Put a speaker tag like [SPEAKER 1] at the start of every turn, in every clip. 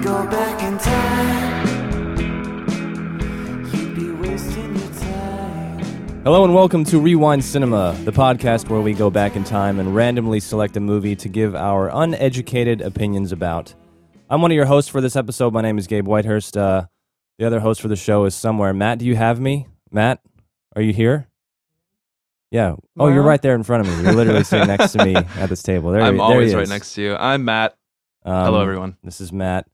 [SPEAKER 1] go back in time, you'd be wasting your time.
[SPEAKER 2] Hello and welcome to Rewind Cinema, the podcast where we go back in time and randomly select a movie to give our uneducated opinions about. I'm one of your hosts for this episode. My name is Gabe Whitehurst. Uh, the other host for the show is somewhere. Matt, do you have me? Matt, are you here? Yeah. Oh, you're
[SPEAKER 3] Well.
[SPEAKER 2] right there in front of me. You're literally sitting next to me at this table. There, he-
[SPEAKER 3] I'm
[SPEAKER 2] there
[SPEAKER 3] always
[SPEAKER 2] he
[SPEAKER 3] right
[SPEAKER 2] is.
[SPEAKER 3] next to you. I'm Matt.
[SPEAKER 2] Um,
[SPEAKER 3] Hello, everyone.
[SPEAKER 2] This is Matt.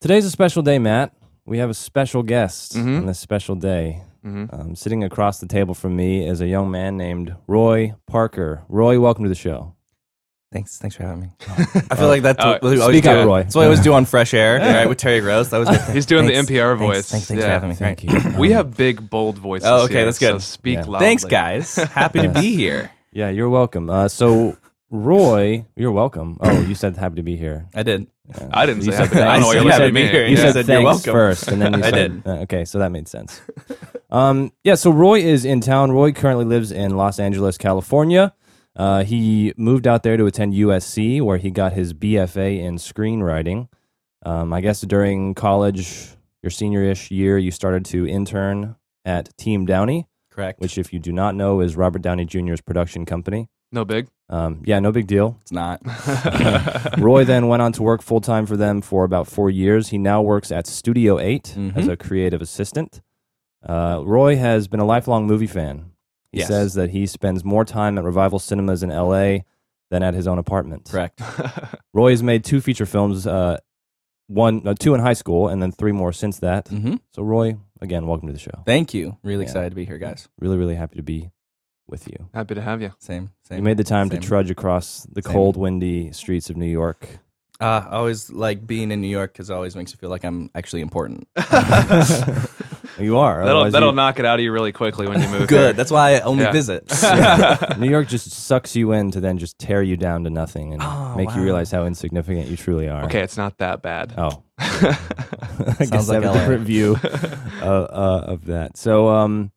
[SPEAKER 2] Today's a special day, Matt. We have a special guest
[SPEAKER 3] Mhm.
[SPEAKER 2] on this special day.
[SPEAKER 3] hmm
[SPEAKER 2] Um, sitting across the table from me is a young man named Roy Parker. Roy, welcome to the show.
[SPEAKER 4] Thanks. Thanks for having me. I feel like that's
[SPEAKER 3] Oh,
[SPEAKER 4] what we always
[SPEAKER 2] speak
[SPEAKER 4] do.
[SPEAKER 2] up, Roy.
[SPEAKER 4] That's what I always do on Fresh Air, right? With Terry Gross. That was like,
[SPEAKER 3] He's doing
[SPEAKER 4] Thanks.
[SPEAKER 3] the NPR
[SPEAKER 4] Thanks,
[SPEAKER 3] voice.
[SPEAKER 4] thanks, thanks for
[SPEAKER 3] Yeah.
[SPEAKER 4] having me.
[SPEAKER 2] Thank
[SPEAKER 4] Right.
[SPEAKER 2] you.
[SPEAKER 3] We
[SPEAKER 2] Um,
[SPEAKER 3] have big, bold voices.
[SPEAKER 4] Oh, okay,
[SPEAKER 3] here,
[SPEAKER 4] that's
[SPEAKER 3] So
[SPEAKER 4] good.
[SPEAKER 3] speak
[SPEAKER 2] Yeah.
[SPEAKER 3] loudly.
[SPEAKER 4] Thanks, guys. Happy to be here.
[SPEAKER 2] Yeah, you're welcome. Uh, so, Roy, you're welcome. Oh, you said happy to be here.
[SPEAKER 4] I did.
[SPEAKER 3] I didn't
[SPEAKER 2] You
[SPEAKER 3] say
[SPEAKER 2] said
[SPEAKER 3] happy. I don't
[SPEAKER 2] thanks.
[SPEAKER 3] know what
[SPEAKER 2] You
[SPEAKER 3] you
[SPEAKER 2] said
[SPEAKER 3] happy to be
[SPEAKER 4] me.
[SPEAKER 3] here.
[SPEAKER 2] You
[SPEAKER 4] Yeah.
[SPEAKER 2] said
[SPEAKER 4] I said
[SPEAKER 2] thanks
[SPEAKER 4] you're welcome.
[SPEAKER 2] first, and then you
[SPEAKER 4] I
[SPEAKER 2] said,
[SPEAKER 4] did.
[SPEAKER 2] uh, okay, so that made sense. Um, yeah, so Roy is in town. Roy currently lives in Los Angeles, California. Uh, he moved out there to attend USC, where he got his BFA in screenwriting. Um, I guess during college, your senior-ish year, you started to intern at Team Downey,
[SPEAKER 4] Correct.
[SPEAKER 2] which, if you do not know, is Robert Downey Jr.'s production company.
[SPEAKER 3] No big.
[SPEAKER 2] Um, yeah, no big deal.
[SPEAKER 4] it's not.
[SPEAKER 2] Roy then went on to work full time for them for about four years. He now works at Studio 8
[SPEAKER 4] Mhm.
[SPEAKER 2] as a creative assistant. Uh, Roy has been a lifelong movie fan. He
[SPEAKER 4] Yes.
[SPEAKER 2] says that he spends more time at Revival Cinemas in LA than at his own apartment.
[SPEAKER 4] Correct.
[SPEAKER 2] Roy has made two feature films, uh, one, no, two in high school, and then three more since that.
[SPEAKER 4] hmm
[SPEAKER 2] So, Roy, again, welcome to the show.
[SPEAKER 4] Thank you. Really
[SPEAKER 2] Yeah.
[SPEAKER 4] excited to be here, guys.
[SPEAKER 2] Really, really happy to be with you.
[SPEAKER 3] happy to have you.
[SPEAKER 4] Same. Same.
[SPEAKER 2] You made the time
[SPEAKER 4] Same.
[SPEAKER 2] to trudge across the
[SPEAKER 4] Same.
[SPEAKER 2] cold, windy streets of New York.
[SPEAKER 4] Uh, I always like being in New York because it always makes me feel like I'm actually important.
[SPEAKER 2] You are.
[SPEAKER 3] That'll
[SPEAKER 2] otherwise
[SPEAKER 3] that'll
[SPEAKER 2] you-
[SPEAKER 3] knock it out of you really quickly when you move.
[SPEAKER 4] Good. That's why I only
[SPEAKER 3] Yeah.
[SPEAKER 4] visit. Oh,
[SPEAKER 2] New York just sucks you in to then just tear you down to nothing and
[SPEAKER 4] Oh,
[SPEAKER 2] make you
[SPEAKER 4] wow.
[SPEAKER 2] realize how insignificant you truly are.
[SPEAKER 3] okay, it's not that bad.
[SPEAKER 2] Oh. I guess
[SPEAKER 4] Sounds
[SPEAKER 2] I have
[SPEAKER 4] like
[SPEAKER 2] a
[SPEAKER 4] LA.
[SPEAKER 2] different view uh, uh, of that. So um,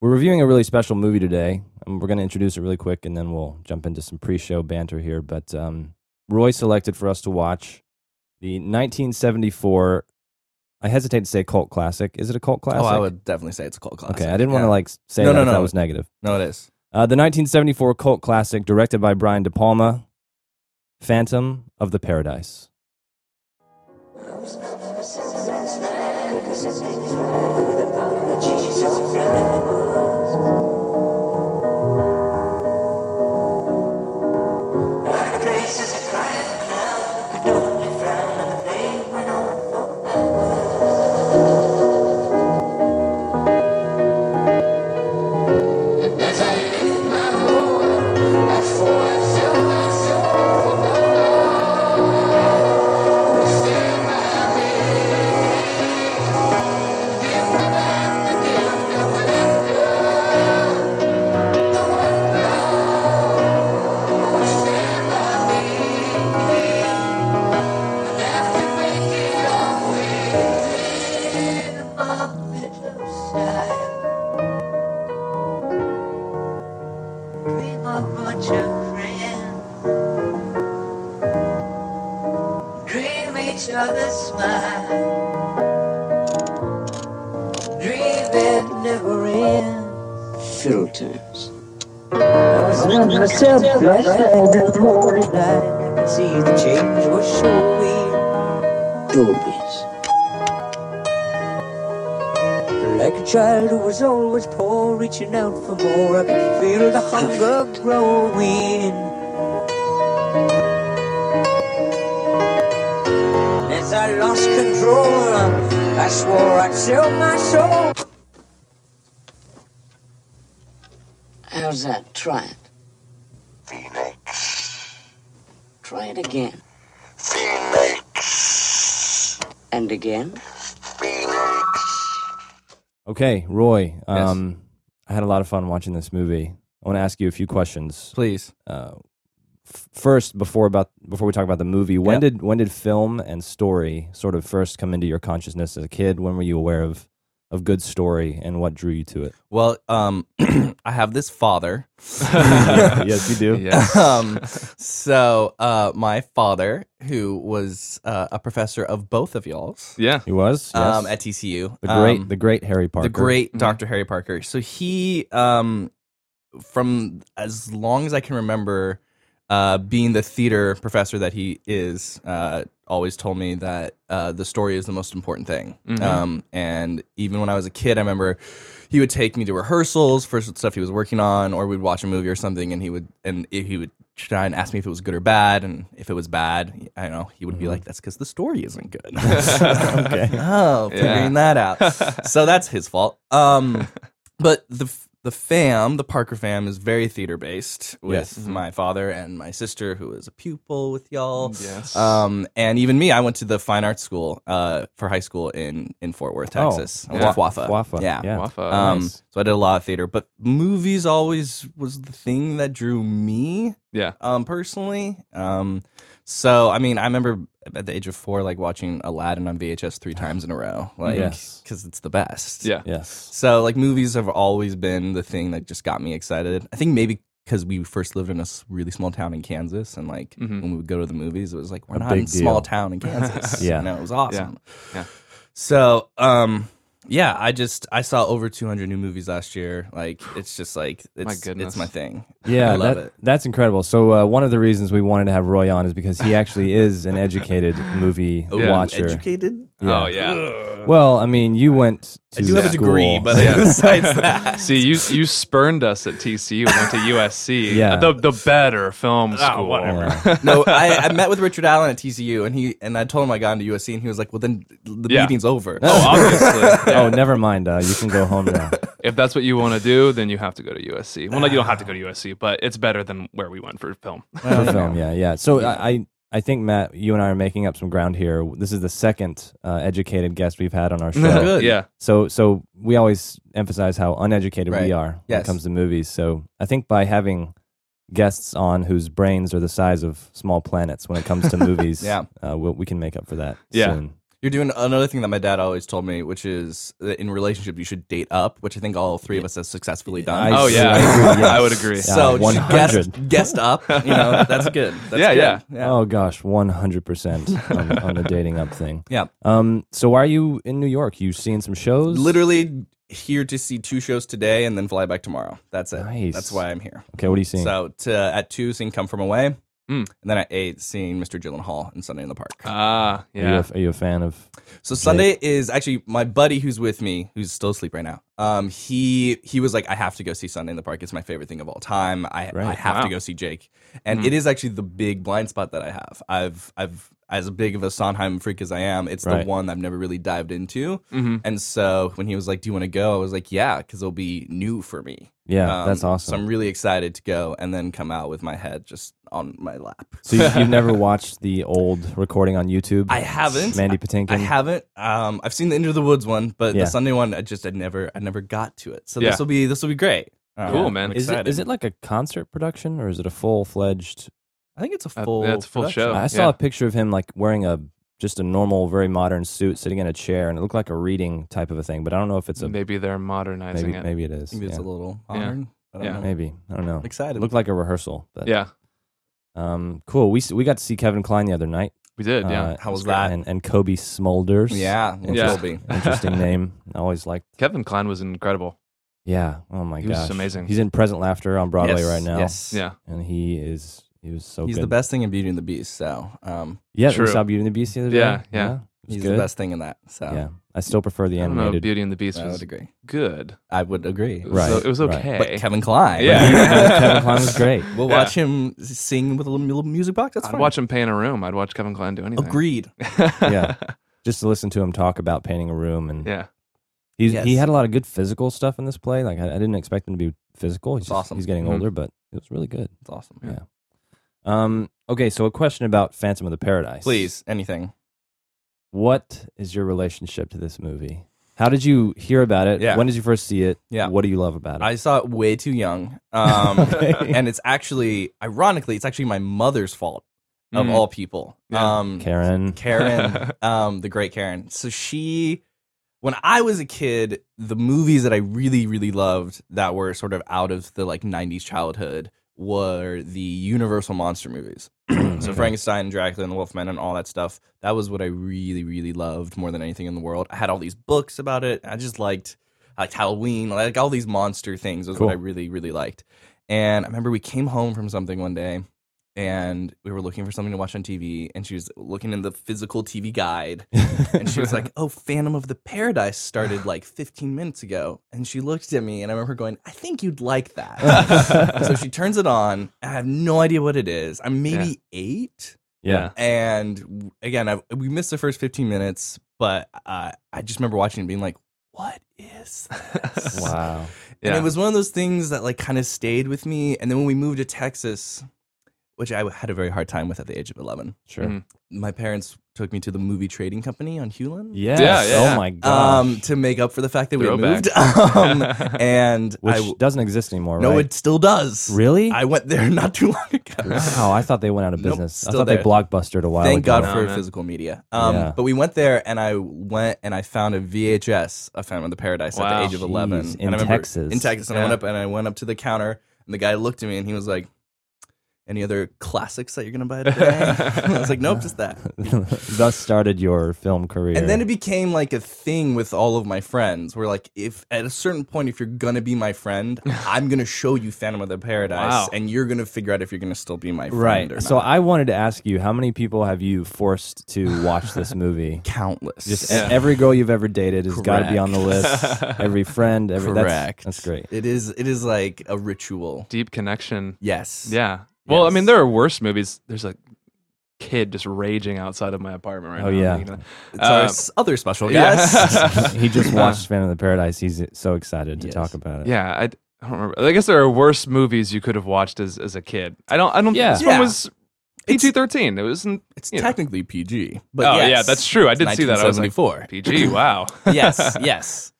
[SPEAKER 2] we're reviewing a really special movie today. and we're going to introduce it really quick, and then we'll jump into some pre-show banter here. But um, Roy selected for us to watch the 1974. I hesitate to say cult classic. Is it a cult classic?
[SPEAKER 4] oh, I would definitely say it's a cult classic.
[SPEAKER 2] Okay, I didn't want to
[SPEAKER 4] Yeah.
[SPEAKER 2] like say
[SPEAKER 4] No,
[SPEAKER 2] that
[SPEAKER 4] no,
[SPEAKER 2] if that
[SPEAKER 4] no.
[SPEAKER 2] was negative.
[SPEAKER 4] No, it is.
[SPEAKER 2] Uh, the 1974 cult classic directed by Brian De Palma, Phantom of the Paradise.
[SPEAKER 5] Dream about your friends. Dream each other's smile. Dream it never ends. Filters. I was not myself last night and the morning light. I could see the change was so weird. Doobies. Like a child who was always poor, reaching out for more, I could feel the hunger growing. As I lost control, I swore I'd sell my soul.
[SPEAKER 6] How's that? Try it. Phoenix. Try it again. Phoenix. And again.
[SPEAKER 2] Okay, Roy, um, I had a lot of fun watching this movie. I want to ask you a few questions.
[SPEAKER 4] Please.
[SPEAKER 2] Uh, f- first, before about before we talk about the movie, when
[SPEAKER 4] Yep.
[SPEAKER 2] did when did film and story sort of first come into your consciousness as a kid? When were you aware of of good story and what drew you to it?
[SPEAKER 4] Well, um, I have this father.
[SPEAKER 2] yes, you do.
[SPEAKER 3] Yes.
[SPEAKER 4] um, so uh, my father, who was uh, a professor of both of y'all's
[SPEAKER 3] yeah.
[SPEAKER 2] He was yes.
[SPEAKER 4] um, at TCU,
[SPEAKER 2] the great,
[SPEAKER 4] um,
[SPEAKER 2] the great Harry Parker. Mm-hmm.
[SPEAKER 4] the great Dr. Harry Parker. So he, um, from as long as I can remember, uh, being the theater professor that he is, uh, always told me that uh, the story is the most important thing.
[SPEAKER 3] Mhm.
[SPEAKER 4] Um, and even when I was a kid, I remember he would take me to rehearsals for stuff he was working on, or we'd watch a movie or something, and he would and if he would try and ask me if it was good or bad, and if it was bad, I don't know, he would be like, "That's because the story isn't good."
[SPEAKER 2] okay.
[SPEAKER 4] oh, figuring that out. so that's his fault. Um, but the f- the fam, the Parker fam, is very theater based with
[SPEAKER 2] Yes.
[SPEAKER 4] my father and my sister, who is a pupil with y'all.
[SPEAKER 3] Yes.
[SPEAKER 4] Um, and even me, I went to the fine arts school uh, for high school in in Fort Worth,
[SPEAKER 2] Oh,
[SPEAKER 4] Texas. I
[SPEAKER 3] yeah.
[SPEAKER 4] went to Wafa.
[SPEAKER 2] Wafa,
[SPEAKER 4] Yeah.
[SPEAKER 2] yeah.
[SPEAKER 3] Wafa.
[SPEAKER 4] Um,
[SPEAKER 2] Nice.
[SPEAKER 4] So I did a lot of theater, but movies always was the thing that drew me
[SPEAKER 3] yeah.
[SPEAKER 4] um, personally. Um, so I mean, I remember at the age of four, like watching Aladdin on VHS three times in a row, like
[SPEAKER 2] Yes.
[SPEAKER 4] because it's the best.
[SPEAKER 3] Yeah.
[SPEAKER 2] Yes.
[SPEAKER 4] So like movies have always been the thing that just got me excited. I think maybe because we first lived in a s- really small town in Kansas, and like
[SPEAKER 3] Mhm.
[SPEAKER 4] when we would go to the movies, it was like we're
[SPEAKER 2] A
[SPEAKER 4] not
[SPEAKER 2] big
[SPEAKER 4] in a small
[SPEAKER 2] deal.
[SPEAKER 4] town in Kansas.
[SPEAKER 2] Yeah.
[SPEAKER 4] you know, it was awesome.
[SPEAKER 3] Yeah.
[SPEAKER 4] So, um, yeah, I just I saw over 200 new movies last year. Like it's just like it's
[SPEAKER 3] goodness.
[SPEAKER 4] it's my thing.
[SPEAKER 2] Yeah,
[SPEAKER 4] I love
[SPEAKER 2] that-
[SPEAKER 4] it.
[SPEAKER 2] that's incredible. So uh, one of the reasons we wanted to have Roy on is because he actually is an educated movie
[SPEAKER 4] Oh,
[SPEAKER 3] Yeah.
[SPEAKER 2] watcher.
[SPEAKER 4] Educated.
[SPEAKER 2] Yeah.
[SPEAKER 3] Oh yeah.
[SPEAKER 2] Well, I mean, you went. To
[SPEAKER 4] I do have a
[SPEAKER 2] school.
[SPEAKER 4] degree, but besides that,
[SPEAKER 3] See, you you spurned us at TCU and went to USC.
[SPEAKER 2] Yeah.
[SPEAKER 3] The the better film
[SPEAKER 4] Ah,
[SPEAKER 3] school.
[SPEAKER 2] Yeah.
[SPEAKER 4] no, I, I met with Richard Allen at TCU, and he and I told him I got into USC, and he was like, "Well, then the
[SPEAKER 3] Yeah.
[SPEAKER 4] meeting's over."
[SPEAKER 3] Oh, obviously.
[SPEAKER 2] oh, never mind. Uh, you can go home now.
[SPEAKER 3] If that's what you want to do, then you have to go to USC. Well, no, you don't have to go to USC, but it's better than where we went for film.
[SPEAKER 2] For film, yeah, yeah. So I, I, I think Matt, you and I are making up some ground here. This is the second uh, educated guest we've had on our show.
[SPEAKER 4] Good.
[SPEAKER 3] Yeah.
[SPEAKER 2] So, so we always emphasize how uneducated we
[SPEAKER 4] Right.
[SPEAKER 2] are when it
[SPEAKER 4] Yes.
[SPEAKER 2] comes to movies. So I think by having guests on whose brains are the size of small planets when it comes to movies,
[SPEAKER 4] Yeah.
[SPEAKER 2] uh, we we can make up for that.
[SPEAKER 3] Yeah.
[SPEAKER 2] soon.
[SPEAKER 4] You're doing another thing that my dad always told me, which is that in relationship you should date up, which I think all three of us have successfully done.
[SPEAKER 2] I
[SPEAKER 3] Oh
[SPEAKER 2] see.
[SPEAKER 3] yeah.
[SPEAKER 2] I agree, yes.
[SPEAKER 3] I would agree.
[SPEAKER 2] Yeah.
[SPEAKER 4] so just
[SPEAKER 2] 100.
[SPEAKER 4] guessed, guessed up. You know, that's good. That's
[SPEAKER 3] Yeah,
[SPEAKER 4] good.
[SPEAKER 3] yeah.
[SPEAKER 2] Oh gosh, one hundred percent on the dating up thing.
[SPEAKER 4] Yeah.
[SPEAKER 2] Um. So are you in New York? You seeing some shows?
[SPEAKER 4] Literally here to see two shows today, and then fly back tomorrow. That's it.
[SPEAKER 2] Nice.
[SPEAKER 4] That's why I'm here.
[SPEAKER 2] Okay. What are you seeing?
[SPEAKER 4] So to, at two, seeing Come From Away,
[SPEAKER 3] Mm.
[SPEAKER 4] and then at eight, seeing Mr. Gyllenhaal and Sunday in the Park.
[SPEAKER 3] Ah,
[SPEAKER 2] Are you a,
[SPEAKER 3] yeah.
[SPEAKER 2] f- are you a fan of?
[SPEAKER 4] so Sunday is actually my buddy who's with me, who's still asleep right now. Um, he he was like, I have to go see Sunday in the Park. It's my favorite thing of all time. I, I
[SPEAKER 2] Right. Hmm.
[SPEAKER 4] have
[SPEAKER 3] Wow.
[SPEAKER 4] to go see Jake, and it is actually the big blind spot that I have. I've I've as big of a Sondheim freak as I am, it's
[SPEAKER 2] Right.
[SPEAKER 4] the one I've never really dived into.
[SPEAKER 3] Mhm.
[SPEAKER 4] And so when he was like, "Do you want to go?" I was like, "Yeah," because it'll be new for me.
[SPEAKER 2] Yeah,
[SPEAKER 4] Um,
[SPEAKER 2] that's
[SPEAKER 4] So
[SPEAKER 2] awesome.
[SPEAKER 4] I'm really excited to go and then come out with my head just on my lap.
[SPEAKER 2] So you, you've never watched the old recording on YouTube?
[SPEAKER 4] I haven't.
[SPEAKER 2] Mandy Patinkin.
[SPEAKER 4] I haven't. Um, I've seen the Into the Woods one, but
[SPEAKER 2] Yeah.
[SPEAKER 4] the Sunday one, I just I never I never got to it. So
[SPEAKER 3] Yeah.
[SPEAKER 4] this will be this will be great. Um,
[SPEAKER 3] Cool, man.
[SPEAKER 4] I'm
[SPEAKER 2] Is it
[SPEAKER 4] excited.
[SPEAKER 2] is it like a concert production or is it a full fledged?
[SPEAKER 4] I think it's a
[SPEAKER 3] Uh,
[SPEAKER 4] full.
[SPEAKER 3] yeah, it's a full
[SPEAKER 4] production.
[SPEAKER 3] show.
[SPEAKER 2] I saw
[SPEAKER 3] yeah.
[SPEAKER 2] a picture of him like wearing a just a normal, very modern suit, sitting in a chair, and it looked like a reading type of a thing. But I don't know if it's a maybe
[SPEAKER 3] Maybe they're modernizing
[SPEAKER 2] maybe,
[SPEAKER 3] it.
[SPEAKER 2] it is.
[SPEAKER 4] I think it's
[SPEAKER 2] yeah.
[SPEAKER 4] a little
[SPEAKER 3] Yeah.
[SPEAKER 4] modern. I don't
[SPEAKER 3] Yeah.
[SPEAKER 4] know.
[SPEAKER 2] Maybe I don't know.
[SPEAKER 4] I'm excited.
[SPEAKER 2] It looked like a rehearsal. But,
[SPEAKER 3] Yeah,
[SPEAKER 2] Um. Cool. We s- we got to see Kevin Klein the other night.
[SPEAKER 3] we did. Yeah.
[SPEAKER 2] Uh,
[SPEAKER 4] How was
[SPEAKER 2] it's great.
[SPEAKER 4] that?
[SPEAKER 2] And, and Kobe Smulders.
[SPEAKER 4] yeah, it
[SPEAKER 3] Yeah.
[SPEAKER 4] will be.
[SPEAKER 2] uh, Interesting name. I always liked.
[SPEAKER 3] Kevin Klein was incredible.
[SPEAKER 2] Yeah. Oh my
[SPEAKER 3] He was
[SPEAKER 2] gosh.
[SPEAKER 3] amazing.
[SPEAKER 2] He's in Present Laughter on Broadway
[SPEAKER 4] Yes,
[SPEAKER 2] right now.
[SPEAKER 4] Yes.
[SPEAKER 3] Yeah.
[SPEAKER 2] And he is. He was so
[SPEAKER 4] He's
[SPEAKER 2] good.
[SPEAKER 4] the best thing in Beauty and the Beast. So um,
[SPEAKER 2] Yeah.
[SPEAKER 3] True.
[SPEAKER 2] We saw Beauty and the Beast the other
[SPEAKER 3] Yeah,
[SPEAKER 2] day.
[SPEAKER 3] yeah.
[SPEAKER 2] It was
[SPEAKER 4] he's
[SPEAKER 2] good.
[SPEAKER 4] the best thing in that. So
[SPEAKER 2] Yeah. I still prefer the
[SPEAKER 3] I don't know.
[SPEAKER 2] animated.
[SPEAKER 3] Beauty and the Beast
[SPEAKER 4] I
[SPEAKER 3] was
[SPEAKER 4] would agree.
[SPEAKER 3] good.
[SPEAKER 4] I would agree.
[SPEAKER 3] It was,
[SPEAKER 2] Right,
[SPEAKER 3] o- it was
[SPEAKER 2] right.
[SPEAKER 3] okay.
[SPEAKER 4] But Kevin Klein.
[SPEAKER 3] Yeah.
[SPEAKER 2] Kevin Klein was great.
[SPEAKER 4] We'll
[SPEAKER 3] Yeah.
[SPEAKER 4] watch him sing with a little, little music box. That's
[SPEAKER 3] I'd
[SPEAKER 4] fine.
[SPEAKER 3] watch him paint a room. I'd watch Kevin Klein do anything.
[SPEAKER 4] Agreed.
[SPEAKER 2] Yeah. Just to listen to him talk about painting a room and
[SPEAKER 3] Yeah.
[SPEAKER 2] He's, He
[SPEAKER 4] Yes.
[SPEAKER 2] had a lot of good physical stuff in this play. Like I, I didn't expect him to be physical. He's
[SPEAKER 4] It's
[SPEAKER 2] just-
[SPEAKER 4] awesome.
[SPEAKER 2] He's getting
[SPEAKER 3] Mhm.
[SPEAKER 2] older, but it was really good.
[SPEAKER 4] It's awesome.
[SPEAKER 2] Yeah. Um. Okay. So a question about Phantom of the Paradise.
[SPEAKER 4] Please, anything.
[SPEAKER 2] What is your relationship to this movie? How did you hear about it?
[SPEAKER 4] Yeah.
[SPEAKER 2] When did you first see it?
[SPEAKER 4] Yeah.
[SPEAKER 2] What do you love about it?
[SPEAKER 4] I saw it way too young. Um,
[SPEAKER 2] Okay.
[SPEAKER 4] And it's actually, ironically, it's actually my mother's fault of
[SPEAKER 3] Mm.
[SPEAKER 4] all people.
[SPEAKER 3] Yeah.
[SPEAKER 4] Um,
[SPEAKER 2] Karen.
[SPEAKER 4] Karen, um, the great Karen. So she, when I was a kid, the movies that I really, really loved that were sort of out of the like 90s childhood were the Universal Monster movies. so Frankenstein, Dracula, and the Wolfman, and all that stuff. That was what I really, really loved more than anything in the world. I had all these books about it. I just liked I liked Halloween, like all these monster things was
[SPEAKER 2] Cool.
[SPEAKER 4] what I really, really liked. And I remember we came home from something one day and we were looking for something to watch on TV and she was looking in the physical TV guide and she was like, "Oh, Phantom of the Paradise started like 15 minutes ago." And she looked at me, and I remember going, "I think you'd like that." so she turns it on. and I have no idea what it is. I'm maybe eight,
[SPEAKER 2] yeah.
[SPEAKER 4] and w- again, I, we missed the first 15 minutes, but uh, I just remember watching and being like, "What is this?"
[SPEAKER 2] Wow.
[SPEAKER 4] And
[SPEAKER 3] Yeah.
[SPEAKER 4] it was one of those things that like kind of stayed with me. And then when we moved to Texas, which I had a very hard time with at the age of 11,
[SPEAKER 2] Sure.
[SPEAKER 3] Mhm.
[SPEAKER 4] my parents took me to the movie trading company on Hewlin
[SPEAKER 2] Yes.
[SPEAKER 3] Yeah, yeah.
[SPEAKER 2] Oh my god.
[SPEAKER 4] um, to make up for the fact that we had moved.
[SPEAKER 3] Throwback.
[SPEAKER 4] Um, and
[SPEAKER 2] Which
[SPEAKER 4] I w-
[SPEAKER 2] doesn't exist anymore,
[SPEAKER 4] no,
[SPEAKER 2] right?
[SPEAKER 4] it still does.
[SPEAKER 2] really?
[SPEAKER 4] I went there not too long ago.
[SPEAKER 2] wow. Oh, I thought they went out of
[SPEAKER 4] Nope,
[SPEAKER 2] business. I
[SPEAKER 4] still
[SPEAKER 2] thought they
[SPEAKER 4] there.
[SPEAKER 2] blockbustered a while
[SPEAKER 4] Thank
[SPEAKER 2] ago.
[SPEAKER 4] God
[SPEAKER 3] No,
[SPEAKER 4] for
[SPEAKER 3] man.
[SPEAKER 4] physical media. Um,
[SPEAKER 2] Yeah.
[SPEAKER 4] But we went there, and I went and I found a VHS of Phantom of the Paradise at
[SPEAKER 3] Wow.
[SPEAKER 4] the age of eleven
[SPEAKER 2] Jeez, in
[SPEAKER 4] and I
[SPEAKER 2] Texas.
[SPEAKER 4] In Texas, and I
[SPEAKER 3] Yeah.
[SPEAKER 4] went up and I went up to the counter, and the guy looked at me, and he was like, "Any other classics that you're gonna buy today?" I was like, "Nope, just that."
[SPEAKER 2] Thus started your film career.
[SPEAKER 4] And then it became like a thing with all of my friends. Where like, if at a certain point, if you're gonna be my friend, I'm gonna show you Phantom of the Paradise,
[SPEAKER 3] Wow.
[SPEAKER 4] and you're gonna figure out if you're gonna still be my friend
[SPEAKER 2] right.
[SPEAKER 4] or
[SPEAKER 2] So
[SPEAKER 4] not.
[SPEAKER 2] I wanted to ask you, how many people have you forced to watch this movie?
[SPEAKER 4] countless.
[SPEAKER 2] Just e- every girl you've ever dated has got to be
[SPEAKER 4] Correct.
[SPEAKER 2] on the list. Every friend, every
[SPEAKER 4] correct.
[SPEAKER 2] That's, that's great.
[SPEAKER 4] It is. It is like a ritual.
[SPEAKER 3] Deep connection.
[SPEAKER 4] Yes.
[SPEAKER 3] Yeah. Well, I mean,
[SPEAKER 4] Yes.
[SPEAKER 3] there are worse movies. There's a kid just raging outside of my apartment right
[SPEAKER 2] Oh,
[SPEAKER 3] now.
[SPEAKER 2] yeah.
[SPEAKER 3] You know?
[SPEAKER 4] It's our
[SPEAKER 3] Uh,
[SPEAKER 4] s- other special
[SPEAKER 3] yeah.
[SPEAKER 4] guest.
[SPEAKER 2] he just watched Phantom of the Paradise. He's so excited to
[SPEAKER 4] Yes.
[SPEAKER 2] talk about it.
[SPEAKER 3] Yeah, I, I don't remember. I guess there are worse movies you could have watched as, as a kid. I don't. I don't.
[SPEAKER 2] Yeah.
[SPEAKER 3] This one
[SPEAKER 4] Yeah.
[SPEAKER 3] was PG thirteen. It wasn't.
[SPEAKER 4] it's
[SPEAKER 3] you know.
[SPEAKER 4] technically PG, but
[SPEAKER 3] oh yeah,
[SPEAKER 4] yes,
[SPEAKER 3] that's true. I did see that. I was like
[SPEAKER 4] 1974.
[SPEAKER 3] PG. Wow.
[SPEAKER 4] yes. Yes.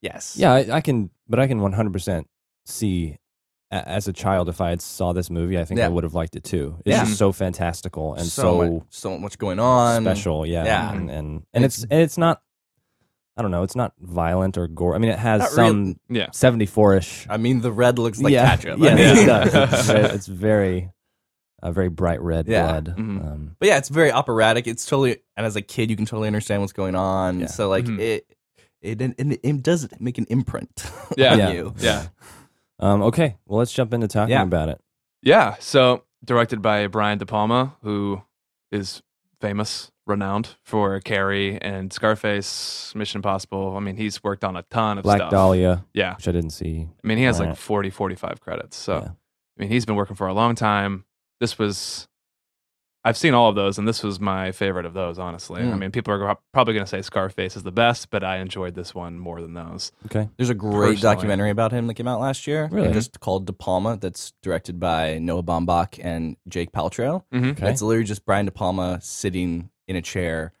[SPEAKER 4] Yes.
[SPEAKER 2] Yeah, I, I can, but I can 100% see a- as a child if I had saw this movie, I think I
[SPEAKER 4] Yeah.
[SPEAKER 2] would have liked it too. It's
[SPEAKER 4] Yeah.
[SPEAKER 2] just so fantastical and
[SPEAKER 4] so mu-
[SPEAKER 2] so,
[SPEAKER 4] so much going on.
[SPEAKER 2] special. Yeah.
[SPEAKER 4] yeah.
[SPEAKER 2] And, and, and it's, and it's not, I don't know, it's not violent or gore. I mean, it has
[SPEAKER 4] Not real-
[SPEAKER 2] some
[SPEAKER 3] Yeah.
[SPEAKER 2] 74 ish.
[SPEAKER 4] I mean, the red looks like
[SPEAKER 2] yeah.
[SPEAKER 4] ketchup. I
[SPEAKER 2] yeah,
[SPEAKER 4] mean-
[SPEAKER 2] it does. It's very, it's very, a very bright red
[SPEAKER 4] Yeah. Mm-hmm.
[SPEAKER 2] blood.
[SPEAKER 3] Mhm.
[SPEAKER 2] Um,
[SPEAKER 4] but yeah, it's very operatic. It's totally, and as a kid, you can totally understand what's going on.
[SPEAKER 2] Yeah.
[SPEAKER 4] So like
[SPEAKER 3] Mhm.
[SPEAKER 4] it. It, it, it, it does make an imprint
[SPEAKER 3] Yeah.
[SPEAKER 4] on
[SPEAKER 2] Yeah.
[SPEAKER 4] you.
[SPEAKER 3] Yeah.
[SPEAKER 2] um, okay. Well, let's jump into talking
[SPEAKER 4] Yeah.
[SPEAKER 2] about it.
[SPEAKER 3] Yeah. So directed by Brian De Palma, who is famous, renowned for Carrie and Scarface, Mission Impossible. I mean, he's worked on a ton of
[SPEAKER 2] Black
[SPEAKER 3] stuff.
[SPEAKER 2] Dahlia,
[SPEAKER 3] Yeah.
[SPEAKER 2] which I didn't see.
[SPEAKER 3] I mean, he has
[SPEAKER 2] Right.
[SPEAKER 3] like 40, 45 credits. So,
[SPEAKER 2] Yeah.
[SPEAKER 3] I mean, he's been working for a long time. This was, I've seen all of those, and this was my favorite of those, honestly. I
[SPEAKER 4] Mm.
[SPEAKER 3] mean, people are gro- probably going to say Scarface is the best, but I enjoyed this one more than those.
[SPEAKER 2] Okay.
[SPEAKER 4] There's a great
[SPEAKER 3] Personally.
[SPEAKER 4] documentary about him that came out last year,
[SPEAKER 2] Really?
[SPEAKER 4] just called De Palma. That's directed by Noah Baumbach and Jake Paltrow.
[SPEAKER 2] Okay.
[SPEAKER 4] That's literally just Brian De Palma sitting in a chair,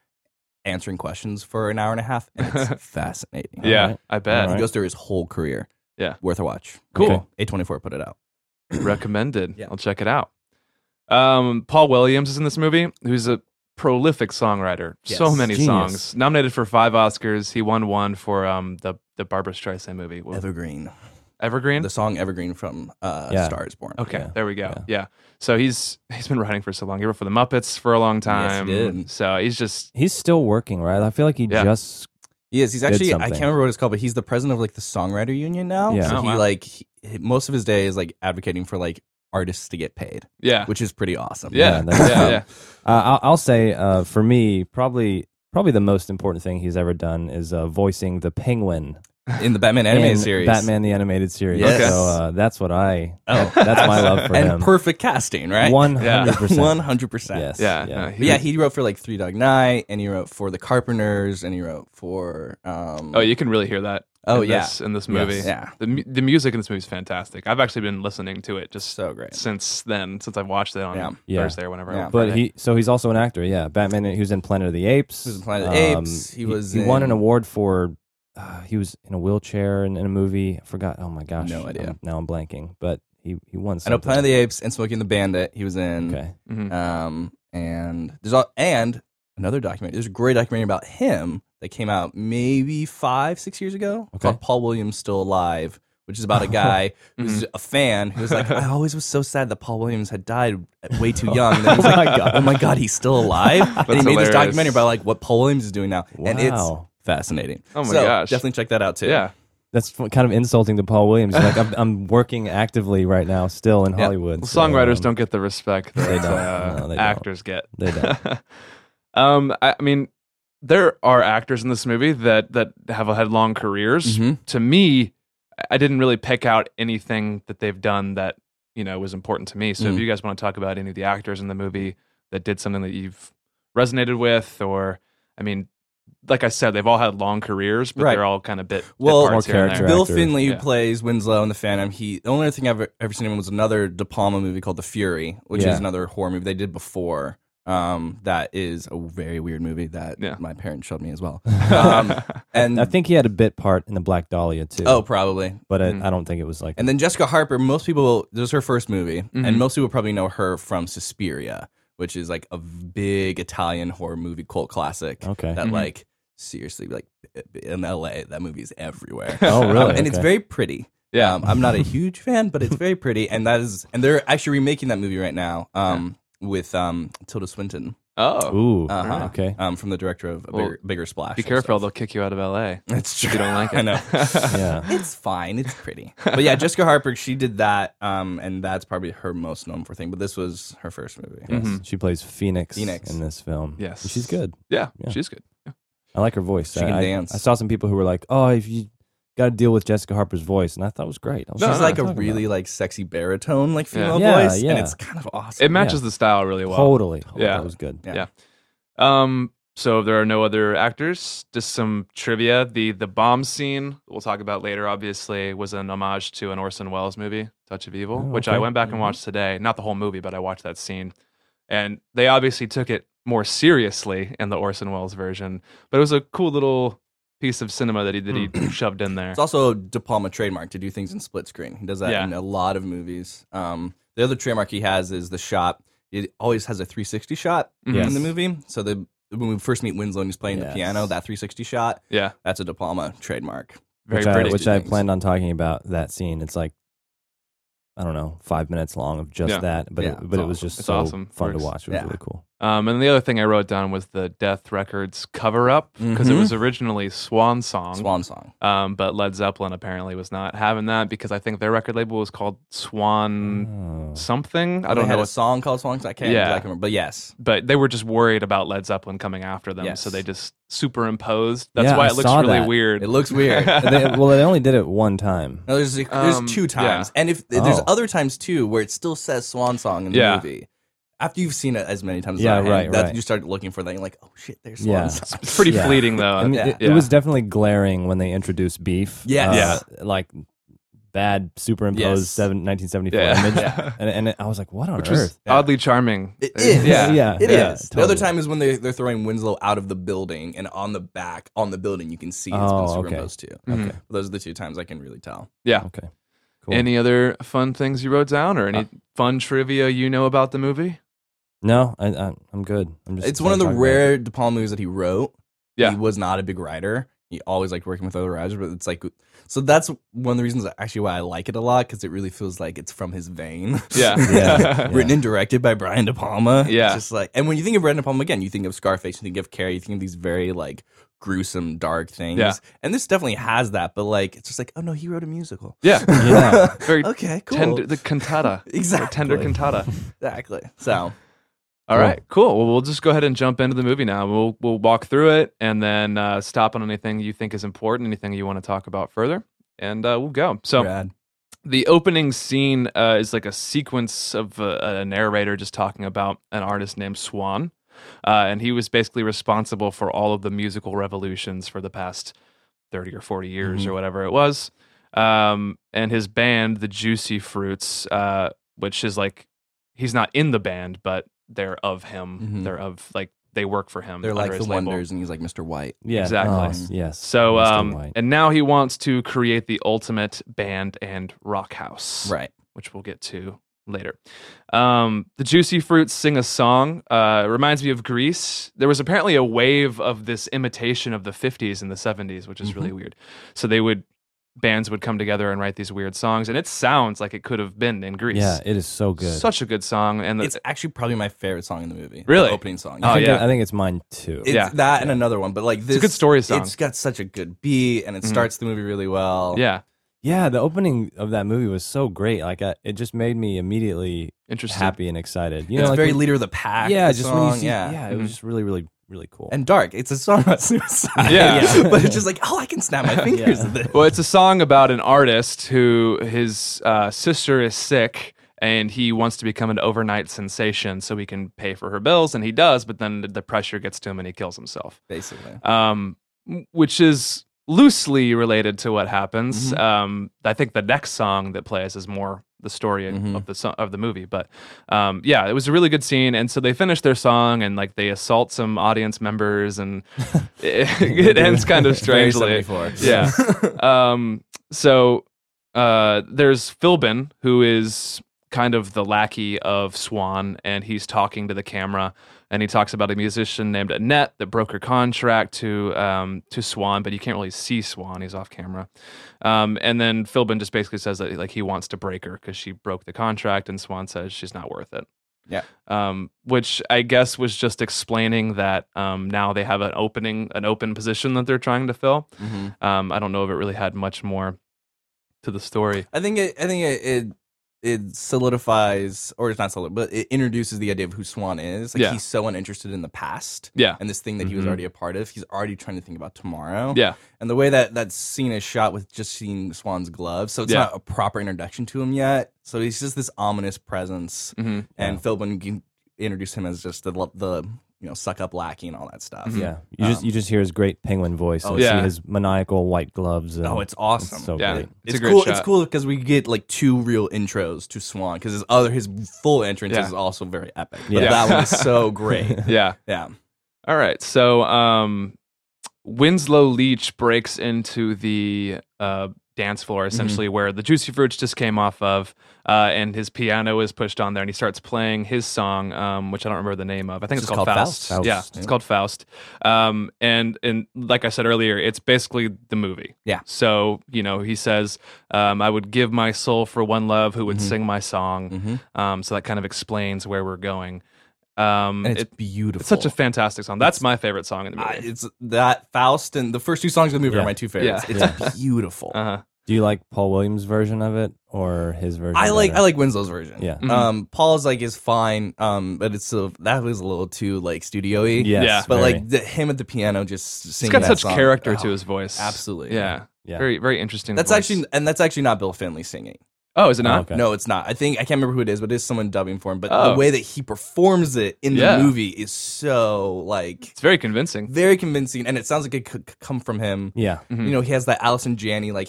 [SPEAKER 4] answering questions for an hour and a half, and it's fascinating.
[SPEAKER 3] yeah,
[SPEAKER 2] right.
[SPEAKER 3] I bet.
[SPEAKER 2] All
[SPEAKER 4] he
[SPEAKER 2] right.
[SPEAKER 4] goes through his whole career.
[SPEAKER 3] Yeah.
[SPEAKER 4] worth a watch.
[SPEAKER 3] Cool. Okay.
[SPEAKER 4] A twenty four put it out.
[SPEAKER 3] Recommended.
[SPEAKER 4] Yeah.
[SPEAKER 3] I'll check it out. Um, Paul Williams is in this movie, who's a prolific songwriter. So
[SPEAKER 4] Yes.
[SPEAKER 3] many
[SPEAKER 2] Genius.
[SPEAKER 3] songs. Nominated for five Oscars. He won one for um, the, the Barbara Streisand movie. What-
[SPEAKER 4] Evergreen,
[SPEAKER 3] Evergreen?
[SPEAKER 4] the song Evergreen from uh,
[SPEAKER 2] Yeah.
[SPEAKER 4] Star Is Born.
[SPEAKER 3] Okay,
[SPEAKER 2] Yeah,
[SPEAKER 3] there we go.
[SPEAKER 2] yeah.
[SPEAKER 3] Yeah. So he's he's been writing for so long. He wrote for the Muppets for a long time.
[SPEAKER 4] did.
[SPEAKER 3] So he's just
[SPEAKER 2] He's still working, right? I feel like he
[SPEAKER 3] Yeah.
[SPEAKER 2] just
[SPEAKER 4] He is. He's
[SPEAKER 2] Did
[SPEAKER 4] actually. I
[SPEAKER 2] something.
[SPEAKER 4] can't remember what it's called, but he's the president of like the songwriter union now.
[SPEAKER 2] Yeah.
[SPEAKER 4] So
[SPEAKER 3] Oh,
[SPEAKER 4] he
[SPEAKER 3] wow.
[SPEAKER 4] like he, most of his day is like advocating for like artists to get paid,
[SPEAKER 3] yeah.
[SPEAKER 4] which is pretty awesome.
[SPEAKER 3] yeah.
[SPEAKER 2] that's
[SPEAKER 3] Yeah, yeah,
[SPEAKER 2] awesome. Uh, I'll, I'll say uh, for me, probably probably the most important thing he's ever done is uh, voicing the penguin
[SPEAKER 4] in the Batman anime
[SPEAKER 2] in
[SPEAKER 4] series.
[SPEAKER 2] Batman the animated series.
[SPEAKER 4] Yes.
[SPEAKER 2] So uh, that's what I
[SPEAKER 4] Oh.
[SPEAKER 2] that's my love for
[SPEAKER 4] and
[SPEAKER 2] him.
[SPEAKER 4] perfect casting, right?
[SPEAKER 2] One hundred
[SPEAKER 4] One
[SPEAKER 2] percent.
[SPEAKER 4] hundred percent.
[SPEAKER 2] Yes.
[SPEAKER 3] Yeah,
[SPEAKER 2] Yeah.
[SPEAKER 3] no,
[SPEAKER 2] But
[SPEAKER 4] But yeah, he wrote for like Three Dog Night, and he wrote for The Carpenters, and he wrote for. Um,
[SPEAKER 3] oh, you can really hear that.
[SPEAKER 4] Oh,
[SPEAKER 3] in
[SPEAKER 4] yeah.
[SPEAKER 3] this, in this movie.
[SPEAKER 4] Yeah.
[SPEAKER 3] The mu- the music in this movie is fantastic. I've actually been listening to it just
[SPEAKER 4] So great.
[SPEAKER 3] since then, since I watched it on
[SPEAKER 4] Yeah.
[SPEAKER 2] Yeah.
[SPEAKER 3] Thursday or whenever.
[SPEAKER 4] Yeah.
[SPEAKER 3] on
[SPEAKER 2] But
[SPEAKER 3] Friday.
[SPEAKER 2] he so he's also an actor. Yeah, Batman. He was in Planet of the Apes. Um,
[SPEAKER 4] He was in Planet of the Apes. He was
[SPEAKER 2] He won an
[SPEAKER 4] in-
[SPEAKER 2] award for. Uh, he was in a wheelchair in, in a movie. I forgot. Oh my gosh.
[SPEAKER 4] No idea.
[SPEAKER 2] I'm- now I'm blanking. But he he won.
[SPEAKER 4] I know
[SPEAKER 2] Something.
[SPEAKER 4] Planet of the Apes and Smoking the Bandit. He was in.
[SPEAKER 2] Okay.
[SPEAKER 3] Mhm.
[SPEAKER 4] Um, and there's all, and another documentary. There's a great documentary about him that came out maybe five, six years ago
[SPEAKER 2] Okay.
[SPEAKER 4] called Paul Williams Still Alive, which is about a guy who's a fan who's like, I always was so sad that Paul Williams had died at way too young. And then he's like, oh my God, he's still alive. and he made
[SPEAKER 3] hilarious.
[SPEAKER 4] this documentary about like what Paul Williams is doing now. And it's
[SPEAKER 2] Wow.
[SPEAKER 4] fascinating.
[SPEAKER 3] Oh my
[SPEAKER 4] So,
[SPEAKER 3] gosh.
[SPEAKER 4] Definitely check that out too.
[SPEAKER 3] Yeah.
[SPEAKER 2] That's f- kind of insulting to Paul Williams. Like I'm, I'm working actively right now, still in Hollywood.
[SPEAKER 3] Well,
[SPEAKER 2] so,
[SPEAKER 3] songwriters
[SPEAKER 2] um,
[SPEAKER 3] don't get the respect that
[SPEAKER 2] don't.
[SPEAKER 3] uh,
[SPEAKER 2] No, they don't.
[SPEAKER 3] actors get.
[SPEAKER 2] They don't.
[SPEAKER 3] um, I, I mean, there are actors in this movie that that have had long
[SPEAKER 2] Mm-hmm.
[SPEAKER 3] careers.
[SPEAKER 4] Mhm.
[SPEAKER 3] To me, I- I didn't really pick out anything that they've done that you know was important to me. So, if
[SPEAKER 4] Mm.
[SPEAKER 3] you guys want to talk about any of the actors in the movie that did something that you've resonated with, or I mean, like I said, they've all had long careers, but
[SPEAKER 4] Right.
[SPEAKER 3] they're all kind of bit bit
[SPEAKER 4] Well,
[SPEAKER 3] parts
[SPEAKER 2] More
[SPEAKER 3] here and there.
[SPEAKER 2] character
[SPEAKER 4] Bill
[SPEAKER 2] actor.
[SPEAKER 4] Finley, who
[SPEAKER 3] Yeah.
[SPEAKER 4] plays Winslow in The Phantom, he the only other thing I've ever seen him in was another De Palma movie called The Fury, which
[SPEAKER 2] Yeah.
[SPEAKER 4] is another horror movie they did before. Um, that is a very weird movie that
[SPEAKER 3] Yeah.
[SPEAKER 4] my parents showed me as well. Um, and
[SPEAKER 2] I think he had a bit part in the Black Dahlia too.
[SPEAKER 4] oh, probably.
[SPEAKER 2] but I,
[SPEAKER 3] Mm.
[SPEAKER 2] I don't think it was like.
[SPEAKER 4] And then Jessica Harper, most people this is her first movie,
[SPEAKER 3] Mhm.
[SPEAKER 2] Mm-hmm.
[SPEAKER 4] and most people probably know her from Suspiria, which is like a v- big Italian horror movie cult classic.
[SPEAKER 2] okay. Mm-hmm.
[SPEAKER 4] That
[SPEAKER 3] Mhm.
[SPEAKER 4] like seriously like in LA, that movie is everywhere.
[SPEAKER 2] oh really?
[SPEAKER 4] Um, and it's
[SPEAKER 2] Okay.
[SPEAKER 4] very pretty.
[SPEAKER 3] Yeah.
[SPEAKER 4] Um, I'm not a huge fan, but it's very pretty, and that is, and they're actually remaking that movie right now um, with um, Tilda Swinton
[SPEAKER 3] oh,
[SPEAKER 2] Ooh.
[SPEAKER 4] Uh-huh.
[SPEAKER 2] Okay.
[SPEAKER 4] um, from the director of a
[SPEAKER 3] Well,
[SPEAKER 4] bigger, bigger Splash.
[SPEAKER 3] be
[SPEAKER 4] and
[SPEAKER 3] careful!
[SPEAKER 4] stuff.
[SPEAKER 3] They'll kick you out of L.A.
[SPEAKER 4] That's true.
[SPEAKER 3] if you don't like it.
[SPEAKER 4] I know. Uh-huh.
[SPEAKER 2] Yeah.
[SPEAKER 4] It's fine. It's pretty. But yeah, Jessica Harper, she did that, um, and that's probably her most known for thing. But this was her first movie.
[SPEAKER 2] Yes.
[SPEAKER 3] Mm-hmm.
[SPEAKER 2] She plays Phoenix,
[SPEAKER 4] Hmm. Phoenix.
[SPEAKER 2] in this film.
[SPEAKER 3] Yes.
[SPEAKER 2] And she's good.
[SPEAKER 3] yeah,
[SPEAKER 2] Yeah.
[SPEAKER 3] she's good.
[SPEAKER 2] I like her voice.
[SPEAKER 4] She
[SPEAKER 2] I,
[SPEAKER 4] can
[SPEAKER 2] I-
[SPEAKER 4] dance.
[SPEAKER 2] I saw some people who were like, "Oh, if you got to deal with Jessica Harper's voice," and I thought it was great. I was
[SPEAKER 3] No,
[SPEAKER 4] She's
[SPEAKER 3] no,
[SPEAKER 2] "What
[SPEAKER 4] like
[SPEAKER 2] are
[SPEAKER 4] a
[SPEAKER 2] you talking
[SPEAKER 4] really like sexy baritone like
[SPEAKER 3] Yeah.
[SPEAKER 4] female
[SPEAKER 2] Yeah,
[SPEAKER 4] voice,
[SPEAKER 2] yeah.
[SPEAKER 4] and it's kind of awesome.
[SPEAKER 3] It matches the style really
[SPEAKER 2] about?"
[SPEAKER 3] well.
[SPEAKER 2] totally. totally.
[SPEAKER 3] Yeah.
[SPEAKER 2] It was good.
[SPEAKER 4] Yeah.
[SPEAKER 3] Um, so there are no other actors. Just some trivia. The the bomb scene we'll talk about later, obviously, was an homage to an Orson Welles movie, Touch of Evil,
[SPEAKER 2] Oh,
[SPEAKER 3] which
[SPEAKER 2] okay.
[SPEAKER 3] I went back and watched today. Not the whole movie, but I watched that scene. And they obviously took it more seriously in the Orson Welles version, but it was a cool little piece of cinema that he that he shoved in there.
[SPEAKER 4] It's also De Palma trademark to do things in split screen. He does that
[SPEAKER 3] Yeah.
[SPEAKER 4] in a lot of movies. Um, the other trademark he has is the shot. It always has a 360 shot
[SPEAKER 2] Yes.
[SPEAKER 4] in the movie. So the when we first meet Winslow and he's playing the piano,
[SPEAKER 2] Yes.
[SPEAKER 4] that 360 shot,
[SPEAKER 3] Yeah,
[SPEAKER 4] that's a De Palma trademark.
[SPEAKER 3] very
[SPEAKER 2] which I,
[SPEAKER 3] pretty.
[SPEAKER 2] which I
[SPEAKER 4] things.
[SPEAKER 2] planned on talking about that scene. It's like I don't know, five minutes long of just
[SPEAKER 3] Yeah.
[SPEAKER 2] that, but
[SPEAKER 4] Yeah,
[SPEAKER 2] it,
[SPEAKER 4] it's
[SPEAKER 2] but it was
[SPEAKER 4] awesome.
[SPEAKER 2] just
[SPEAKER 3] It's
[SPEAKER 2] so
[SPEAKER 3] awesome.
[SPEAKER 2] fun
[SPEAKER 3] Works.
[SPEAKER 2] to watch. It was
[SPEAKER 4] Yeah.
[SPEAKER 2] really cool.
[SPEAKER 3] Um, and the other thing I wrote down was the Death Records cover up because
[SPEAKER 2] Mm-hmm.
[SPEAKER 3] it
[SPEAKER 4] Mhm.
[SPEAKER 3] was originally Swan Song.
[SPEAKER 4] Swan Song.
[SPEAKER 3] Um, but Led Zeppelin apparently was not having that because I think their record label was called
[SPEAKER 4] Mm.
[SPEAKER 3] Swan
[SPEAKER 2] Oh.
[SPEAKER 3] something. I
[SPEAKER 4] They
[SPEAKER 3] don't
[SPEAKER 4] had
[SPEAKER 3] know.
[SPEAKER 4] a
[SPEAKER 3] What,
[SPEAKER 4] song called Swan Song. I can't
[SPEAKER 3] Yeah.
[SPEAKER 4] exactly remember, but yes.
[SPEAKER 3] but they were just worried about Led Zeppelin coming after them,
[SPEAKER 4] Yes.
[SPEAKER 3] so they just superimposed. That's
[SPEAKER 2] Yeah,
[SPEAKER 3] why
[SPEAKER 2] I
[SPEAKER 3] it looks
[SPEAKER 2] saw
[SPEAKER 3] really
[SPEAKER 2] that.
[SPEAKER 3] weird.
[SPEAKER 4] It looks weird. no,
[SPEAKER 2] They- well, they only did it one time.
[SPEAKER 4] there's
[SPEAKER 3] Um,
[SPEAKER 4] there's two times, and if there's
[SPEAKER 2] Oh.
[SPEAKER 4] other times too where it still says Swan Song in the
[SPEAKER 3] Yeah.
[SPEAKER 4] movie. After you've seen it as many times,
[SPEAKER 2] Yeah,
[SPEAKER 4] as I have,
[SPEAKER 2] right,
[SPEAKER 4] That
[SPEAKER 2] right.
[SPEAKER 4] you start looking for that. You're like, oh shit, there's Swan
[SPEAKER 2] Yeah.
[SPEAKER 4] Song.
[SPEAKER 3] it's pretty
[SPEAKER 2] Yeah.
[SPEAKER 3] fleeting though.
[SPEAKER 2] I mean,
[SPEAKER 4] Uh, Yeah.
[SPEAKER 2] it, it was definitely glaring when they introduced beef.
[SPEAKER 4] Yes.
[SPEAKER 2] Uh, like bad superimposed
[SPEAKER 4] Yes.
[SPEAKER 2] seven, 1974
[SPEAKER 3] yeah,
[SPEAKER 2] image.
[SPEAKER 3] Yeah.
[SPEAKER 2] And, and I was like, what on
[SPEAKER 3] which
[SPEAKER 2] earth?
[SPEAKER 3] was oddly charming. Uh,
[SPEAKER 4] It is.
[SPEAKER 3] Yeah,
[SPEAKER 2] yeah,
[SPEAKER 4] It is.
[SPEAKER 2] yeah,
[SPEAKER 4] The other
[SPEAKER 2] totally.
[SPEAKER 4] time is when they they're throwing Winslow out of the building, and on the back on the building you can see it's
[SPEAKER 2] Oh,
[SPEAKER 4] been
[SPEAKER 2] okay. Mm-hmm.
[SPEAKER 4] superimposed too.
[SPEAKER 3] Mhm.
[SPEAKER 4] Those are the two times I can really tell.
[SPEAKER 3] Yeah.
[SPEAKER 2] Okay. Cool.
[SPEAKER 3] Any other fun things you wrote down, or any
[SPEAKER 4] Uh,
[SPEAKER 3] fun trivia you know about the movie?
[SPEAKER 2] no, I, I, I'm good. I'm just.
[SPEAKER 4] It's one of the
[SPEAKER 2] excited to
[SPEAKER 4] rare De Palma movies that he wrote.
[SPEAKER 3] Yeah.
[SPEAKER 4] he was not a big writer. He always liked working with other writers, but it's like so that's one of the reasons actually why I like it a lot because it really feels like it's from his vein.
[SPEAKER 3] Yeah.
[SPEAKER 2] Yeah.
[SPEAKER 4] Written and directed by Brian De Palma. It's
[SPEAKER 3] Yeah.
[SPEAKER 4] just like, and when you think of Brian De Palma again, you think of Scarface, you think of Carrie, you think of these very like gruesome, dark things.
[SPEAKER 3] Yeah.
[SPEAKER 4] And this definitely has that, but like, it's just like, oh no, he wrote a musical.
[SPEAKER 3] Yeah.
[SPEAKER 2] talk about it.
[SPEAKER 3] Very
[SPEAKER 4] Okay, cool.
[SPEAKER 3] tender, the cantata.
[SPEAKER 4] exactly.
[SPEAKER 3] Tender cantata.
[SPEAKER 4] Exactly. So,
[SPEAKER 3] All
[SPEAKER 2] Cool.
[SPEAKER 3] right, cool. Well, we'll just go ahead and jump into the movie now. We'll we'll walk through it and then uh, stop on anything you think is important, anything you want to talk about further, and uh, we'll go. So
[SPEAKER 4] rad.
[SPEAKER 3] the opening scene uh, is like a sequence of a, a narrator just talking about an artist named Swan, uh, and he was basically responsible for all of the musical revolutions for the past thirty or forty years
[SPEAKER 4] Mm-hmm.
[SPEAKER 3] or whatever it was. Um, and his band, the Juicy Fruits, uh, which is like he's not in the band, but they're of him.
[SPEAKER 4] Mhm.
[SPEAKER 3] They're of like they work for him.
[SPEAKER 4] They're
[SPEAKER 3] under
[SPEAKER 4] like the
[SPEAKER 3] his label.
[SPEAKER 4] Wonders, and he's like Mr. White.
[SPEAKER 2] Yeah.
[SPEAKER 3] Exactly.
[SPEAKER 2] Oh, yes.
[SPEAKER 3] So,
[SPEAKER 2] Mr.
[SPEAKER 3] um,
[SPEAKER 2] White.
[SPEAKER 3] and now he wants to create the ultimate band and rock house
[SPEAKER 4] Right.
[SPEAKER 3] which we'll get to later. Um, the Juicy Fruits sing a song. Uh, it reminds me of Greece. There was apparently a wave of this imitation of the 50s and the 70s, which is really weird. So they would bands would come together and write these weird songs, and it sounds like it could have been in Greece.
[SPEAKER 2] Yeah, it is so good.
[SPEAKER 3] Such a good song, and the,
[SPEAKER 4] It's actually probably my favorite song in the movie.
[SPEAKER 3] Really?
[SPEAKER 4] The opening song.
[SPEAKER 2] I
[SPEAKER 3] Oh,
[SPEAKER 2] think
[SPEAKER 3] yeah.
[SPEAKER 2] I think it's mine too.
[SPEAKER 4] It's
[SPEAKER 3] Yeah.
[SPEAKER 4] that and another one, but like this
[SPEAKER 3] a good story song.
[SPEAKER 4] It's got such a good beat and it
[SPEAKER 3] Mhm.
[SPEAKER 4] starts the movie really well.
[SPEAKER 3] yeah,
[SPEAKER 2] yeah, the opening of that movie was so great. Like I, it just made me immediately
[SPEAKER 3] interesting.
[SPEAKER 2] happy and excited. You
[SPEAKER 4] it's
[SPEAKER 2] know, like
[SPEAKER 4] very
[SPEAKER 2] when-
[SPEAKER 4] leader of the pack.
[SPEAKER 2] yeah,
[SPEAKER 4] the
[SPEAKER 2] just
[SPEAKER 4] song,
[SPEAKER 2] when you see,
[SPEAKER 4] yeah. Mm-hmm.
[SPEAKER 2] yeah, it was just really, really, really cool.
[SPEAKER 4] And dark. It's a song about suicide.
[SPEAKER 3] Yeah. Yeah.
[SPEAKER 4] but it's just like, oh, I can snap my fingers
[SPEAKER 2] Yeah.
[SPEAKER 4] at this.
[SPEAKER 3] Well, it's a song about an artist who his uh, sister is sick and he wants to become an overnight sensation so he can pay for her bills, and he does, but then the pressure gets to him and he kills himself,
[SPEAKER 4] Basically.
[SPEAKER 3] um, which is loosely related to what happens. Um, I think the next song that plays is more the story
[SPEAKER 4] Mhm.
[SPEAKER 3] of the so- of the movie, but um, yeah, it was a really good scene. And so they finish their song and like they assault some audience members, and it, it ends kind of
[SPEAKER 4] Very
[SPEAKER 3] strangely.
[SPEAKER 4] 74.
[SPEAKER 3] Yeah. um, so uh, there's Philbin, who is kind of the lackey of Swan, and he's talking to the camera, and he talks about a musician named Annette that broke her contract to um, to Swan, but you can't really see Swan; he's off camera. Um, and then Philbin just basically says that like he wants to break her because she broke the contract, and Swan says she's not worth it.
[SPEAKER 4] Yeah.
[SPEAKER 3] Um, which I guess was just explaining that um, now they have an opening, an open position that they're trying to fill.
[SPEAKER 4] Mhm.
[SPEAKER 3] Um, I don't know if it really had much more to the story.
[SPEAKER 4] I think it I think it, it it solidifies or it's not solid, but it introduces the idea of who Swan is. Like
[SPEAKER 3] Yeah.
[SPEAKER 4] he's so uninterested in the past
[SPEAKER 3] Yeah.
[SPEAKER 4] and this thing that he was
[SPEAKER 3] Mhm.
[SPEAKER 4] already a part of. He's already trying to think about tomorrow.
[SPEAKER 3] Yeah.
[SPEAKER 4] And the way that that scene is shot with just seeing Swan's gloves, so it's
[SPEAKER 3] Yeah.
[SPEAKER 4] not a proper introduction to him yet. So he's just this ominous presence,
[SPEAKER 3] Mm-hmm.
[SPEAKER 4] and Philbin can introduce him as just the lo- the you know suck up lackey and all that stuff.
[SPEAKER 3] Mm-hmm.
[SPEAKER 2] yeah, you just
[SPEAKER 4] Um,
[SPEAKER 2] you just hear his great penguin voice
[SPEAKER 4] Oh,
[SPEAKER 2] and see
[SPEAKER 3] yeah.
[SPEAKER 2] his maniacal white gloves. And
[SPEAKER 4] Oh, it's awesome.
[SPEAKER 2] so
[SPEAKER 3] Yeah.
[SPEAKER 2] great.
[SPEAKER 3] It's
[SPEAKER 4] It's,
[SPEAKER 3] a great
[SPEAKER 4] cool. It's
[SPEAKER 3] shot.
[SPEAKER 4] cool because we get like two real intros to Swan because his other his full entrance
[SPEAKER 3] Yeah.
[SPEAKER 4] is also very epic. But
[SPEAKER 2] Yeah.
[SPEAKER 4] that one is so great.
[SPEAKER 3] Yeah.
[SPEAKER 4] Yeah,
[SPEAKER 3] All right. So um, Winslow Leach breaks into the uh, dance
[SPEAKER 4] Mm-hmm.
[SPEAKER 3] floor, essentially, where the Juicy Fruits just came off of, uh, and his piano is pushed on there, and he starts playing his song, um, which I don't remember the name of. I think
[SPEAKER 4] It's
[SPEAKER 3] it's,
[SPEAKER 4] just
[SPEAKER 3] called,
[SPEAKER 4] called
[SPEAKER 3] Faust.
[SPEAKER 2] Faust.
[SPEAKER 3] Yeah,
[SPEAKER 2] Faust,
[SPEAKER 3] it's
[SPEAKER 4] yeah.
[SPEAKER 3] called Faust. Um, and and like I said earlier, it's basically the movie.
[SPEAKER 4] Yeah.
[SPEAKER 3] So you know, he says, um, "I would give my soul for one love who would
[SPEAKER 4] Mm-hmm.
[SPEAKER 3] sing my song."
[SPEAKER 4] Mm.
[SPEAKER 3] Um, so that kind of explains where we're going. Um,
[SPEAKER 4] and it's
[SPEAKER 3] it-
[SPEAKER 4] beautiful.
[SPEAKER 3] it's such a fantastic song. That's my favorite song in the
[SPEAKER 4] I-
[SPEAKER 3] movie.
[SPEAKER 4] it's that Faust and the first two songs of the movie
[SPEAKER 2] Yeah.
[SPEAKER 4] are my two favorites.
[SPEAKER 3] Yeah.
[SPEAKER 4] It's beautiful.
[SPEAKER 3] Uh-huh.
[SPEAKER 2] Do you like Paul Williams' version of it or his version?
[SPEAKER 4] I like
[SPEAKER 2] better?
[SPEAKER 4] I like Winslow's version.
[SPEAKER 2] Yeah.
[SPEAKER 3] Mhm.
[SPEAKER 4] Um, Paul's like is fine. Um, but it's a, that was a little too like studio-y.
[SPEAKER 2] Yes,
[SPEAKER 3] Yeah.
[SPEAKER 4] But
[SPEAKER 2] very.
[SPEAKER 4] like the, him at the piano just
[SPEAKER 3] He's
[SPEAKER 4] singing.
[SPEAKER 3] got
[SPEAKER 4] that
[SPEAKER 3] such
[SPEAKER 4] song.
[SPEAKER 3] character
[SPEAKER 4] Oh,
[SPEAKER 3] to his voice.
[SPEAKER 4] Absolutely.
[SPEAKER 3] Yeah.
[SPEAKER 2] Yeah.
[SPEAKER 3] Very, very interesting.
[SPEAKER 4] That's
[SPEAKER 3] voice.
[SPEAKER 4] actually and that's actually not Bill Finley singing.
[SPEAKER 3] Oh, is it
[SPEAKER 2] Oh,
[SPEAKER 3] not?
[SPEAKER 2] okay.
[SPEAKER 4] No, it's not. I think I can't remember who it is, but it is someone dubbing for him. But
[SPEAKER 3] Oh.
[SPEAKER 4] the way that he performs it in the
[SPEAKER 3] Yeah.
[SPEAKER 4] movie is so like
[SPEAKER 3] It's very convincing.
[SPEAKER 4] very convincing, and it sounds like it could come from him.
[SPEAKER 2] yeah.
[SPEAKER 3] Mhm.
[SPEAKER 4] You know, he has that Allison Janney like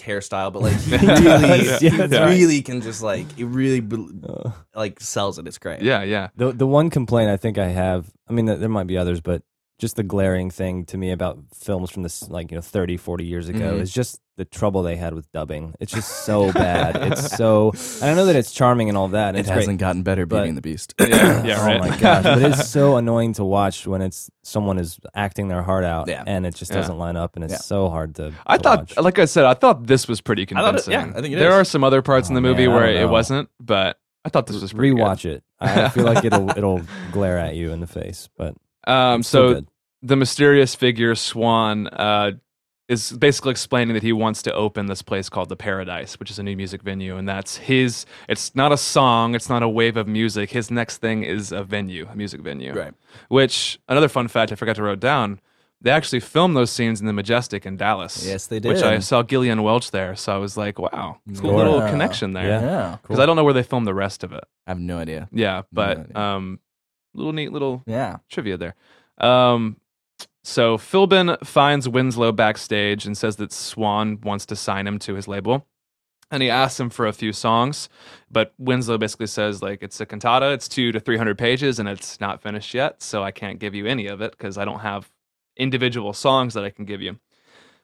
[SPEAKER 4] hairstyle, but like he
[SPEAKER 3] Yeah.
[SPEAKER 4] really,
[SPEAKER 2] Yes,
[SPEAKER 4] he
[SPEAKER 2] yes. Yeah.
[SPEAKER 4] really can just like it really bel-
[SPEAKER 2] Uh,
[SPEAKER 4] like sells it. It's great.
[SPEAKER 3] Yeah, yeah.
[SPEAKER 2] the the one complaint I think I have, I mean, th- there might be others, but just the glaring thing to me about films from this like you know 30 40 years ago
[SPEAKER 4] Mhm.
[SPEAKER 2] is just the trouble they had with dubbing it's just so bad it's so and i know that it's charming and all that and
[SPEAKER 4] it
[SPEAKER 2] it's great.
[SPEAKER 4] hasn't gotten better.
[SPEAKER 2] but-
[SPEAKER 4] Beauty and the Beast.
[SPEAKER 3] Yeah, yeah,
[SPEAKER 2] oh
[SPEAKER 3] right.
[SPEAKER 2] my gosh! But it's so annoying to watch when it's someone is acting their heart out,
[SPEAKER 4] Yeah.
[SPEAKER 2] and it just
[SPEAKER 3] Yeah.
[SPEAKER 2] doesn't line up, and it's
[SPEAKER 4] Yeah.
[SPEAKER 2] so hard to.
[SPEAKER 3] I
[SPEAKER 2] to
[SPEAKER 3] thought,
[SPEAKER 2] watch.
[SPEAKER 3] like I said, I thought this was pretty
[SPEAKER 4] thought it-
[SPEAKER 3] convincing.
[SPEAKER 4] yeah, I think it
[SPEAKER 3] there
[SPEAKER 4] is.
[SPEAKER 3] are some other parts in
[SPEAKER 2] Oh,
[SPEAKER 3] the movie
[SPEAKER 2] man, I
[SPEAKER 3] where
[SPEAKER 2] don't
[SPEAKER 3] it
[SPEAKER 2] know.
[SPEAKER 3] wasn't, but I thought this was pretty good.
[SPEAKER 2] rewatch it. I feel like it'll it'll glare at you in the face, but
[SPEAKER 3] Um,
[SPEAKER 2] it's still
[SPEAKER 3] so
[SPEAKER 2] good.
[SPEAKER 3] the mysterious figure Swan uh, is basically explaining that he wants to open this place called the Paradise, which is a new music venue, and that's his. It's not a song, it's not a wave of music. His next thing is a venue, a music venue.
[SPEAKER 4] Right.
[SPEAKER 3] Which another fun fact I forgot to write down. They actually filmed those scenes in the Majestic in Dallas.
[SPEAKER 4] Yes, they
[SPEAKER 3] Which I
[SPEAKER 4] did.
[SPEAKER 3] saw Gillian Welch there, so I was like, wow, cool
[SPEAKER 2] Yeah.
[SPEAKER 3] little connection there.
[SPEAKER 2] Yeah.
[SPEAKER 4] Yeah.
[SPEAKER 3] Because I don't know where they filmed the rest of it.
[SPEAKER 4] I have no idea.
[SPEAKER 3] Yeah, but
[SPEAKER 4] idea.
[SPEAKER 3] um, little neat little
[SPEAKER 4] Yeah.
[SPEAKER 3] trivia there. Um, so Philbin finds Winslow backstage and says that Swan wants to sign him to his label. And he asks him for a few songs, but Winslow basically says, like, it's a cantata, it's two to 300 pages, and it's not finished yet. So I can't give you any of it because I don't have individual songs that I can give you.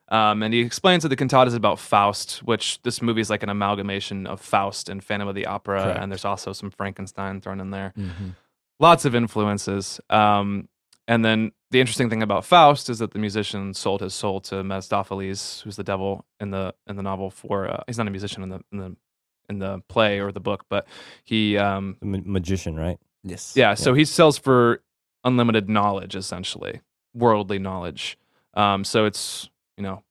[SPEAKER 3] Um, and he explains that the cantata is about Faust, which this movie is like an amalgamation of Faust and Phantom of the Opera,
[SPEAKER 4] Correct.
[SPEAKER 3] and there's also some Frankenstein thrown in there.
[SPEAKER 4] Mm-hmm.
[SPEAKER 3] Lots of influences. Um, and then the interesting thing about Faust is that the musician sold his soul to Mephistopheles, who's the devil in the in the novel. For uh, he's not a musician in the in the in the play or the book, but he um,
[SPEAKER 2] The ma- magician, right?
[SPEAKER 4] Yes.
[SPEAKER 3] yeah, so he sells for unlimited knowledge, essentially worldly knowledge. Um, so it's you know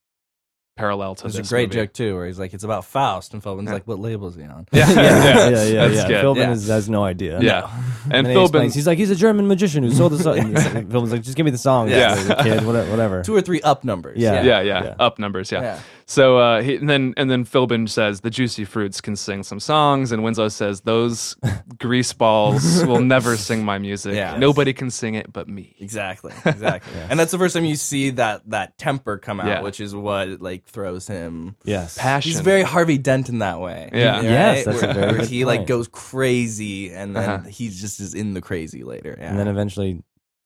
[SPEAKER 3] parallel to
[SPEAKER 4] There's
[SPEAKER 3] this
[SPEAKER 4] a great
[SPEAKER 3] movie.
[SPEAKER 4] joke too, where he's like, "It's about Faust," and Feldman's
[SPEAKER 3] Yeah.
[SPEAKER 4] like, "What label is he on?"
[SPEAKER 3] Yeah,
[SPEAKER 2] yeah,
[SPEAKER 3] yeah,
[SPEAKER 2] yeah, yeah.
[SPEAKER 3] That's
[SPEAKER 2] yeah.
[SPEAKER 3] good.
[SPEAKER 2] Philbin
[SPEAKER 4] Yeah.
[SPEAKER 2] is, has no idea.
[SPEAKER 3] Yeah.
[SPEAKER 2] And,
[SPEAKER 3] And
[SPEAKER 2] then he
[SPEAKER 3] Philbin,
[SPEAKER 2] explains, he's like, he's a German magician who sold the song. And he's like- Philbin's like, just give me the song.
[SPEAKER 4] Yeah.
[SPEAKER 2] Yeah. Kid, whatever. whatever.
[SPEAKER 4] Two or three up numbers.
[SPEAKER 2] Yeah.
[SPEAKER 3] yeah, yeah,
[SPEAKER 2] Yeah.
[SPEAKER 3] up numbers, yeah.
[SPEAKER 4] Yeah.
[SPEAKER 3] So uh, he, and then and then Philbin says the juicy fruits can sing some songs, and Winslow says those grease balls will never sing my music.
[SPEAKER 4] Yeah.
[SPEAKER 3] Nobody can sing it but me.
[SPEAKER 4] Exactly. Exactly. And that's the first time you see that that temper come out,
[SPEAKER 3] Yeah.
[SPEAKER 4] which is what like throws him.
[SPEAKER 2] Yes.
[SPEAKER 3] Passion.
[SPEAKER 4] He's very Harvey Dent in that way.
[SPEAKER 3] Yeah.
[SPEAKER 2] Yes, that's a
[SPEAKER 4] where,
[SPEAKER 2] very
[SPEAKER 4] where
[SPEAKER 2] good
[SPEAKER 4] he like
[SPEAKER 2] point.
[SPEAKER 4] goes crazy, and then
[SPEAKER 3] Uh-huh.
[SPEAKER 4] he just is in the crazy later. Yeah.
[SPEAKER 2] And then eventually,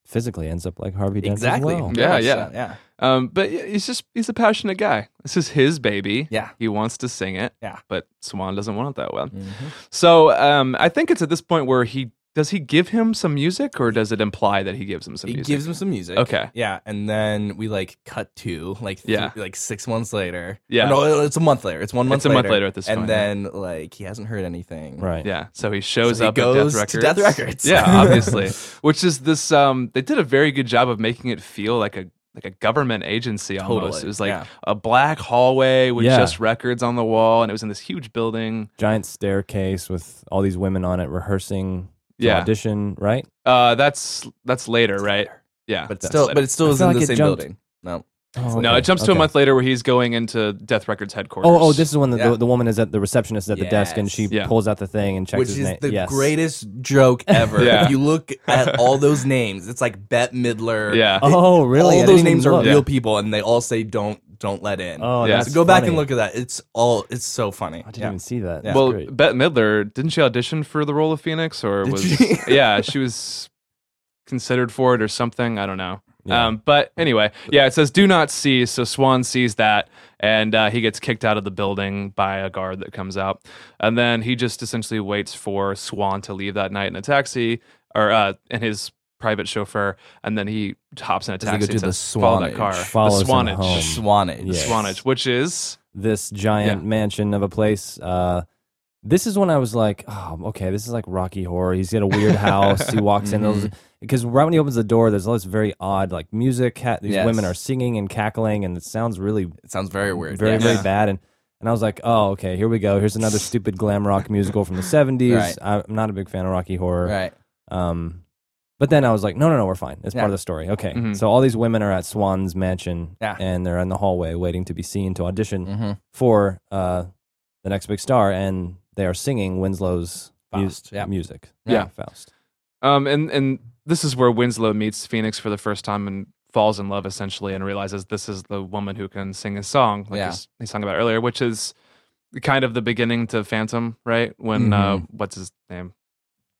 [SPEAKER 2] physically ends up like Harvey Dent
[SPEAKER 4] exactly.
[SPEAKER 2] as well.
[SPEAKER 3] Yeah,
[SPEAKER 4] so,
[SPEAKER 3] yeah.
[SPEAKER 4] yeah.
[SPEAKER 3] Um, but yeah, he's just he's a passionate guy. This is his baby.
[SPEAKER 4] Yeah.
[SPEAKER 3] he wants to sing it.
[SPEAKER 4] Yeah.
[SPEAKER 3] but Swan doesn't want it that well.
[SPEAKER 2] Mm-hmm.
[SPEAKER 4] Mhm.
[SPEAKER 3] So um, I think it's at this point where he does he give him some music, or does it imply that he gives him some
[SPEAKER 4] He
[SPEAKER 3] music?
[SPEAKER 4] gives him some music.
[SPEAKER 3] Okay.
[SPEAKER 4] Yeah, and then we like cut to like th-
[SPEAKER 3] Yeah.
[SPEAKER 4] like six months later.
[SPEAKER 3] Yeah.
[SPEAKER 4] Or no, it's a month later. It's one month.
[SPEAKER 3] It's a month later at this
[SPEAKER 4] and
[SPEAKER 3] point, yeah.
[SPEAKER 4] then like he hasn't heard anything.
[SPEAKER 2] Right.
[SPEAKER 3] yeah, so he shows
[SPEAKER 4] So he
[SPEAKER 3] up
[SPEAKER 4] goes
[SPEAKER 3] at Death Records.
[SPEAKER 4] to Death Records.
[SPEAKER 3] yeah, obviously. Which is this? Um, they did a very good job of making it feel like a like a government agency almost.
[SPEAKER 4] Totally,
[SPEAKER 3] It was like
[SPEAKER 4] yeah.
[SPEAKER 3] a black hallway with
[SPEAKER 2] Yeah.
[SPEAKER 3] just records on the wall, and it was in this huge building.
[SPEAKER 2] Giant staircase with all these women on it rehearsing to
[SPEAKER 3] Yeah.
[SPEAKER 2] audition, right?
[SPEAKER 3] Uh, that's that's later, right? Yeah,
[SPEAKER 4] But
[SPEAKER 3] that's
[SPEAKER 4] still,
[SPEAKER 3] later.
[SPEAKER 4] but it still
[SPEAKER 2] I
[SPEAKER 4] is
[SPEAKER 2] feel
[SPEAKER 4] in
[SPEAKER 2] like
[SPEAKER 4] the
[SPEAKER 2] it
[SPEAKER 4] same
[SPEAKER 2] jumped-
[SPEAKER 4] building. No.
[SPEAKER 2] Oh,
[SPEAKER 3] no,
[SPEAKER 2] okay.
[SPEAKER 3] it jumps to a
[SPEAKER 2] Okay.
[SPEAKER 3] month later where he's going into Death Records headquarters.
[SPEAKER 2] Oh, oh, this is when the,
[SPEAKER 4] Yeah.
[SPEAKER 2] the, the woman is at the receptionist at the desk and
[SPEAKER 4] Yes.
[SPEAKER 2] she
[SPEAKER 3] Yeah.
[SPEAKER 2] pulls out the thing and checks
[SPEAKER 4] Which
[SPEAKER 2] his
[SPEAKER 4] is
[SPEAKER 2] name.
[SPEAKER 4] the
[SPEAKER 2] yes.
[SPEAKER 4] greatest joke ever.
[SPEAKER 3] Yeah.
[SPEAKER 4] If you look at all those names, it's like Bette Midler.
[SPEAKER 3] Yeah.
[SPEAKER 2] Oh, really?
[SPEAKER 4] All
[SPEAKER 2] I
[SPEAKER 4] those
[SPEAKER 2] didn't
[SPEAKER 4] names
[SPEAKER 2] even
[SPEAKER 4] are
[SPEAKER 2] look.
[SPEAKER 4] real
[SPEAKER 3] Yeah.
[SPEAKER 4] people, and they all say "don't don't let in."
[SPEAKER 2] Oh,
[SPEAKER 3] Yeah.
[SPEAKER 2] that's
[SPEAKER 4] so go back and
[SPEAKER 2] funny.
[SPEAKER 4] look at that. It's all it's so funny.
[SPEAKER 2] I didn't
[SPEAKER 4] Yeah.
[SPEAKER 2] even see that.
[SPEAKER 4] Yeah.
[SPEAKER 2] That's
[SPEAKER 3] well,
[SPEAKER 2] great.
[SPEAKER 3] Bette Midler didn't she audition for the role of Phoenix or
[SPEAKER 4] Did
[SPEAKER 3] was
[SPEAKER 4] she?
[SPEAKER 3] yeah she was considered for it or something I don't know.
[SPEAKER 2] Yeah.
[SPEAKER 3] Um, but anyway, yeah, it says do not seize. So Swan sees that and uh, he gets kicked out of the building by a guard that comes out, and then he just essentially waits for Swan to leave that night in a taxi or uh, in his private chauffeur, and then he hops in a
[SPEAKER 4] Does he
[SPEAKER 3] taxi.
[SPEAKER 4] go
[SPEAKER 3] and
[SPEAKER 4] do the
[SPEAKER 3] says, Follow that
[SPEAKER 4] Swanage?
[SPEAKER 3] car.
[SPEAKER 2] Follows
[SPEAKER 3] the
[SPEAKER 2] him
[SPEAKER 3] Swanage.
[SPEAKER 2] home.
[SPEAKER 4] Swanage.
[SPEAKER 2] Yes.
[SPEAKER 3] Swanage, which is
[SPEAKER 2] this giant mansion of a place. Uh, this is when I was like, oh, okay, this is like Rocky Horror. He's got a weird house. he walks in,
[SPEAKER 4] Mm-hmm.
[SPEAKER 2] because right when he opens the door, there's all this very odd like music. Ha- these
[SPEAKER 4] Yes.
[SPEAKER 2] women are singing and cackling, and it sounds really
[SPEAKER 4] It sounds very weird.
[SPEAKER 2] very,
[SPEAKER 4] Yeah.
[SPEAKER 2] very bad. And and I was like, oh, okay, here we go. Here's another stupid glam rock musical from the 70s.
[SPEAKER 4] Right.
[SPEAKER 2] I, I'm not a big fan of Rocky Horror.
[SPEAKER 4] Right.
[SPEAKER 2] Um, but then I was like, no, no, no, we're fine. It's
[SPEAKER 4] Yeah. Mm-hmm.
[SPEAKER 2] part of the story. Okay.
[SPEAKER 3] Mhm.
[SPEAKER 2] So all these women are at Swan's mansion
[SPEAKER 4] Yeah.
[SPEAKER 2] and they're in the hallway waiting to be seen to audition
[SPEAKER 4] Mhm.
[SPEAKER 2] for uh, the next big star. And they are singing Winslow's mu-
[SPEAKER 4] Faust, yeah.
[SPEAKER 2] music.
[SPEAKER 3] Yeah.
[SPEAKER 2] Faust.
[SPEAKER 3] Um, and and this is where Winslow meets Phoenix for the first time and falls in love essentially and realizes this is the woman who can sing his song, like
[SPEAKER 4] Yeah.
[SPEAKER 3] his, he sung about earlier, which is kind of the beginning to Phantom, right? When uh,
[SPEAKER 2] Mm-hmm.
[SPEAKER 3] what's his name,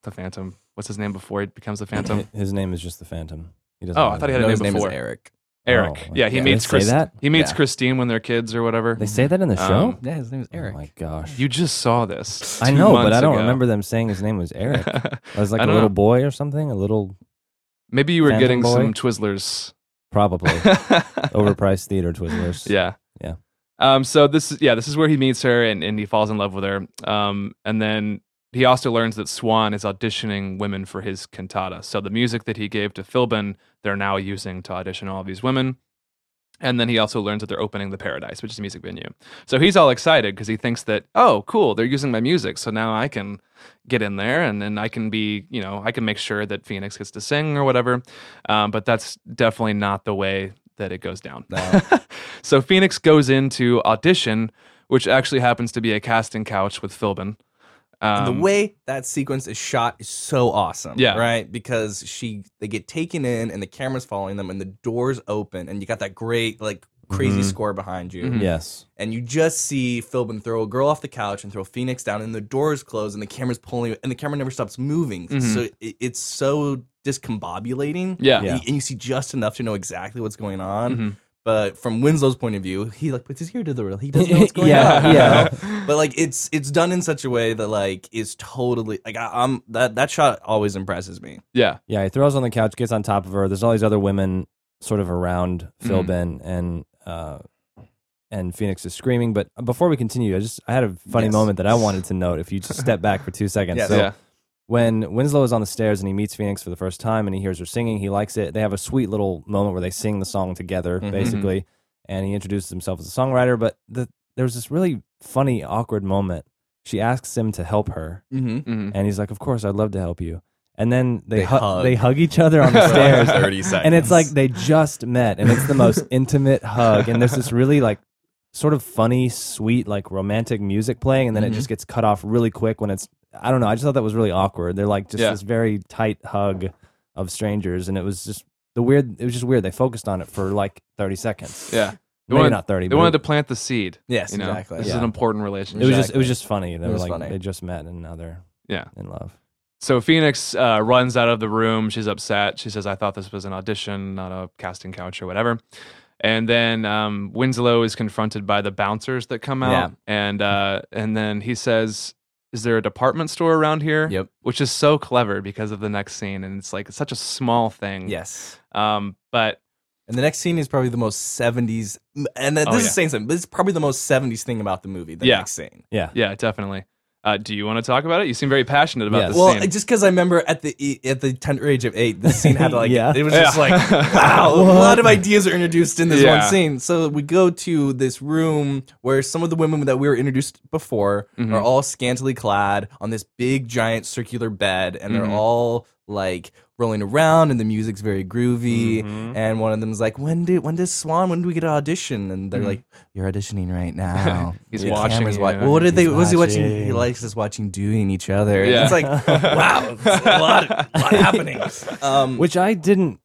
[SPEAKER 3] the Phantom? What's his name before he becomes the Phantom?
[SPEAKER 2] Hi- His name is just the Phantom. He doesn't
[SPEAKER 3] Oh,
[SPEAKER 2] have
[SPEAKER 3] I thought he had
[SPEAKER 4] No,
[SPEAKER 3] a
[SPEAKER 4] his
[SPEAKER 3] name
[SPEAKER 4] name is
[SPEAKER 3] before.
[SPEAKER 4] Eric.
[SPEAKER 3] Eric.
[SPEAKER 2] Oh,
[SPEAKER 3] yeah, he
[SPEAKER 2] yeah.
[SPEAKER 3] meets
[SPEAKER 2] They say
[SPEAKER 3] Chris-
[SPEAKER 2] that?
[SPEAKER 3] He meets
[SPEAKER 4] Yeah.
[SPEAKER 3] Christine when they're kids or whatever.
[SPEAKER 2] They say that in the
[SPEAKER 3] Um,
[SPEAKER 2] show?
[SPEAKER 4] Yeah, his name is
[SPEAKER 2] Oh my gosh.
[SPEAKER 3] you just saw this.
[SPEAKER 2] I
[SPEAKER 3] two
[SPEAKER 2] know, but
[SPEAKER 3] months
[SPEAKER 2] I don't
[SPEAKER 3] ago.
[SPEAKER 2] remember them saying his name was Eric. I was like
[SPEAKER 3] I
[SPEAKER 2] a
[SPEAKER 3] don't
[SPEAKER 2] little
[SPEAKER 3] know.
[SPEAKER 2] boy or something, a little
[SPEAKER 3] Maybe you were
[SPEAKER 2] Phantom
[SPEAKER 3] getting
[SPEAKER 2] Boy?
[SPEAKER 3] some Twizzlers.
[SPEAKER 2] probably overpriced theater twizzlers.
[SPEAKER 3] Yeah.
[SPEAKER 2] Yeah.
[SPEAKER 3] Um, so this is yeah, this is where he meets her and, and he falls in love with her. Um, and then he also learns that Swan is auditioning women for his cantata. So the music that he gave to Philbin, they're now using to audition all of these women. And then he also learns that they're opening the Paradise, which is a music venue. So he's all excited because he thinks that, oh, cool, they're using my music. So now I can get in there and then I can be, you know, I can make sure that Phoenix gets to sing or whatever. Um, but that's definitely not the way that it goes down. so Phoenix goes into audition, which actually happens to be a casting couch with Philbin. Um,
[SPEAKER 4] the way that sequence is shot is so awesome.
[SPEAKER 3] Yeah.
[SPEAKER 4] Right? Because she they get taken in and the camera's following them and the doors open and you got that great like crazy
[SPEAKER 3] Mm-hmm.
[SPEAKER 2] Mhm.
[SPEAKER 4] score behind you.
[SPEAKER 3] Mhm.
[SPEAKER 2] Yes.
[SPEAKER 4] And you just see Philbin throw a girl off the couch and throw Phoenix down and the doors close and the camera's pulling and the camera never stops moving.
[SPEAKER 3] Mhm.
[SPEAKER 4] So it, it's so discombobulating.
[SPEAKER 3] yeah,
[SPEAKER 2] Yeah.
[SPEAKER 4] And, you, and you see just enough to know exactly what's going on.
[SPEAKER 3] Mhm.
[SPEAKER 4] But from Winslow's point of view, he like puts his ear to the real. He doesn't know what's going
[SPEAKER 2] Yeah,
[SPEAKER 4] on. you
[SPEAKER 2] yeah.
[SPEAKER 4] know? But like it's it's done in such a way that like is totally like I, I'm that that shot always impresses me.
[SPEAKER 3] Yeah.
[SPEAKER 2] Yeah, he throws on the couch, gets on top of her. There's all these other women sort of around
[SPEAKER 3] Hmm.
[SPEAKER 2] Philbin and uh, and Phoenix is screaming. But before we continue, I just I had a funny
[SPEAKER 4] Yes.
[SPEAKER 2] moment that I wanted to note. If you just step back for two seconds,
[SPEAKER 4] Yes.
[SPEAKER 2] so
[SPEAKER 3] yeah.
[SPEAKER 2] when Winslow is on the stairs and he meets Phoenix for the first time and he hears her singing, he likes it. They have a sweet little moment where they sing the song together,
[SPEAKER 4] Mhm.
[SPEAKER 2] basically, and he introduces himself as a songwriter. But the, there was this really funny, awkward moment. She asks him to help her.
[SPEAKER 4] Mm-hmm.
[SPEAKER 3] Mhm.
[SPEAKER 2] And he's like, "Of course, I'd love to help you." And then they
[SPEAKER 4] They
[SPEAKER 2] hu-
[SPEAKER 4] hug.
[SPEAKER 2] they hug each other on the stairs,
[SPEAKER 4] Thirty seconds,
[SPEAKER 2] and it's like they just met, and it's the most intimate hug. And there's this really like sort of funny, sweet, like romantic music playing, and then
[SPEAKER 4] Mhm.
[SPEAKER 2] it just gets cut off really quick when it's I don't know. I just thought that was really awkward. They're like just
[SPEAKER 3] Yeah.
[SPEAKER 2] this very tight hug of strangers, and it was just the weird. It was just weird. They focused on it for like 30 seconds.
[SPEAKER 3] Yeah. They
[SPEAKER 2] Maybe
[SPEAKER 3] wanted-
[SPEAKER 2] not 30.
[SPEAKER 3] They
[SPEAKER 2] but
[SPEAKER 3] wanted to plant the seed.
[SPEAKER 4] yes,
[SPEAKER 3] You know,
[SPEAKER 4] exactly.
[SPEAKER 3] this is
[SPEAKER 2] Yeah.
[SPEAKER 3] an important relationship.
[SPEAKER 2] It was just it was just funny. They
[SPEAKER 4] It
[SPEAKER 2] were
[SPEAKER 4] was
[SPEAKER 2] like
[SPEAKER 4] funny.
[SPEAKER 2] they just met, and now they're
[SPEAKER 3] Yeah.
[SPEAKER 2] in love.
[SPEAKER 3] So Phoenix uh, runs out of the room. She's upset. She says, I thought this was an audition, not a casting couch or whatever. And then um, Winslow is confronted by the bouncers that come out.
[SPEAKER 4] Yeah.
[SPEAKER 3] And, uh, and then he says, Is there a department store around here?
[SPEAKER 4] Yep.
[SPEAKER 3] Which is so clever because of the next scene. And it's like, it's such a small thing.
[SPEAKER 4] Yes.
[SPEAKER 3] Um, but
[SPEAKER 4] And the next scene is probably the most 70s. And this
[SPEAKER 3] Oh,
[SPEAKER 4] is
[SPEAKER 3] yeah.
[SPEAKER 4] saying something. This is probably the most 70s thing about the movie, the
[SPEAKER 3] Yeah.
[SPEAKER 4] next scene.
[SPEAKER 3] yeah, definitely. Uh, do you want to talk about it? You seem very passionate about
[SPEAKER 2] Yes.
[SPEAKER 3] this
[SPEAKER 4] Well,
[SPEAKER 3] scene.
[SPEAKER 4] just because I remember at the e, at the tender age of eight, this scene had like
[SPEAKER 2] Yeah.
[SPEAKER 4] it was just
[SPEAKER 3] Yeah.
[SPEAKER 4] like wow, a lot of ideas are introduced in this
[SPEAKER 3] Yeah.
[SPEAKER 4] one scene. So we go to this room where some of the women that we were introduced before
[SPEAKER 3] Mhm.
[SPEAKER 4] are all scantily clad on this big giant circular bed,
[SPEAKER 3] Mhm.
[SPEAKER 4] and they're all like rolling around, and the music's very groovy.
[SPEAKER 2] Mhm.
[SPEAKER 3] Mm-hmm.
[SPEAKER 4] And one of them's like, "When do when does Swan? When do we get an audition?" And they're like, "You're auditioning right now."
[SPEAKER 3] Mm-hmm. He's
[SPEAKER 4] The
[SPEAKER 3] watching
[SPEAKER 4] camera's
[SPEAKER 3] you.
[SPEAKER 4] wa- well, what did they?
[SPEAKER 2] He's
[SPEAKER 4] What was he watching?
[SPEAKER 2] watching.
[SPEAKER 4] He likes us watching doing each other. And
[SPEAKER 3] Yeah.
[SPEAKER 4] It's like, wow, it's a lot, a lot happening. Um,
[SPEAKER 2] which I didn't.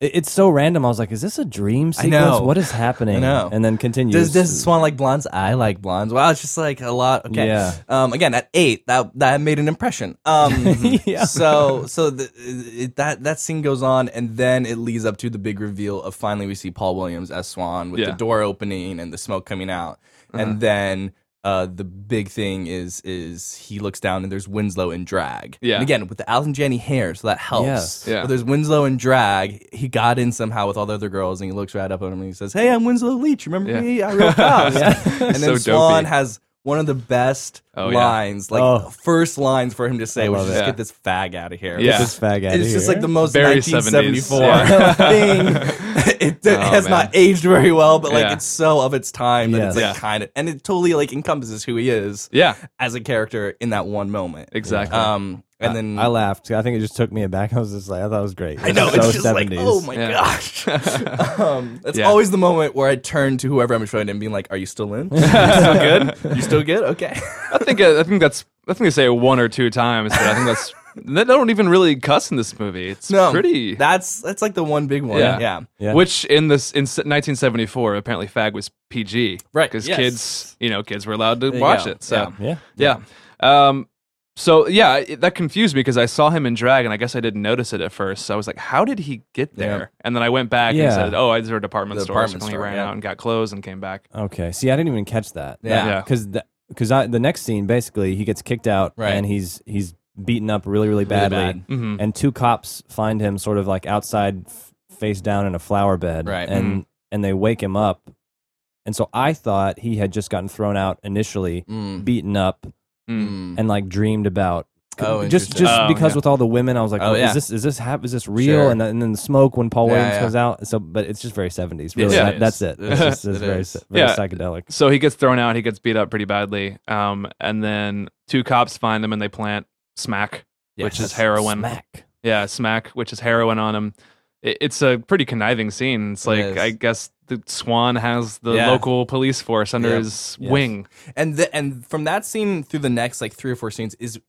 [SPEAKER 2] it- It's so random. I was like, "Is this a dream
[SPEAKER 4] I
[SPEAKER 2] sequence?
[SPEAKER 4] know.
[SPEAKER 2] What is happening?"
[SPEAKER 4] I know.
[SPEAKER 2] And then continues.
[SPEAKER 4] does does Swan like blondes? I like blondes. Wow, it's just like a lot. Okay.
[SPEAKER 2] Yeah.
[SPEAKER 4] Um, again, at eight, that that made an impression. Um,
[SPEAKER 2] Yeah.
[SPEAKER 4] So so the, it, that that scene goes on, and then it leads up to the big reveal of finally we see Paul Williams as Swan with
[SPEAKER 3] Yeah.
[SPEAKER 4] the door opening and the smoke coming out, and then. Uh, the big thing is is he looks down and there's Winslow in drag.
[SPEAKER 3] Yeah.
[SPEAKER 4] And again with the Alan Janney hair, so that helps.
[SPEAKER 2] Yes.
[SPEAKER 3] Yeah.
[SPEAKER 4] But there's Winslow in drag. He got in somehow with all the other girls, and he looks right up at him and he says, "Hey, I'm Winslow Leach. Remember
[SPEAKER 3] Yeah.
[SPEAKER 4] me? I wrote Faust."
[SPEAKER 3] Yeah.
[SPEAKER 4] And
[SPEAKER 3] It's
[SPEAKER 4] then
[SPEAKER 3] so
[SPEAKER 4] Swan
[SPEAKER 3] dopey.
[SPEAKER 4] has one of the best
[SPEAKER 3] Oh, yeah.
[SPEAKER 4] lines, like
[SPEAKER 2] Oh.
[SPEAKER 4] first lines for him to say,
[SPEAKER 2] I
[SPEAKER 4] which
[SPEAKER 2] love
[SPEAKER 4] is just
[SPEAKER 3] it.
[SPEAKER 4] get this fag out of here.
[SPEAKER 3] Yeah.
[SPEAKER 4] This is-
[SPEAKER 2] this fag
[SPEAKER 4] It's just like the most
[SPEAKER 3] Very
[SPEAKER 4] 1974
[SPEAKER 3] 70s.
[SPEAKER 4] thing. it it
[SPEAKER 3] Oh,
[SPEAKER 4] has
[SPEAKER 3] man.
[SPEAKER 4] not aged very well, but like
[SPEAKER 3] Yeah.
[SPEAKER 4] it's so of its time that it's like
[SPEAKER 3] Yes. Yeah.
[SPEAKER 4] kind of, and it totally like encompasses who he is
[SPEAKER 3] yeah,
[SPEAKER 4] as a character in that one moment.
[SPEAKER 3] exactly.
[SPEAKER 4] Um, and then
[SPEAKER 2] I laughed. I think it just took me aback. I was just like, I thought it was great.
[SPEAKER 4] I know
[SPEAKER 2] It was
[SPEAKER 4] it's
[SPEAKER 2] so
[SPEAKER 4] just like,
[SPEAKER 2] 70s.
[SPEAKER 4] oh my
[SPEAKER 3] Yeah.
[SPEAKER 4] gosh. um, that's
[SPEAKER 3] Yeah.
[SPEAKER 4] always the moment where I turn to whoever I'm showing and being like, "Are you still in? Are you still good? You still good? Okay."
[SPEAKER 3] I think uh, I think that's I think they say it one or two times, but I think that's they don't even really cuss in this movie. It's
[SPEAKER 4] no,
[SPEAKER 3] pretty.
[SPEAKER 4] That's that's like the one big one.
[SPEAKER 3] Yeah.
[SPEAKER 4] Yeah,
[SPEAKER 2] Yeah.
[SPEAKER 3] Which in this in s- 1974, apparently fag was PG,
[SPEAKER 4] Right,
[SPEAKER 3] Because
[SPEAKER 4] yes.
[SPEAKER 3] kids, you know, kids were allowed to
[SPEAKER 4] you
[SPEAKER 3] watch
[SPEAKER 4] go.
[SPEAKER 3] it. So
[SPEAKER 2] Yeah.
[SPEAKER 3] yeah. Um, so yeah, it, that confused me because I saw him in drag, and I guess I didn't notice it at first. So I was like, "How did he get
[SPEAKER 4] Yeah.
[SPEAKER 3] there?" And then I went back
[SPEAKER 2] Yeah.
[SPEAKER 3] and said, "Oh, I a department
[SPEAKER 4] The
[SPEAKER 3] store."
[SPEAKER 4] department
[SPEAKER 3] so he
[SPEAKER 4] store,
[SPEAKER 3] ran
[SPEAKER 4] yeah.
[SPEAKER 3] out and got clothes and came back.
[SPEAKER 2] Okay. See, I didn't even catch that.
[SPEAKER 4] Yeah.
[SPEAKER 3] Yeah.
[SPEAKER 2] Because because I the next scene basically he gets kicked out
[SPEAKER 4] Right.
[SPEAKER 2] and he's he's beaten up really really badly
[SPEAKER 4] bad. Mm.
[SPEAKER 3] Mhm.
[SPEAKER 2] and two cops find him sort of like outside f- face down in a flower bed
[SPEAKER 4] Right. Mm-hmm.
[SPEAKER 2] and and they wake him up and so I thought he had just gotten thrown out initially
[SPEAKER 4] Mm,
[SPEAKER 2] beaten up
[SPEAKER 3] Mm.
[SPEAKER 2] and like dreamed about.
[SPEAKER 4] Mm-hmm. Oh,
[SPEAKER 2] just
[SPEAKER 4] interesting.
[SPEAKER 2] just
[SPEAKER 3] Oh,
[SPEAKER 2] because
[SPEAKER 3] yeah.
[SPEAKER 2] with all the women, I was like,
[SPEAKER 4] Oh,
[SPEAKER 2] oh,
[SPEAKER 4] yeah.
[SPEAKER 2] is this is this hap- is this real?
[SPEAKER 4] Sure.
[SPEAKER 2] And, then- and then the smoke when Paul
[SPEAKER 4] Yeah,
[SPEAKER 2] Williams
[SPEAKER 4] yeah.
[SPEAKER 2] comes out. So, but it's just very seventies. Really,
[SPEAKER 4] Yes,
[SPEAKER 2] That-
[SPEAKER 4] it
[SPEAKER 2] that's
[SPEAKER 4] is.
[SPEAKER 2] it.
[SPEAKER 4] It
[SPEAKER 2] It's
[SPEAKER 4] is.
[SPEAKER 2] just it's
[SPEAKER 4] It
[SPEAKER 2] very
[SPEAKER 4] is.
[SPEAKER 2] se- very
[SPEAKER 3] Yeah.
[SPEAKER 2] psychedelic.
[SPEAKER 3] So he gets thrown out. He gets beat up pretty badly. Um, and then two cops find him and they plant smack, which is heroin.
[SPEAKER 2] Smack.
[SPEAKER 3] Yeah, smack, which is heroin on him. It, it's a pretty conniving scene. It's
[SPEAKER 4] It
[SPEAKER 3] like
[SPEAKER 4] is.
[SPEAKER 3] I guess the Swan has the
[SPEAKER 4] Yeah.
[SPEAKER 3] local police force under
[SPEAKER 4] Yep.
[SPEAKER 3] his
[SPEAKER 2] Yes.
[SPEAKER 3] wing.
[SPEAKER 4] and the, and from that scene through the next like three or four scenes is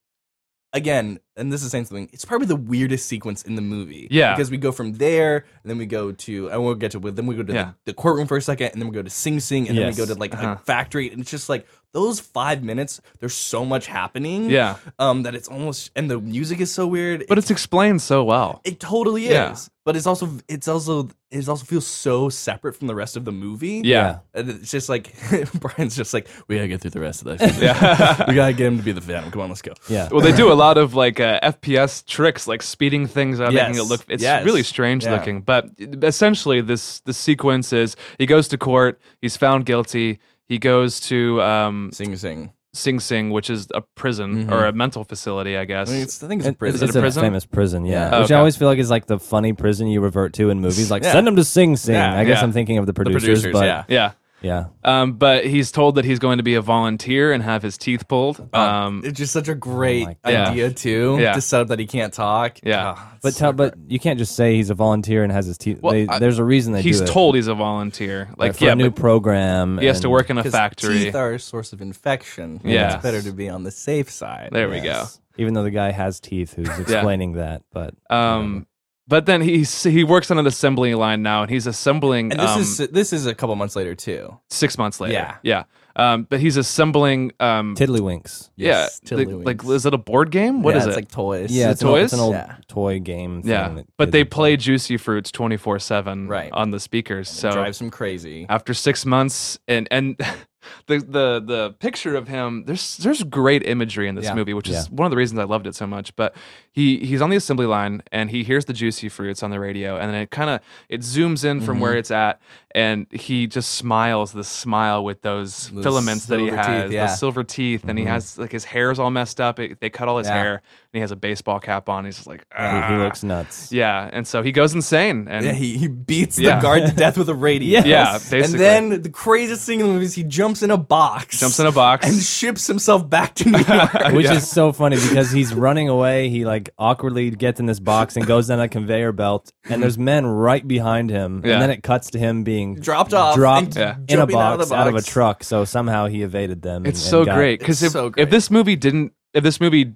[SPEAKER 4] again and this is saying something. It's probably the weirdest sequence in the movie.
[SPEAKER 3] Yeah.
[SPEAKER 4] because we go from there, and then we go to, and we'll get to, then we go to
[SPEAKER 3] Yeah.
[SPEAKER 4] the, the courtroom for a second, and then we go to Sing Sing, and
[SPEAKER 2] Yes.
[SPEAKER 4] then we go to like
[SPEAKER 3] Uh-huh.
[SPEAKER 4] a factory, and it's just like those five minutes. There's so much happening.
[SPEAKER 3] Yeah.
[SPEAKER 4] um, that it's almost, and the music is so weird.
[SPEAKER 3] But it's explained so well.
[SPEAKER 4] It totally is.
[SPEAKER 3] Yeah.
[SPEAKER 4] But it's also it's also it also feels so separate from the rest of the movie.
[SPEAKER 3] Yeah.
[SPEAKER 4] And it's just like Brian's just like, we gotta get through the rest of this.
[SPEAKER 3] Yeah.
[SPEAKER 4] we gotta get him to be the Phantom. Come on, let's go.
[SPEAKER 2] Yeah.
[SPEAKER 3] well, they do a lot of like uh, FPS tricks, like speeding things up, making
[SPEAKER 4] Yes.
[SPEAKER 3] it look. It's
[SPEAKER 4] Yes.
[SPEAKER 3] really strange
[SPEAKER 4] Yeah.
[SPEAKER 3] looking. But essentially, this the sequence is he goes to court, he's found guilty. He goes to um,
[SPEAKER 4] Sing sing.
[SPEAKER 3] Sing Sing, which is a prison
[SPEAKER 2] Mm-hmm.
[SPEAKER 4] Mhm.
[SPEAKER 3] or a mental facility, I guess.
[SPEAKER 4] I, mean, it's, I think it's a
[SPEAKER 2] It-
[SPEAKER 4] prison.
[SPEAKER 2] It's a
[SPEAKER 3] prison?
[SPEAKER 2] famous prison, yeah.
[SPEAKER 4] Yeah.
[SPEAKER 2] Which I
[SPEAKER 3] Okay.
[SPEAKER 2] always feel like is like the funny prison you revert to in movies. Like
[SPEAKER 4] Yeah.
[SPEAKER 2] send them to Sing Sing.
[SPEAKER 4] Yeah,
[SPEAKER 2] I guess
[SPEAKER 3] yeah.
[SPEAKER 2] I'm thinking of the producers, but
[SPEAKER 4] yeah.
[SPEAKER 3] yeah.
[SPEAKER 2] yeah.
[SPEAKER 3] Um, but he's told that he's going to be a volunteer and have his teeth pulled.
[SPEAKER 2] Oh.
[SPEAKER 3] Um,
[SPEAKER 4] it's just such a great
[SPEAKER 2] my
[SPEAKER 3] God.
[SPEAKER 4] idea too.
[SPEAKER 3] Yeah.
[SPEAKER 4] To set up that he can't talk.
[SPEAKER 3] Yeah.
[SPEAKER 4] Ah, it's
[SPEAKER 2] But
[SPEAKER 4] so
[SPEAKER 2] tell,
[SPEAKER 4] great.
[SPEAKER 2] but you can't just say he's a volunteer and has his teeth.
[SPEAKER 3] Well,
[SPEAKER 2] they,
[SPEAKER 3] I-
[SPEAKER 2] there's a reason they
[SPEAKER 3] he's
[SPEAKER 2] do it.
[SPEAKER 3] told he's a volunteer.
[SPEAKER 2] Like,
[SPEAKER 3] Like,
[SPEAKER 2] for
[SPEAKER 3] yeah,
[SPEAKER 2] a new
[SPEAKER 3] but
[SPEAKER 2] program.
[SPEAKER 3] he has to
[SPEAKER 2] and-
[SPEAKER 3] work in a
[SPEAKER 4] 'Cause
[SPEAKER 3] factory.
[SPEAKER 4] Teeth are a source of infection. and
[SPEAKER 3] Yeah.
[SPEAKER 4] It's better to be on the safe side.
[SPEAKER 3] There we go.
[SPEAKER 2] Yes. Even though the guy has teeth, who's explaining that, but
[SPEAKER 3] Um, but then he's he works on an assembly line now, and he's assembling.
[SPEAKER 4] And this
[SPEAKER 3] um,
[SPEAKER 4] is this is a couple months later too.
[SPEAKER 3] six months later.
[SPEAKER 4] Yeah.
[SPEAKER 3] yeah. Um, but he's assembling. Um,
[SPEAKER 2] Tiddlywinks.
[SPEAKER 3] yeah,
[SPEAKER 4] Yes,
[SPEAKER 3] the-
[SPEAKER 4] tiddlywinks.
[SPEAKER 3] like is it a board game? What
[SPEAKER 4] yeah,
[SPEAKER 3] is
[SPEAKER 4] it's
[SPEAKER 3] it?
[SPEAKER 4] like toys.
[SPEAKER 2] Yeah, it's, an old- it's an
[SPEAKER 3] toys?
[SPEAKER 2] old
[SPEAKER 4] Yeah.
[SPEAKER 2] toy game. Thing
[SPEAKER 3] yeah,
[SPEAKER 2] that
[SPEAKER 3] but
[SPEAKER 2] kids
[SPEAKER 3] they
[SPEAKER 2] would
[SPEAKER 3] play Juicy Fruits twenty four seven
[SPEAKER 4] Right.
[SPEAKER 3] on the speakers. So
[SPEAKER 4] drives him crazy.
[SPEAKER 3] after six months and and the the the picture of him there's there's great imagery in this
[SPEAKER 4] Yeah.
[SPEAKER 3] movie which is one of the reasons i loved it so much but he he's on the assembly line and he hears the juicy fruits on the radio and then it kind of it zooms in from
[SPEAKER 4] Mm-hmm.
[SPEAKER 3] where it's at and he just smiles this smile with those,
[SPEAKER 4] Those
[SPEAKER 3] filaments that he
[SPEAKER 4] silver teeth,
[SPEAKER 3] has
[SPEAKER 4] yeah. Mm-hmm.
[SPEAKER 3] the silver teeth and he has like his hair's all messed up it, they cut all his
[SPEAKER 4] Yeah.
[SPEAKER 3] hair and he has a baseball cap on he's just like
[SPEAKER 2] He, he
[SPEAKER 3] "Ah."
[SPEAKER 2] looks nuts.
[SPEAKER 3] yeah and so he goes insane and
[SPEAKER 4] Yeah, he, he beats
[SPEAKER 3] Yeah.
[SPEAKER 4] the guard to death with a radio.
[SPEAKER 2] Yes.
[SPEAKER 3] Yeah,
[SPEAKER 4] and
[SPEAKER 3] basically.
[SPEAKER 4] then the craziest thing in the movie is he jumps in a box.
[SPEAKER 3] jumps in a box
[SPEAKER 4] and ships himself back to New York.
[SPEAKER 2] Which
[SPEAKER 3] Yeah.
[SPEAKER 2] is so funny because he's running away. He like awkwardly gets in this box and goes down a conveyor belt, and there's men right behind him.
[SPEAKER 3] Yeah.
[SPEAKER 2] And then it cuts to him being
[SPEAKER 4] Dropped off
[SPEAKER 2] dropped
[SPEAKER 4] and
[SPEAKER 3] Yeah.
[SPEAKER 2] in a
[SPEAKER 4] jumping
[SPEAKER 2] box
[SPEAKER 4] out
[SPEAKER 2] out
[SPEAKER 4] of
[SPEAKER 2] of,
[SPEAKER 4] the
[SPEAKER 2] a
[SPEAKER 4] box.
[SPEAKER 2] truck. So somehow he evaded them. and-
[SPEAKER 3] It's
[SPEAKER 2] and
[SPEAKER 3] so
[SPEAKER 2] got-
[SPEAKER 3] great because
[SPEAKER 4] It's
[SPEAKER 3] if,
[SPEAKER 4] so
[SPEAKER 3] if
[SPEAKER 4] great.
[SPEAKER 3] this movie didn't if this movie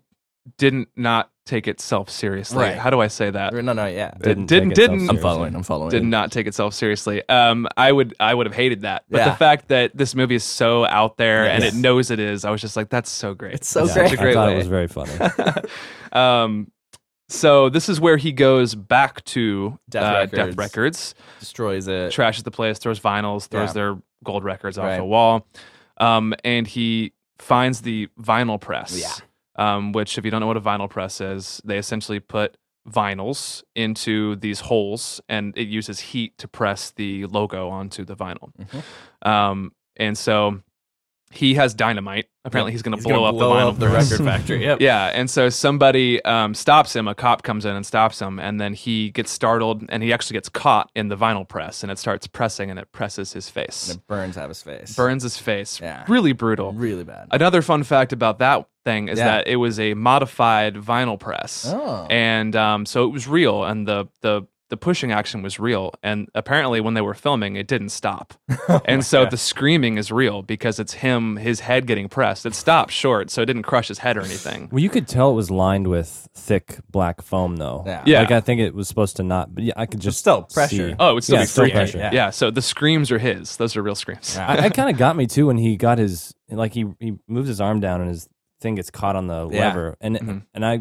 [SPEAKER 3] didn't not take itself seriously,
[SPEAKER 4] Right.
[SPEAKER 3] how do I say that?
[SPEAKER 4] No, no, yeah.
[SPEAKER 3] Didn't
[SPEAKER 2] take
[SPEAKER 3] didn't,
[SPEAKER 2] itself
[SPEAKER 3] didn't
[SPEAKER 2] seriously.
[SPEAKER 4] I'm following.
[SPEAKER 3] did not take itself seriously. Um, I would I would have hated that. But the
[SPEAKER 4] Yeah.
[SPEAKER 3] fact that this movie is so out there and it
[SPEAKER 4] Yes.
[SPEAKER 3] knows it is, I was just like, that's so great.
[SPEAKER 4] It's so
[SPEAKER 2] Yeah,
[SPEAKER 4] great.
[SPEAKER 3] Such a great
[SPEAKER 2] I thought
[SPEAKER 3] way.
[SPEAKER 2] it was very funny.
[SPEAKER 3] um, so this is where he goes back to
[SPEAKER 4] Death
[SPEAKER 3] uh,
[SPEAKER 4] Records.
[SPEAKER 3] Death Records,
[SPEAKER 4] Destroys it.
[SPEAKER 3] trashes the place, throws vinyls, throws
[SPEAKER 4] Yeah.
[SPEAKER 3] their gold records off
[SPEAKER 4] Right.
[SPEAKER 3] the wall, um, and he finds the vinyl press.
[SPEAKER 4] Yeah.
[SPEAKER 3] Um, which, if you don't know what a vinyl press is, they essentially put vinyls into these holes, and it uses heat to press the logo onto the vinyl.
[SPEAKER 4] Mm-hmm.
[SPEAKER 3] Um, and so he has dynamite. Apparently, he's going to
[SPEAKER 4] He's
[SPEAKER 3] blow
[SPEAKER 4] gonna
[SPEAKER 3] up
[SPEAKER 4] blow
[SPEAKER 3] the vinyl
[SPEAKER 4] up the
[SPEAKER 3] press.
[SPEAKER 4] record factory. Yep.
[SPEAKER 3] Yeah, and so somebody um, stops him. A cop comes in and stops him, and then he gets startled, and he actually gets caught in the vinyl press, and it starts pressing, and it presses his
[SPEAKER 4] And
[SPEAKER 3] face,
[SPEAKER 4] it burns out of his face.
[SPEAKER 3] burns his face.
[SPEAKER 4] Yeah.
[SPEAKER 3] Really brutal.
[SPEAKER 4] Really bad.
[SPEAKER 3] Another fun fact about that thing is
[SPEAKER 4] Yeah.
[SPEAKER 3] that it was a modified vinyl press,
[SPEAKER 4] Oh.
[SPEAKER 3] and um, so it was real, and the the the pushing action was real, and apparently when they were filming, it didn't stop,
[SPEAKER 4] Oh
[SPEAKER 3] and so the screaming is real because it's him, his head getting pressed. It stopped short, so it didn't crush his head or anything.
[SPEAKER 2] well, you could tell it was lined with thick black foam, though.
[SPEAKER 4] Yeah.
[SPEAKER 3] Yeah.
[SPEAKER 2] Like I think it was supposed to not, but yeah, I could just
[SPEAKER 4] still, pressure.
[SPEAKER 2] see-
[SPEAKER 3] Oh, it would still
[SPEAKER 2] Yeah,
[SPEAKER 3] be free.
[SPEAKER 2] pressure.
[SPEAKER 3] Yeah. so the screams are his. Those are real screams.
[SPEAKER 4] Yeah.
[SPEAKER 2] I, I kind of got me too when he got his like he he moves his arm down and his thing gets caught on the
[SPEAKER 4] Yeah.
[SPEAKER 2] lever and
[SPEAKER 3] Mhm.
[SPEAKER 2] and I.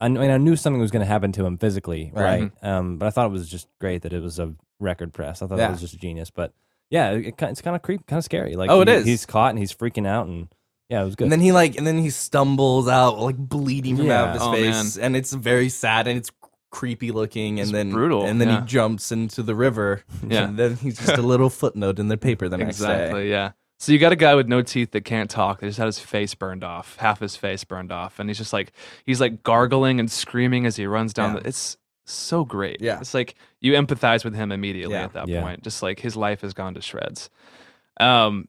[SPEAKER 2] I kn- I mean, I knew something was going to happen to him physically,
[SPEAKER 4] Right.
[SPEAKER 2] right? Um, but I thought it was just great that it was a record press. I thought
[SPEAKER 4] Yeah.
[SPEAKER 2] it was just genius. But yeah, it, it, ki- it's kind of creep, kind of scary. Like,
[SPEAKER 4] Oh, it
[SPEAKER 2] he-
[SPEAKER 4] is.
[SPEAKER 2] He's caught and he's freaking out, and yeah, it was good.
[SPEAKER 4] And then he like, and then he stumbles out, like bleeding from out of
[SPEAKER 2] Yeah.
[SPEAKER 4] his
[SPEAKER 3] Oh,
[SPEAKER 4] face, and it's very sad and it's creepy looking, and
[SPEAKER 3] It's
[SPEAKER 4] then
[SPEAKER 3] brutal,
[SPEAKER 4] and then
[SPEAKER 3] yeah.
[SPEAKER 4] he jumps into the river,
[SPEAKER 3] Yeah.
[SPEAKER 4] and then he's just a little footnote in the paper the next day.
[SPEAKER 3] exactly. Yeah. So you got a guy with no teeth that can't talk. They just had his face burned off, half his face burned off, and he's just like he's like gargling and screaming as he runs down.
[SPEAKER 4] Yeah.
[SPEAKER 3] The, it's so great.
[SPEAKER 4] Yeah.
[SPEAKER 3] It's like you empathize with him immediately
[SPEAKER 4] Yeah.
[SPEAKER 3] at that
[SPEAKER 2] Yeah.
[SPEAKER 3] point. Just like his life has gone to shreds. Um.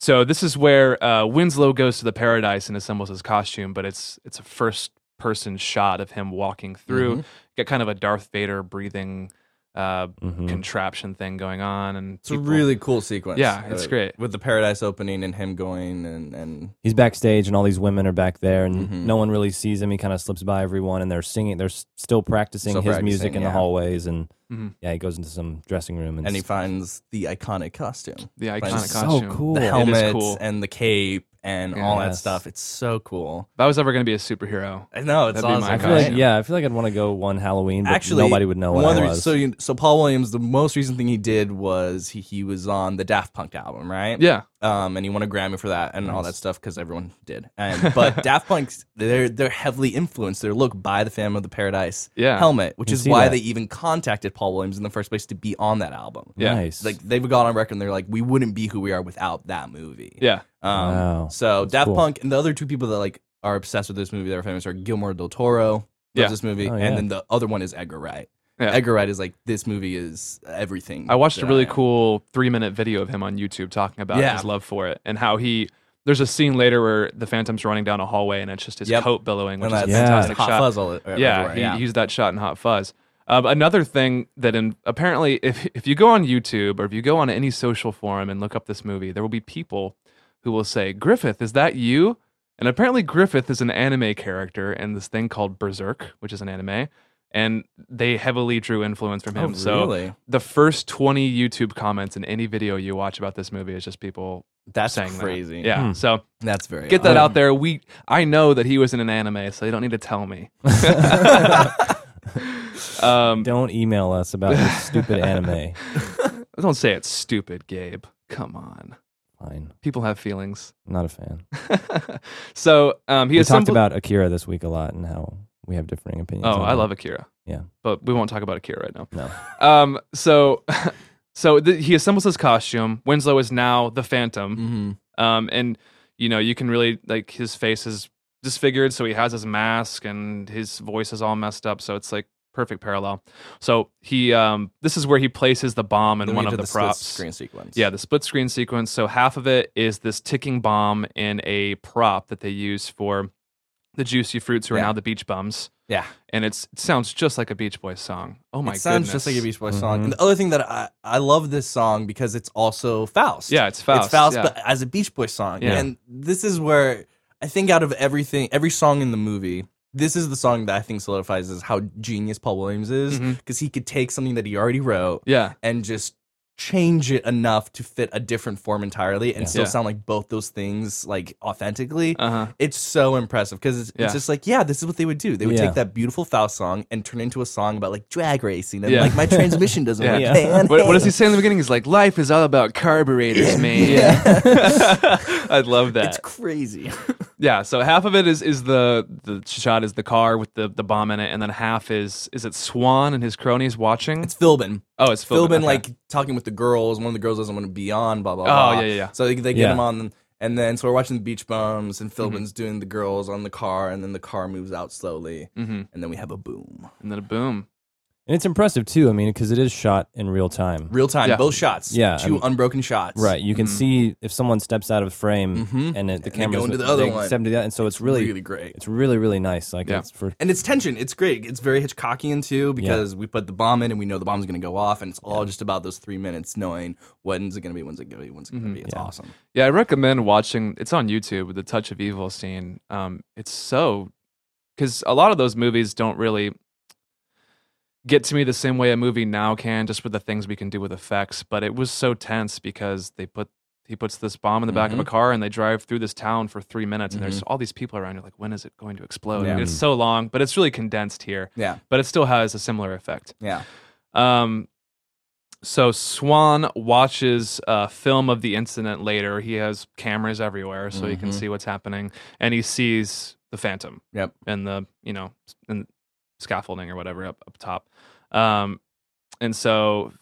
[SPEAKER 3] So this is where uh, Winslow goes to the paradise and assembles his costume, but it's it's a
[SPEAKER 4] Mm-hmm.
[SPEAKER 3] first person shot of him walking through. Got kind of a Darth Vader breathing uh,
[SPEAKER 2] Mhm.
[SPEAKER 3] contraption thing going on, and
[SPEAKER 4] It's a
[SPEAKER 3] people-
[SPEAKER 4] really cool sequence.
[SPEAKER 3] Yeah, it's
[SPEAKER 4] Uh,
[SPEAKER 3] great.
[SPEAKER 4] with the paradise opening and him going and and
[SPEAKER 2] He's backstage, and all these women are back there, and
[SPEAKER 4] Mhm.
[SPEAKER 2] no one really sees him. He kind of slips by everyone, and they're singing. They're s- still practicing
[SPEAKER 4] Still
[SPEAKER 2] his music
[SPEAKER 4] practicing,
[SPEAKER 2] in the
[SPEAKER 4] yeah.
[SPEAKER 2] hallways, and
[SPEAKER 3] Mhm.
[SPEAKER 2] yeah, he goes into some dressing room, and,
[SPEAKER 4] and he
[SPEAKER 2] s-
[SPEAKER 4] finds the iconic costume,
[SPEAKER 3] the iconic
[SPEAKER 4] Which is so
[SPEAKER 3] costume.
[SPEAKER 2] cool.
[SPEAKER 4] the
[SPEAKER 2] It is
[SPEAKER 4] helmet
[SPEAKER 3] cool.
[SPEAKER 4] and the cape and all that
[SPEAKER 2] Yes.
[SPEAKER 4] stuff. It's so cool.
[SPEAKER 3] If I was ever going to be a superhero,
[SPEAKER 4] I know it's
[SPEAKER 3] That'd be
[SPEAKER 4] awesome.
[SPEAKER 3] my
[SPEAKER 2] I feel like
[SPEAKER 3] costume.
[SPEAKER 2] yeah, I feel like I'd want to go one Halloween, but
[SPEAKER 4] Actually,
[SPEAKER 2] nobody would know what
[SPEAKER 4] one of
[SPEAKER 2] I
[SPEAKER 4] the
[SPEAKER 2] was.
[SPEAKER 4] reasons- so you, so Paul Williams, the most recent thing he did was he, he was on the Daft Punk album, right?
[SPEAKER 3] yeah,
[SPEAKER 4] um, and he won a Grammy for that and all that stuff because everyone did. And, but Daft Punk, they're they're heavily influenced their look by the Phantom of the Paradise
[SPEAKER 3] Yeah.
[SPEAKER 4] helmet, which
[SPEAKER 2] You
[SPEAKER 4] is
[SPEAKER 2] see
[SPEAKER 4] why
[SPEAKER 2] that.
[SPEAKER 4] they even contacted Paul Williams in the first place to be on that album.
[SPEAKER 3] yeah,
[SPEAKER 2] nice.
[SPEAKER 4] Like they've got on record, and they're like, we wouldn't be who we are without that movie.
[SPEAKER 3] yeah,
[SPEAKER 4] Um,
[SPEAKER 2] Wow.
[SPEAKER 4] So Daft
[SPEAKER 2] cool.
[SPEAKER 4] Punk and the other two people that like are obsessed with this movie that are famous are Gilmore Del Toro. Loves
[SPEAKER 3] Yeah.
[SPEAKER 4] this movie,
[SPEAKER 2] Oh, yeah.
[SPEAKER 4] and then the other one is Edgar Wright.
[SPEAKER 3] Yeah.
[SPEAKER 4] Edgar Wright is like this movie is everything.
[SPEAKER 3] I watched a
[SPEAKER 4] that
[SPEAKER 3] really
[SPEAKER 4] am.
[SPEAKER 3] cool three minute video of him on YouTube talking about
[SPEAKER 4] Yeah.
[SPEAKER 3] his love for it and how he. There's a scene later where the Phantom's running down a hallway and it's just his
[SPEAKER 4] Yep.
[SPEAKER 3] coat billowing, which
[SPEAKER 4] and
[SPEAKER 3] is
[SPEAKER 4] that's
[SPEAKER 3] a
[SPEAKER 2] Yeah.
[SPEAKER 3] fantastic
[SPEAKER 4] Hot
[SPEAKER 3] shot.
[SPEAKER 4] Fuzz all-
[SPEAKER 3] yeah,
[SPEAKER 4] everywhere,
[SPEAKER 3] he used that shot in Hot Fuzz. Um, another thing that in, apparently, if if you go on YouTube or if you go on any social forum and look up this movie, there will be people who will say, "Griffith, is that you?" And apparently, Griffith is an anime character in this thing called Berserk, which is an anime, and they heavily drew influence from him.
[SPEAKER 4] Oh,
[SPEAKER 3] So
[SPEAKER 4] really?
[SPEAKER 3] the first twenty YouTube comments in any video you watch about this movie is just people
[SPEAKER 4] That's
[SPEAKER 3] saying that.
[SPEAKER 4] crazy.
[SPEAKER 3] Yeah, so
[SPEAKER 4] That's very
[SPEAKER 3] get that
[SPEAKER 4] odd.
[SPEAKER 3] out there. We I know that he was in an anime, so you don't need to tell me. um,
[SPEAKER 2] Don't email us about your stupid anime.
[SPEAKER 3] don't say it's stupid, Gabe. Come on,
[SPEAKER 2] Fine,
[SPEAKER 3] people have feelings.
[SPEAKER 2] not a fan.
[SPEAKER 3] so um, he
[SPEAKER 2] we
[SPEAKER 3] assembled-
[SPEAKER 2] talked about Akira this week a lot and how we have differing opinions.
[SPEAKER 3] Oh, I love Akira.
[SPEAKER 2] Yeah.
[SPEAKER 3] but we won't talk about Akira right now.
[SPEAKER 2] No.
[SPEAKER 3] Um, so so th- he assembles his costume. Winslow is now the Phantom.
[SPEAKER 4] Mhm.
[SPEAKER 3] um, and you know you can really like his face is disfigured so he has his mask and his voice is all messed up so it's like perfect parallel so he um, this is where he places the bomb in
[SPEAKER 4] Then
[SPEAKER 3] one
[SPEAKER 4] we get
[SPEAKER 3] of
[SPEAKER 4] to
[SPEAKER 3] the,
[SPEAKER 4] split
[SPEAKER 3] props
[SPEAKER 4] screen sequence.
[SPEAKER 3] yeah the split screen sequence so half of it is this ticking bomb in a prop that they use for the juicy fruits who are
[SPEAKER 4] Yeah.
[SPEAKER 3] now the beach bums
[SPEAKER 4] yeah.
[SPEAKER 3] and it's, it sounds just like a beach boys song oh my
[SPEAKER 4] it sounds
[SPEAKER 3] goodness
[SPEAKER 4] just like a Beach Boys
[SPEAKER 2] Mhm.
[SPEAKER 4] song. And the other thing that I I love this song because it's also Faust.
[SPEAKER 3] yeah it's Faust
[SPEAKER 4] it's Faust,
[SPEAKER 3] yeah.
[SPEAKER 4] but as a Beach Boys song.
[SPEAKER 3] Yeah.
[SPEAKER 4] And this is where I think out of everything, every song in the movie. This is the song that I think solidifies is how genius Paul Williams is
[SPEAKER 3] Mhm.
[SPEAKER 4] because he could take something that he already wrote
[SPEAKER 3] yeah
[SPEAKER 4] and just change it enough to fit a different form entirely and
[SPEAKER 2] Yeah.
[SPEAKER 4] still
[SPEAKER 3] Yeah.
[SPEAKER 4] sound like both those things like authentically.
[SPEAKER 3] uh-huh
[SPEAKER 4] It's so impressive because it's,
[SPEAKER 3] Yeah.
[SPEAKER 4] it's just like, yeah, this is what they would do. They would
[SPEAKER 2] Yeah.
[SPEAKER 4] take that beautiful Faust song and turn it into a song about like drag racing and
[SPEAKER 3] Yeah.
[SPEAKER 4] like my transmission doesn't
[SPEAKER 3] Yeah.
[SPEAKER 4] work.
[SPEAKER 2] Yeah.
[SPEAKER 4] Man.
[SPEAKER 3] what, what does he say in the beginning? He's like, "Life is all about carburetors, man." I love that.
[SPEAKER 4] It's crazy.
[SPEAKER 3] yeah. So half of it is is the the shot is the car with the the bomb in it, and then half is is it Swan and his cronies watching?
[SPEAKER 4] It's Philbin.
[SPEAKER 3] oh, it's Philbin.
[SPEAKER 4] Philbin,
[SPEAKER 3] okay.
[SPEAKER 4] like talking with the girls. One of the girls doesn't want to be on. Blah blah.
[SPEAKER 3] Oh,
[SPEAKER 4] blah.
[SPEAKER 3] yeah, yeah, yeah.
[SPEAKER 4] So they, they get
[SPEAKER 2] Yeah.
[SPEAKER 4] him on, and then so we're watching the Beach Bums, and
[SPEAKER 3] Mm-hmm.
[SPEAKER 4] Philbin's doing the girls on the car, and then the car moves out slowly,
[SPEAKER 3] Mhm.
[SPEAKER 4] and then we have a boom,
[SPEAKER 3] and then a boom.
[SPEAKER 2] And it's impressive too. I mean, because it is shot in real time.
[SPEAKER 4] real time,
[SPEAKER 3] Yeah.
[SPEAKER 4] both shots,
[SPEAKER 2] Yeah,
[SPEAKER 4] two
[SPEAKER 2] I mean-
[SPEAKER 4] unbroken shots,
[SPEAKER 2] Right. You can see if someone steps out of frame
[SPEAKER 4] Mhm.
[SPEAKER 2] and it, the
[SPEAKER 4] And they go
[SPEAKER 2] camera
[SPEAKER 4] into the other one.
[SPEAKER 2] Step to that, and so it's really,
[SPEAKER 4] Really, really great.
[SPEAKER 2] it's really, really nice. Like
[SPEAKER 3] Yeah.
[SPEAKER 2] it's for
[SPEAKER 4] And it's tension. It's great. It's very Hitchcockian too because we put the bomb in and we know the bomb's going to go off, and it's all just about those three minutes knowing when's it going to be, when's it going to be, when's it
[SPEAKER 3] Mm-hmm.
[SPEAKER 4] going to be. It's awesome.
[SPEAKER 3] Yeah, I recommend watching. It's on YouTube. The Touch of Evil scene. Um, it's so because a lot of those movies don't really get to me the same way a movie now can, just with the things we can do with effects. But it was so tense because they put he puts this bomb in the back of a car and they drive through this town for three minutes, and there's all these people around. You're like, when is it going to explode?
[SPEAKER 4] Yeah.
[SPEAKER 3] It's so long, but it's really condensed here.
[SPEAKER 4] Yeah,
[SPEAKER 3] But it still has a similar effect.
[SPEAKER 4] yeah.
[SPEAKER 3] Um, so Swan watches a film of the incident later. He has cameras everywhere, so he can
[SPEAKER 4] Mhm.
[SPEAKER 3] see what's happening, and he sees the Phantom
[SPEAKER 4] Yep.
[SPEAKER 3] and the you know and scaffolding or whatever up up top. Um, and so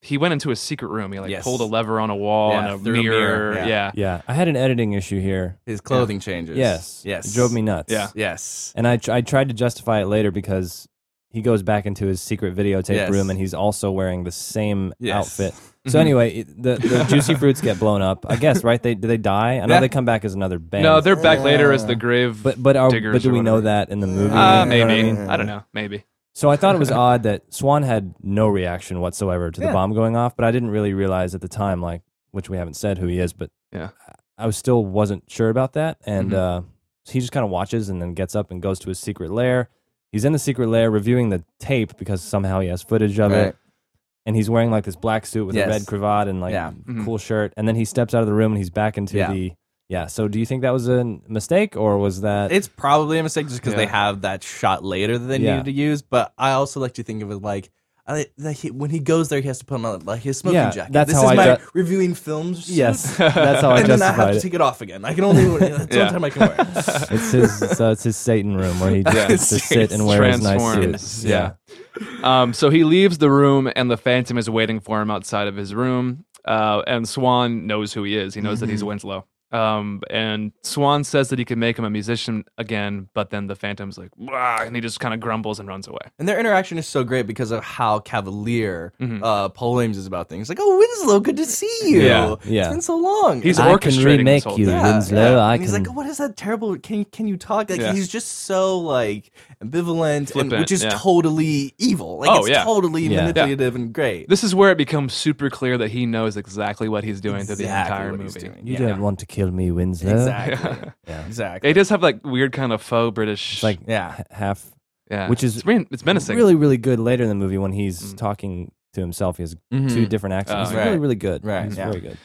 [SPEAKER 3] he went into a secret room. He like
[SPEAKER 4] Yes.
[SPEAKER 3] pulled a lever on a wall
[SPEAKER 4] Yeah,
[SPEAKER 3] and a
[SPEAKER 4] through a
[SPEAKER 3] mirror.
[SPEAKER 4] mirror, yeah.
[SPEAKER 3] Yeah.
[SPEAKER 2] yeah. I had an editing issue here.
[SPEAKER 4] His clothing changes.
[SPEAKER 2] Yes.
[SPEAKER 4] yes.
[SPEAKER 2] It drove me nuts.
[SPEAKER 3] Yeah.
[SPEAKER 4] Yes.
[SPEAKER 2] And I tr- I tried to justify it later because he goes back into his secret videotape
[SPEAKER 4] Yes.
[SPEAKER 2] room and he's also wearing the same
[SPEAKER 4] Yes.
[SPEAKER 2] outfit. So anyway, it- the, the juicy fruits get blown up. I guess right? They do they die? I know
[SPEAKER 4] Yeah.
[SPEAKER 2] they come back as another band.
[SPEAKER 3] No, they're back later as the grave.
[SPEAKER 2] but but are,
[SPEAKER 3] diggers
[SPEAKER 2] but do
[SPEAKER 3] or
[SPEAKER 2] we know
[SPEAKER 3] whatever.
[SPEAKER 2] that in the movie? You
[SPEAKER 3] Uh,
[SPEAKER 2] know what I
[SPEAKER 3] maybe
[SPEAKER 2] mean?
[SPEAKER 3] I don't know. Maybe
[SPEAKER 2] So I thought it was odd that Swan had no reaction whatsoever to the bomb going off, but I didn't really realize at the time, like which we haven't said who he is, but
[SPEAKER 3] Yeah.
[SPEAKER 2] I was still wasn't sure about that. And
[SPEAKER 3] Mhm.
[SPEAKER 4] Mm-hmm.
[SPEAKER 2] uh, so he just kind of watches and then gets up and goes to his secret lair. He's in the secret lair reviewing the tape because somehow he has footage of
[SPEAKER 4] Right.
[SPEAKER 2] it, and he's wearing like this black suit with
[SPEAKER 4] Yes.
[SPEAKER 2] a red cravat and like
[SPEAKER 4] Yeah. Mm-hmm.
[SPEAKER 3] Mhm.
[SPEAKER 2] cool shirt. And then he steps out of the room and he's back into
[SPEAKER 4] Yeah.
[SPEAKER 2] the yeah. So do you think that was a mistake or was that
[SPEAKER 4] It's probably a mistake just because they
[SPEAKER 3] Yeah.
[SPEAKER 4] have that shot later that they
[SPEAKER 2] Yeah.
[SPEAKER 4] needed to use. But I also like to think of it like. I like that he, when he goes there, he has to put on like his smoking
[SPEAKER 2] Yeah,
[SPEAKER 4] jacket.
[SPEAKER 2] that's
[SPEAKER 4] this
[SPEAKER 2] how
[SPEAKER 4] is
[SPEAKER 2] I
[SPEAKER 4] my
[SPEAKER 2] ju-
[SPEAKER 4] reviewing films.
[SPEAKER 2] yes? That's how I
[SPEAKER 4] and then I have
[SPEAKER 2] justified
[SPEAKER 4] to
[SPEAKER 2] it.
[SPEAKER 4] take it off again. I can only that's the
[SPEAKER 3] Yeah.
[SPEAKER 4] only time I can wear. it.
[SPEAKER 2] It's his so it's his Satan room where he just
[SPEAKER 3] Yeah.
[SPEAKER 2] gets to sit and wear his nice
[SPEAKER 3] Transforms,
[SPEAKER 2] suits. Yeah.
[SPEAKER 3] Um, so he leaves the room, and the Phantom is waiting for him outside of his room. Uh, and Swan knows who he is. He knows that he's Winslow. Um, and Swan says that he can make him a musician again, but then the Phantom's like, "Wah," and he just kind of grumbles and runs away.
[SPEAKER 4] And their interaction is so great because of how cavalier
[SPEAKER 2] Mm-hmm.
[SPEAKER 3] Mhm.
[SPEAKER 4] uh, Paul Williams is about things. Like, oh, Winslow, good to see you.
[SPEAKER 3] Yeah,
[SPEAKER 2] yeah.
[SPEAKER 4] It's been so long.
[SPEAKER 3] He's
[SPEAKER 2] I can
[SPEAKER 3] orchestrating this
[SPEAKER 2] remake
[SPEAKER 3] whole
[SPEAKER 2] you,
[SPEAKER 3] thing.
[SPEAKER 4] Yeah,
[SPEAKER 2] Winslow.
[SPEAKER 4] yeah.
[SPEAKER 2] I can.
[SPEAKER 4] And He's like, what is that terrible? Can can you talk? Like
[SPEAKER 3] Yeah.
[SPEAKER 4] he's just so like ambivalent, and,
[SPEAKER 3] Flippant,
[SPEAKER 4] which is
[SPEAKER 3] yeah.
[SPEAKER 4] totally evil. Like
[SPEAKER 3] Oh,
[SPEAKER 4] it's
[SPEAKER 3] yeah.
[SPEAKER 4] totally
[SPEAKER 2] Yeah.
[SPEAKER 4] manipulative and great.
[SPEAKER 3] This is where it becomes super clear that he knows exactly what he's doing through the
[SPEAKER 4] Exactly
[SPEAKER 3] entire
[SPEAKER 4] what he's
[SPEAKER 3] movie.
[SPEAKER 4] doing.
[SPEAKER 2] you
[SPEAKER 4] Yeah.
[SPEAKER 2] don't want to kill me, Winslow.
[SPEAKER 4] Exactly.
[SPEAKER 2] Yeah.
[SPEAKER 4] Exactly.
[SPEAKER 3] They just have like weird kind of faux British,
[SPEAKER 2] It's like
[SPEAKER 4] Yeah.
[SPEAKER 2] h- half,
[SPEAKER 3] yeah,
[SPEAKER 2] which is
[SPEAKER 3] it's, men- it's menacing.
[SPEAKER 2] really, really good later in the movie when he's
[SPEAKER 3] Mm.
[SPEAKER 2] talking to himself. He has
[SPEAKER 4] Mhm.
[SPEAKER 2] two different accents.
[SPEAKER 3] Oh,
[SPEAKER 2] It's
[SPEAKER 4] yeah.
[SPEAKER 2] really,
[SPEAKER 4] Right.
[SPEAKER 2] really good.
[SPEAKER 4] Right,
[SPEAKER 2] It's
[SPEAKER 4] yeah.
[SPEAKER 2] very good.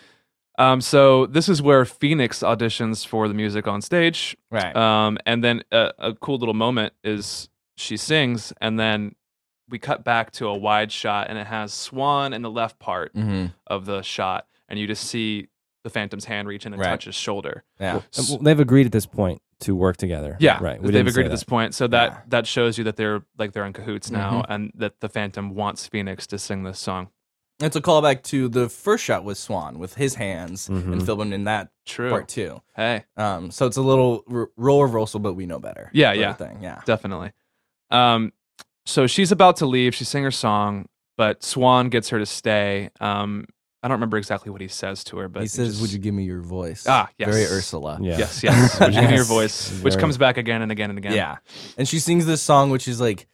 [SPEAKER 3] Um, so this is where Phoenix auditions for the music on stage.
[SPEAKER 4] Right.
[SPEAKER 3] Um, and then a, a cool little moment is she sings, and then we cut back to a wide shot, and it has Swan in the left part
[SPEAKER 2] Mm.
[SPEAKER 4] hmm
[SPEAKER 3] of the shot, and you just see the Phantom's hand reach in and
[SPEAKER 4] Right.
[SPEAKER 3] touch his shoulder.
[SPEAKER 4] Yeah.
[SPEAKER 2] And,
[SPEAKER 3] S-
[SPEAKER 2] Uh, well, they've agreed at this point to work together.
[SPEAKER 3] yeah,
[SPEAKER 2] Right. We
[SPEAKER 3] They've
[SPEAKER 2] didn't
[SPEAKER 3] agreed
[SPEAKER 2] say
[SPEAKER 3] at this
[SPEAKER 2] that.
[SPEAKER 3] point, so that
[SPEAKER 4] Yeah.
[SPEAKER 3] that shows you that they're like they're in cahoots
[SPEAKER 2] Mm-hmm.
[SPEAKER 3] now, and that the Phantom wants Phoenix to sing this song.
[SPEAKER 4] It's a callback to the first shot with Swan with his hands and
[SPEAKER 2] Mhm.
[SPEAKER 4] filming in that
[SPEAKER 3] True.
[SPEAKER 4] part too.
[SPEAKER 3] Hey.
[SPEAKER 4] Um, so it's a little r- role reversal, but we know better.
[SPEAKER 3] Yeah,
[SPEAKER 4] sort of
[SPEAKER 3] yeah.
[SPEAKER 4] thing. yeah.
[SPEAKER 3] definitely. Um, so she's about to leave. She sang her song, but Swan gets her to stay. Um, I don't remember exactly what he says to her, but
[SPEAKER 4] he says,
[SPEAKER 3] just-
[SPEAKER 4] "Would you give me your voice?"
[SPEAKER 3] Ah, yes.
[SPEAKER 4] very Ursula.
[SPEAKER 2] Yeah.
[SPEAKER 3] Yes, yes. Would you give me your
[SPEAKER 4] Yes.
[SPEAKER 3] voice?" Which
[SPEAKER 2] Very-
[SPEAKER 3] comes back again and again and again.
[SPEAKER 4] Yeah. And she sings this song, which is like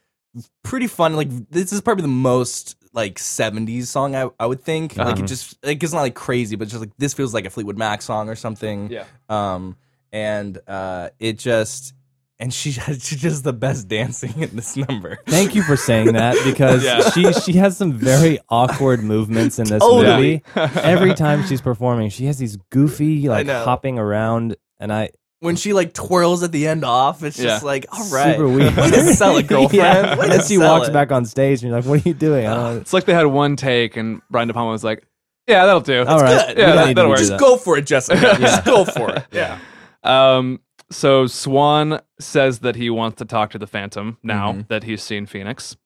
[SPEAKER 4] pretty fun. Like this is probably the most like '70s song I, I would think. Like it
[SPEAKER 2] Uh-huh.
[SPEAKER 4] just like it's not like crazy, but just like this feels like a Fleetwood Mac song or something.
[SPEAKER 3] yeah.
[SPEAKER 4] Um, and uh, it just and she she does the best dancing in this number.
[SPEAKER 2] Thank you for saying that because
[SPEAKER 3] Yeah.
[SPEAKER 2] she she has some very awkward movements in this
[SPEAKER 4] Totally.
[SPEAKER 2] movie. Every time she's performing, she has these goofy like
[SPEAKER 4] know.
[SPEAKER 2] hopping around, and I
[SPEAKER 4] When she like twirls at the end off, it's just
[SPEAKER 3] Yeah.
[SPEAKER 4] like all right,
[SPEAKER 2] super weird.
[SPEAKER 4] way to sell it, girlfriend.
[SPEAKER 2] yeah.
[SPEAKER 4] Way
[SPEAKER 2] And
[SPEAKER 4] to
[SPEAKER 2] then she
[SPEAKER 4] sell
[SPEAKER 2] walks
[SPEAKER 4] it.
[SPEAKER 2] back on stage, and you're like, "What are you doing?" I don't,
[SPEAKER 3] It's like they had one take, and Brian De Palma was like, "Yeah, that'll do."
[SPEAKER 2] all right,
[SPEAKER 4] good.
[SPEAKER 2] we
[SPEAKER 3] Yeah,
[SPEAKER 2] don't
[SPEAKER 3] that-
[SPEAKER 2] need to
[SPEAKER 3] that'll
[SPEAKER 2] do
[SPEAKER 3] work.
[SPEAKER 4] Just
[SPEAKER 2] that.
[SPEAKER 4] go for it, Jessica. Just go for it. Yeah.
[SPEAKER 3] Um, so Swan says that he wants to talk to the Phantom now
[SPEAKER 4] Mhm.
[SPEAKER 3] that he's seen Phoenix.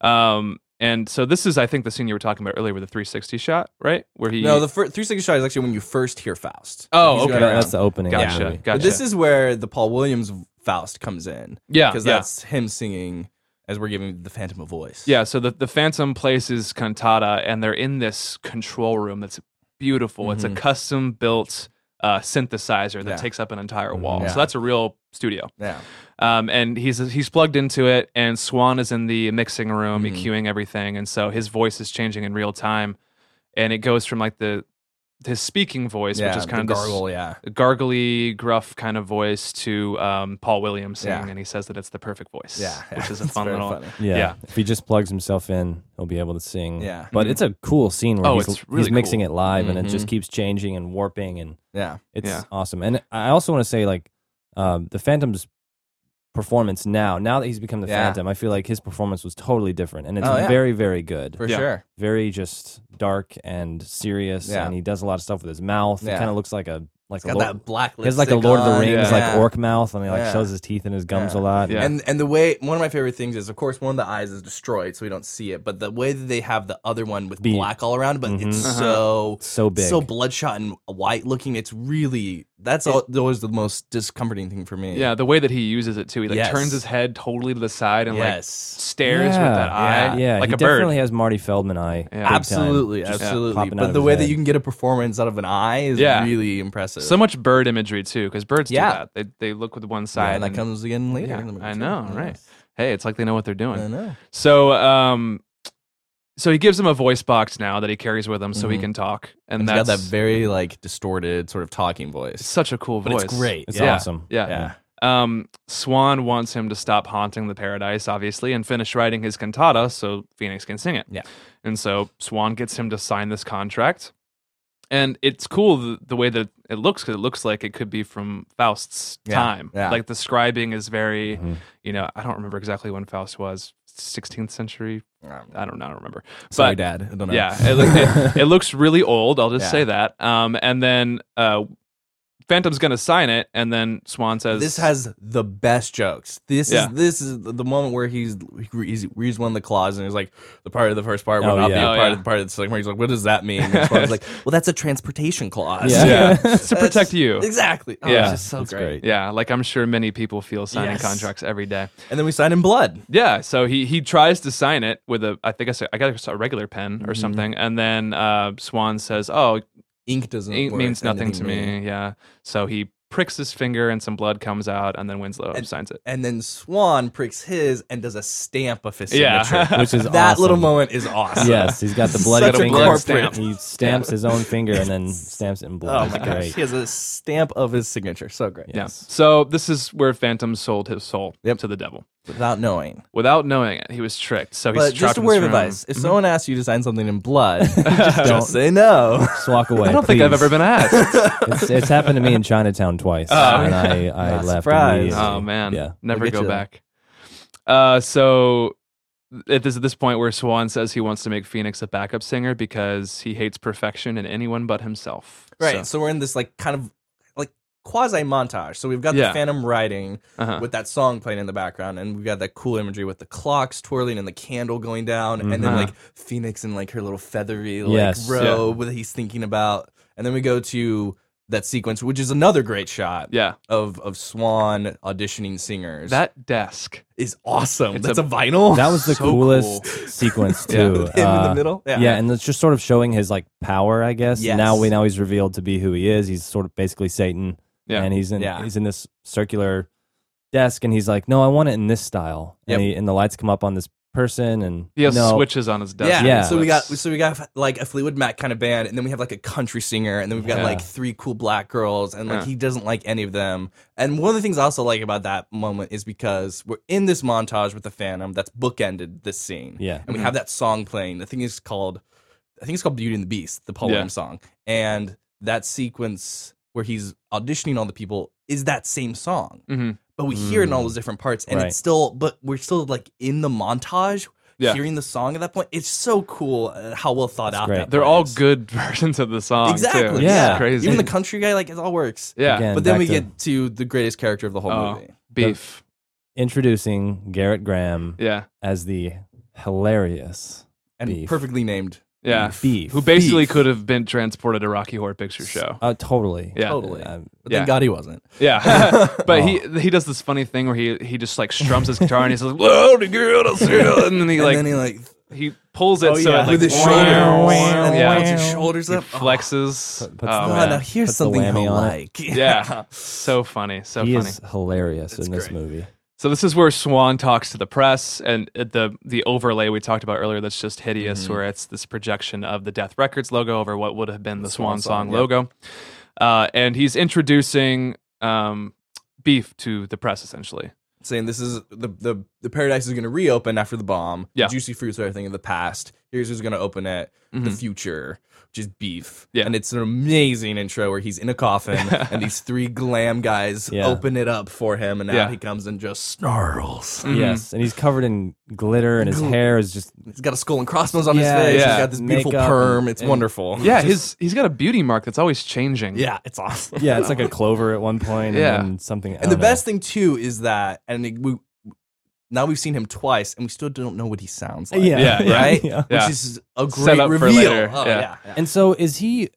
[SPEAKER 3] Um, and so this is, I think, the scene you were talking about earlier with the 360 shot, right? Where he
[SPEAKER 4] No, the fir- 360 shot is actually when you first hear Faust.
[SPEAKER 3] Oh,
[SPEAKER 4] He's
[SPEAKER 3] okay.
[SPEAKER 2] Yeah,
[SPEAKER 4] going around.
[SPEAKER 2] that's the opening. of the
[SPEAKER 3] Gotcha.
[SPEAKER 2] movie.
[SPEAKER 3] Gotcha.
[SPEAKER 4] But this is where the Paul Williams Faust comes in.
[SPEAKER 3] yeah,
[SPEAKER 4] Because
[SPEAKER 3] yeah.
[SPEAKER 4] that's him singing as we're giving the Phantom a voice.
[SPEAKER 3] Yeah, so the, the Phantom places Cantata, and they're in this control room that's beautiful. It's a
[SPEAKER 4] Mhm.
[SPEAKER 3] custom built uh, synthesizer that
[SPEAKER 4] Yeah.
[SPEAKER 3] takes up an entire wall.
[SPEAKER 4] Yeah.
[SPEAKER 3] So that's a real studio.
[SPEAKER 4] Yeah.
[SPEAKER 3] Um, and he's he's plugged into it, and Swan is in the mixing room,
[SPEAKER 4] Mhm.
[SPEAKER 3] EQing everything, and so his voice is changing in real time, and it goes from like the his speaking voice,
[SPEAKER 4] yeah.
[SPEAKER 3] which is kind
[SPEAKER 4] the
[SPEAKER 3] of this
[SPEAKER 4] gargle, yeah.
[SPEAKER 3] gargly, gruff kind of voice, to um, Paul Williams singing,
[SPEAKER 4] Yeah.
[SPEAKER 3] and he says that it's the perfect voice,
[SPEAKER 4] Yeah.
[SPEAKER 3] which is a
[SPEAKER 4] It's
[SPEAKER 3] fun
[SPEAKER 4] very
[SPEAKER 3] little
[SPEAKER 4] funny.
[SPEAKER 2] Yeah.
[SPEAKER 3] Yeah.
[SPEAKER 2] If he just plugs himself in, he'll be able to sing.
[SPEAKER 4] Yeah. Mm-hmm.
[SPEAKER 2] But it's a cool scene where
[SPEAKER 3] Oh,
[SPEAKER 2] he's,
[SPEAKER 3] it's really
[SPEAKER 2] he's mixing
[SPEAKER 3] cool.
[SPEAKER 2] it live and it
[SPEAKER 4] Mhm.
[SPEAKER 2] just keeps changing and warping and
[SPEAKER 4] Yeah.
[SPEAKER 2] it's
[SPEAKER 3] Yeah.
[SPEAKER 2] awesome. And I also want to say like um, the Phantom's performance now, now that he's become the
[SPEAKER 4] Yeah.
[SPEAKER 2] Phantom, I feel like his performance was totally different and it's
[SPEAKER 4] Oh, yeah.
[SPEAKER 2] very very good.
[SPEAKER 4] For
[SPEAKER 3] Yeah.
[SPEAKER 4] sure.
[SPEAKER 2] very just dark and serious
[SPEAKER 4] Yeah.
[SPEAKER 2] and he does a lot of stuff with his mouth. It
[SPEAKER 4] Yeah.
[SPEAKER 2] kind of looks like a like
[SPEAKER 4] It's
[SPEAKER 2] a
[SPEAKER 4] got
[SPEAKER 2] Lord-
[SPEAKER 4] that black
[SPEAKER 2] he has like a
[SPEAKER 4] lipstick
[SPEAKER 2] Lord of the
[SPEAKER 4] on.
[SPEAKER 2] Rings like
[SPEAKER 4] Yeah.
[SPEAKER 2] orc mouth and he like
[SPEAKER 4] Yeah.
[SPEAKER 2] shows his teeth and his gums
[SPEAKER 4] Yeah.
[SPEAKER 2] a lot.
[SPEAKER 3] Yeah.
[SPEAKER 4] And and the way one of my favorite things is of course one of the eyes is destroyed so we don't see it but the way that they have the other one with
[SPEAKER 2] Be-
[SPEAKER 4] black all around but it's
[SPEAKER 2] Mhm.
[SPEAKER 3] Uh-huh.
[SPEAKER 4] so
[SPEAKER 2] So big.
[SPEAKER 4] so bloodshot and white looking it's really that's al- always the most discomforting thing for me.
[SPEAKER 3] Yeah, the way that he uses it too. He like
[SPEAKER 4] Yes.
[SPEAKER 3] turns his head totally to the side and like
[SPEAKER 4] Yes.
[SPEAKER 3] stares with that eye.
[SPEAKER 2] Yeah,
[SPEAKER 3] like
[SPEAKER 2] he
[SPEAKER 3] a
[SPEAKER 2] definitely
[SPEAKER 3] bird.
[SPEAKER 2] has Marty Feldman eye.
[SPEAKER 3] Yeah.
[SPEAKER 2] big time.
[SPEAKER 4] Absolutely,
[SPEAKER 2] Just
[SPEAKER 4] absolutely.
[SPEAKER 2] popping out
[SPEAKER 4] But
[SPEAKER 2] of
[SPEAKER 4] the
[SPEAKER 2] his
[SPEAKER 4] way
[SPEAKER 2] head.
[SPEAKER 4] that you can get a performance out of an eye is
[SPEAKER 3] Yeah.
[SPEAKER 4] really impressive.
[SPEAKER 3] So much bird imagery too, because birds
[SPEAKER 4] Yeah.
[SPEAKER 3] do that. They they look with one
[SPEAKER 4] Yeah,
[SPEAKER 3] side.
[SPEAKER 4] and that
[SPEAKER 3] and-
[SPEAKER 4] comes again later.
[SPEAKER 3] Yeah,
[SPEAKER 4] in the movie
[SPEAKER 3] I
[SPEAKER 4] too. Mm-hmm.
[SPEAKER 3] know, right. Hey, it's like they know what they're doing.
[SPEAKER 4] I know.
[SPEAKER 3] So, um, so he gives him a voice box now that he carries with him, so he
[SPEAKER 4] Mhm.
[SPEAKER 3] can talk, and,
[SPEAKER 4] And he's got
[SPEAKER 3] that's
[SPEAKER 4] that very like distorted sort of talking voice.
[SPEAKER 3] such a cool
[SPEAKER 4] But
[SPEAKER 3] voice.
[SPEAKER 4] it's great.
[SPEAKER 2] It's
[SPEAKER 3] Yeah.
[SPEAKER 2] awesome.
[SPEAKER 3] Yeah.
[SPEAKER 4] Yeah.
[SPEAKER 3] Um, Swan wants him to stop haunting the paradise, obviously, and finish writing his cantata so Phoenix can sing it.
[SPEAKER 4] Yeah.
[SPEAKER 3] And so Swan gets him to sign this contract. And it's cool the, the way that it looks 'cause it looks like it could be from Faust's
[SPEAKER 4] Yeah,
[SPEAKER 3] time.
[SPEAKER 4] yeah. Mm-hmm.
[SPEAKER 3] Like the scribing is very,
[SPEAKER 2] Mhm.
[SPEAKER 3] you know, I don't remember exactly when Faust was, 16th century.
[SPEAKER 4] Um,
[SPEAKER 3] I don't know, I don't remember.
[SPEAKER 4] Sorry,
[SPEAKER 3] But-
[SPEAKER 4] Dad. I don't know.
[SPEAKER 3] Yeah, it, look, it, it looks really old. I'll just
[SPEAKER 4] Yeah.
[SPEAKER 3] say that. Um, and then uh, Phantom's gonna sign it, and then Swan says,
[SPEAKER 4] this has the best jokes. This
[SPEAKER 3] Yeah.
[SPEAKER 4] is this is the moment where he's he's, he's one of the claws and he's like the part of the first part will
[SPEAKER 2] Oh,
[SPEAKER 4] not be
[SPEAKER 2] yeah.
[SPEAKER 4] a
[SPEAKER 3] Oh,
[SPEAKER 4] part
[SPEAKER 3] yeah.
[SPEAKER 4] of the part of the second part. He's like, what does that mean? And Swan's like, well, that's a transportation clause.
[SPEAKER 2] Yeah.
[SPEAKER 3] yeah,
[SPEAKER 2] Yeah.
[SPEAKER 3] to protect you.
[SPEAKER 4] Exactly. Oh,
[SPEAKER 3] Yeah.
[SPEAKER 4] it's just so
[SPEAKER 2] That's
[SPEAKER 4] great.
[SPEAKER 2] great.
[SPEAKER 3] Yeah, like I'm sure many people feel signing
[SPEAKER 4] Yes.
[SPEAKER 3] contracts every day.
[SPEAKER 4] And then we sign in blood.
[SPEAKER 3] Yeah, so he he tries to sign it with a I think I said I got a regular pen
[SPEAKER 4] Mm-hmm.
[SPEAKER 3] or something, and then uh, Swan says, "Oh,
[SPEAKER 4] Ink doesn't
[SPEAKER 3] ink
[SPEAKER 4] work,
[SPEAKER 3] means nothing to
[SPEAKER 4] anything
[SPEAKER 3] me." Yeah, so he pricks his finger and some blood comes out, and then Winslow
[SPEAKER 4] And-
[SPEAKER 3] signs it.
[SPEAKER 4] And then Swan pricks his and does a stamp of his
[SPEAKER 3] Yeah.
[SPEAKER 4] signature.
[SPEAKER 2] Which is
[SPEAKER 4] that little
[SPEAKER 2] awesome.
[SPEAKER 4] moment is awesome.
[SPEAKER 2] Yes, he's got the
[SPEAKER 4] Such
[SPEAKER 2] bloody
[SPEAKER 4] a
[SPEAKER 2] finger.
[SPEAKER 4] blood
[SPEAKER 3] stamp.
[SPEAKER 2] He stamps his own finger and then stamps it in blood.
[SPEAKER 4] Oh
[SPEAKER 2] It's
[SPEAKER 4] my gosh.
[SPEAKER 2] great.
[SPEAKER 4] He has a stamp of his signature. So great.
[SPEAKER 3] Yeah.
[SPEAKER 2] Yes.
[SPEAKER 3] So this is where Phantom sold his soul
[SPEAKER 4] Yep.
[SPEAKER 3] to the devil
[SPEAKER 4] Without knowing.
[SPEAKER 3] without knowing it. He was tricked. So he's
[SPEAKER 4] But
[SPEAKER 3] trapped
[SPEAKER 4] just a
[SPEAKER 3] in this
[SPEAKER 4] word of
[SPEAKER 3] room.
[SPEAKER 4] advice: if someone asks you to sign something in blood, just,
[SPEAKER 2] Don't.
[SPEAKER 4] say no.
[SPEAKER 2] Just walk away.
[SPEAKER 3] I don't think I've
[SPEAKER 2] please.
[SPEAKER 3] ever been asked.
[SPEAKER 2] It's, it's happened to me in Chinatown twice, and I, I
[SPEAKER 4] Not
[SPEAKER 2] left
[SPEAKER 4] surprised.
[SPEAKER 2] immediately.
[SPEAKER 3] oh man,
[SPEAKER 2] Yeah.
[SPEAKER 3] never
[SPEAKER 4] We'll get
[SPEAKER 3] go
[SPEAKER 4] you there.
[SPEAKER 3] back. Uh, so it is at this point where Swan says he wants to make Phoenix a backup singer because he hates perfection in anyone but himself.
[SPEAKER 4] Right. So. we're in this like kind of like quasi montage. So we've got
[SPEAKER 3] Yeah.
[SPEAKER 4] the Phantom riding
[SPEAKER 3] Uh-huh.
[SPEAKER 4] with that song playing in the background, and we've got that cool imagery with the clocks twirling and the candle going down, and then
[SPEAKER 3] Mhm.
[SPEAKER 4] like Phoenix in like her little feathery like
[SPEAKER 2] Mm-hmm. Yes. Yeah.
[SPEAKER 4] robe that he's thinking about, and then we go to that sequence, which is another great shot
[SPEAKER 3] yeah,
[SPEAKER 4] of of Swan auditioning singers.
[SPEAKER 3] that desk.
[SPEAKER 4] is awesome.
[SPEAKER 3] It's
[SPEAKER 4] That's
[SPEAKER 3] a-
[SPEAKER 4] a, vinyl.
[SPEAKER 2] That was the
[SPEAKER 3] So
[SPEAKER 2] coolest sequence
[SPEAKER 3] Yeah.
[SPEAKER 2] too.
[SPEAKER 4] Him in
[SPEAKER 2] Uh,
[SPEAKER 4] the middle.
[SPEAKER 2] Yeah. and it's just sort of showing his like power, I guess.
[SPEAKER 4] Yes.
[SPEAKER 2] Now we now he's revealed to be who he is. He's sort of basically Satan,
[SPEAKER 3] Yeah.
[SPEAKER 2] and he's in
[SPEAKER 4] Yeah.
[SPEAKER 2] he's in this circular desk, and he's like, "No, I want it in this style."
[SPEAKER 4] Yep.
[SPEAKER 2] And, he, and the lights come up on this person, and
[SPEAKER 3] He has
[SPEAKER 2] no,
[SPEAKER 3] switches on his desk.
[SPEAKER 4] Yeah.
[SPEAKER 2] Yeah.
[SPEAKER 4] So we got so we got like a Fleetwood Mac kind of band, and then we have like a country singer, and then we've got
[SPEAKER 2] Yeah.
[SPEAKER 4] like three cool black girls, and like
[SPEAKER 3] Yeah.
[SPEAKER 4] he doesn't like any of them. And one of the things I also like about that moment is because we're in this montage with the Phantom that's bookended this scene.
[SPEAKER 2] Yeah.
[SPEAKER 4] And we
[SPEAKER 3] Mm-hmm.
[SPEAKER 4] have that song playing. The thing is called I think it's called Beauty and the Beast, the Paul
[SPEAKER 3] Yeah.
[SPEAKER 4] Williams song. And that sequence where he's auditioning all the people is that same song.
[SPEAKER 3] hmm
[SPEAKER 4] But we hear it in all
[SPEAKER 3] Mm.
[SPEAKER 4] those different parts and
[SPEAKER 2] Right.
[SPEAKER 4] it's still but we're still like in the montage
[SPEAKER 3] Yeah.
[SPEAKER 4] hearing the song at that point. It's so cool uh, how well thought
[SPEAKER 2] That's
[SPEAKER 4] out.
[SPEAKER 2] great.
[SPEAKER 4] That
[SPEAKER 3] They're
[SPEAKER 4] part
[SPEAKER 3] all
[SPEAKER 4] is.
[SPEAKER 3] good versions of the song. too.
[SPEAKER 4] Exactly.
[SPEAKER 3] It's
[SPEAKER 2] Yeah.
[SPEAKER 3] crazy.
[SPEAKER 4] Even the country guy, like it all works.
[SPEAKER 3] yeah,
[SPEAKER 2] Again,
[SPEAKER 4] but then
[SPEAKER 2] back
[SPEAKER 4] we
[SPEAKER 2] to
[SPEAKER 4] get to the greatest character of the whole
[SPEAKER 3] Oh.
[SPEAKER 4] movie.
[SPEAKER 3] beef.
[SPEAKER 2] introducing Garrett Graham
[SPEAKER 3] Yeah,
[SPEAKER 2] as the hilarious
[SPEAKER 4] And
[SPEAKER 2] Beef.
[SPEAKER 4] perfectly named.
[SPEAKER 3] yeah.
[SPEAKER 2] beef,
[SPEAKER 3] Who basically
[SPEAKER 4] Beef.
[SPEAKER 3] could have been transported to Rocky Horror Picture Show.
[SPEAKER 2] Uh, totally.
[SPEAKER 3] Yeah.
[SPEAKER 4] Totally.
[SPEAKER 2] Um,
[SPEAKER 4] But thank
[SPEAKER 3] Yeah.
[SPEAKER 4] God he wasn't.
[SPEAKER 3] Yeah, but he he does this funny thing where he he just like strums his guitar and he's like, "Well, the girl is here," and then he
[SPEAKER 4] And
[SPEAKER 3] like
[SPEAKER 4] then
[SPEAKER 3] he,
[SPEAKER 4] he like
[SPEAKER 3] pulls it so it, like,
[SPEAKER 4] with his shoulders.
[SPEAKER 3] wow,
[SPEAKER 4] and
[SPEAKER 3] yeah,
[SPEAKER 4] then puts his shoulders
[SPEAKER 3] He
[SPEAKER 4] up.
[SPEAKER 3] flexes.
[SPEAKER 2] puts
[SPEAKER 3] Oh,
[SPEAKER 4] Oh,
[SPEAKER 2] the-
[SPEAKER 4] God,
[SPEAKER 3] man.
[SPEAKER 4] now here's
[SPEAKER 2] Puts the
[SPEAKER 4] something
[SPEAKER 2] whammy
[SPEAKER 4] he'll
[SPEAKER 2] on it.
[SPEAKER 4] like.
[SPEAKER 3] yeah, so funny, so
[SPEAKER 2] he
[SPEAKER 3] funny.
[SPEAKER 2] is hilarious in this
[SPEAKER 4] great.
[SPEAKER 2] movie.
[SPEAKER 3] So this is where Swan talks to the press, and uh, the the overlay we talked about earlier that's just hideous, where it's this projection of the Death Records logo over what would have been the, Swan, Song
[SPEAKER 4] Swan song, yeah.
[SPEAKER 3] logo, uh, and he's introducing um, Beef to the press essentially.
[SPEAKER 4] saying this is the the, the paradise is going to reopen after the bomb.
[SPEAKER 3] Yeah.
[SPEAKER 4] Juicy fruits are a thing of the past. Here's who's going to open it. The
[SPEAKER 3] Mhm.
[SPEAKER 4] future, which is beef.
[SPEAKER 3] Yeah.
[SPEAKER 4] And it's an amazing intro where he's in a coffin and these three glam guys
[SPEAKER 2] Yeah.
[SPEAKER 4] open it up for him and now
[SPEAKER 3] Yeah.
[SPEAKER 4] he comes and just snarls.
[SPEAKER 3] Mhm.
[SPEAKER 2] Yes, and he's covered in glitter, and his
[SPEAKER 4] Mm-hmm. Gl-
[SPEAKER 2] hair is just
[SPEAKER 4] He's got a skull and crossbones on
[SPEAKER 2] Yeah,
[SPEAKER 4] his face.
[SPEAKER 3] yeah.
[SPEAKER 4] He's got this beautiful
[SPEAKER 2] Makeup
[SPEAKER 4] perm.
[SPEAKER 2] and-
[SPEAKER 4] It's
[SPEAKER 2] and-
[SPEAKER 4] wonderful.
[SPEAKER 3] Yeah, his he's got a beauty mark that's always changing.
[SPEAKER 4] Yeah, it's awesome.
[SPEAKER 2] yeah, it's like a clover at one point,
[SPEAKER 3] Yeah.
[SPEAKER 2] and then something. I
[SPEAKER 4] And the
[SPEAKER 2] don't know.
[SPEAKER 4] best thing too is that and it- we now we've seen him twice and we still don't know what he sounds like.
[SPEAKER 2] yeah,
[SPEAKER 3] Yeah, yeah.
[SPEAKER 4] right?
[SPEAKER 2] Yeah.
[SPEAKER 3] Yeah.
[SPEAKER 4] Which is a
[SPEAKER 3] Set
[SPEAKER 4] great
[SPEAKER 3] up for
[SPEAKER 4] reveal.
[SPEAKER 3] later,
[SPEAKER 4] Oh,
[SPEAKER 3] yeah.
[SPEAKER 4] yeah, yeah.
[SPEAKER 2] And so is he?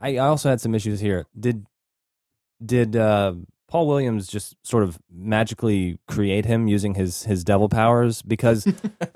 [SPEAKER 2] I I also had some issues here. Did did uh, Paul Williams just sort of magically create him using his his devil powers? Because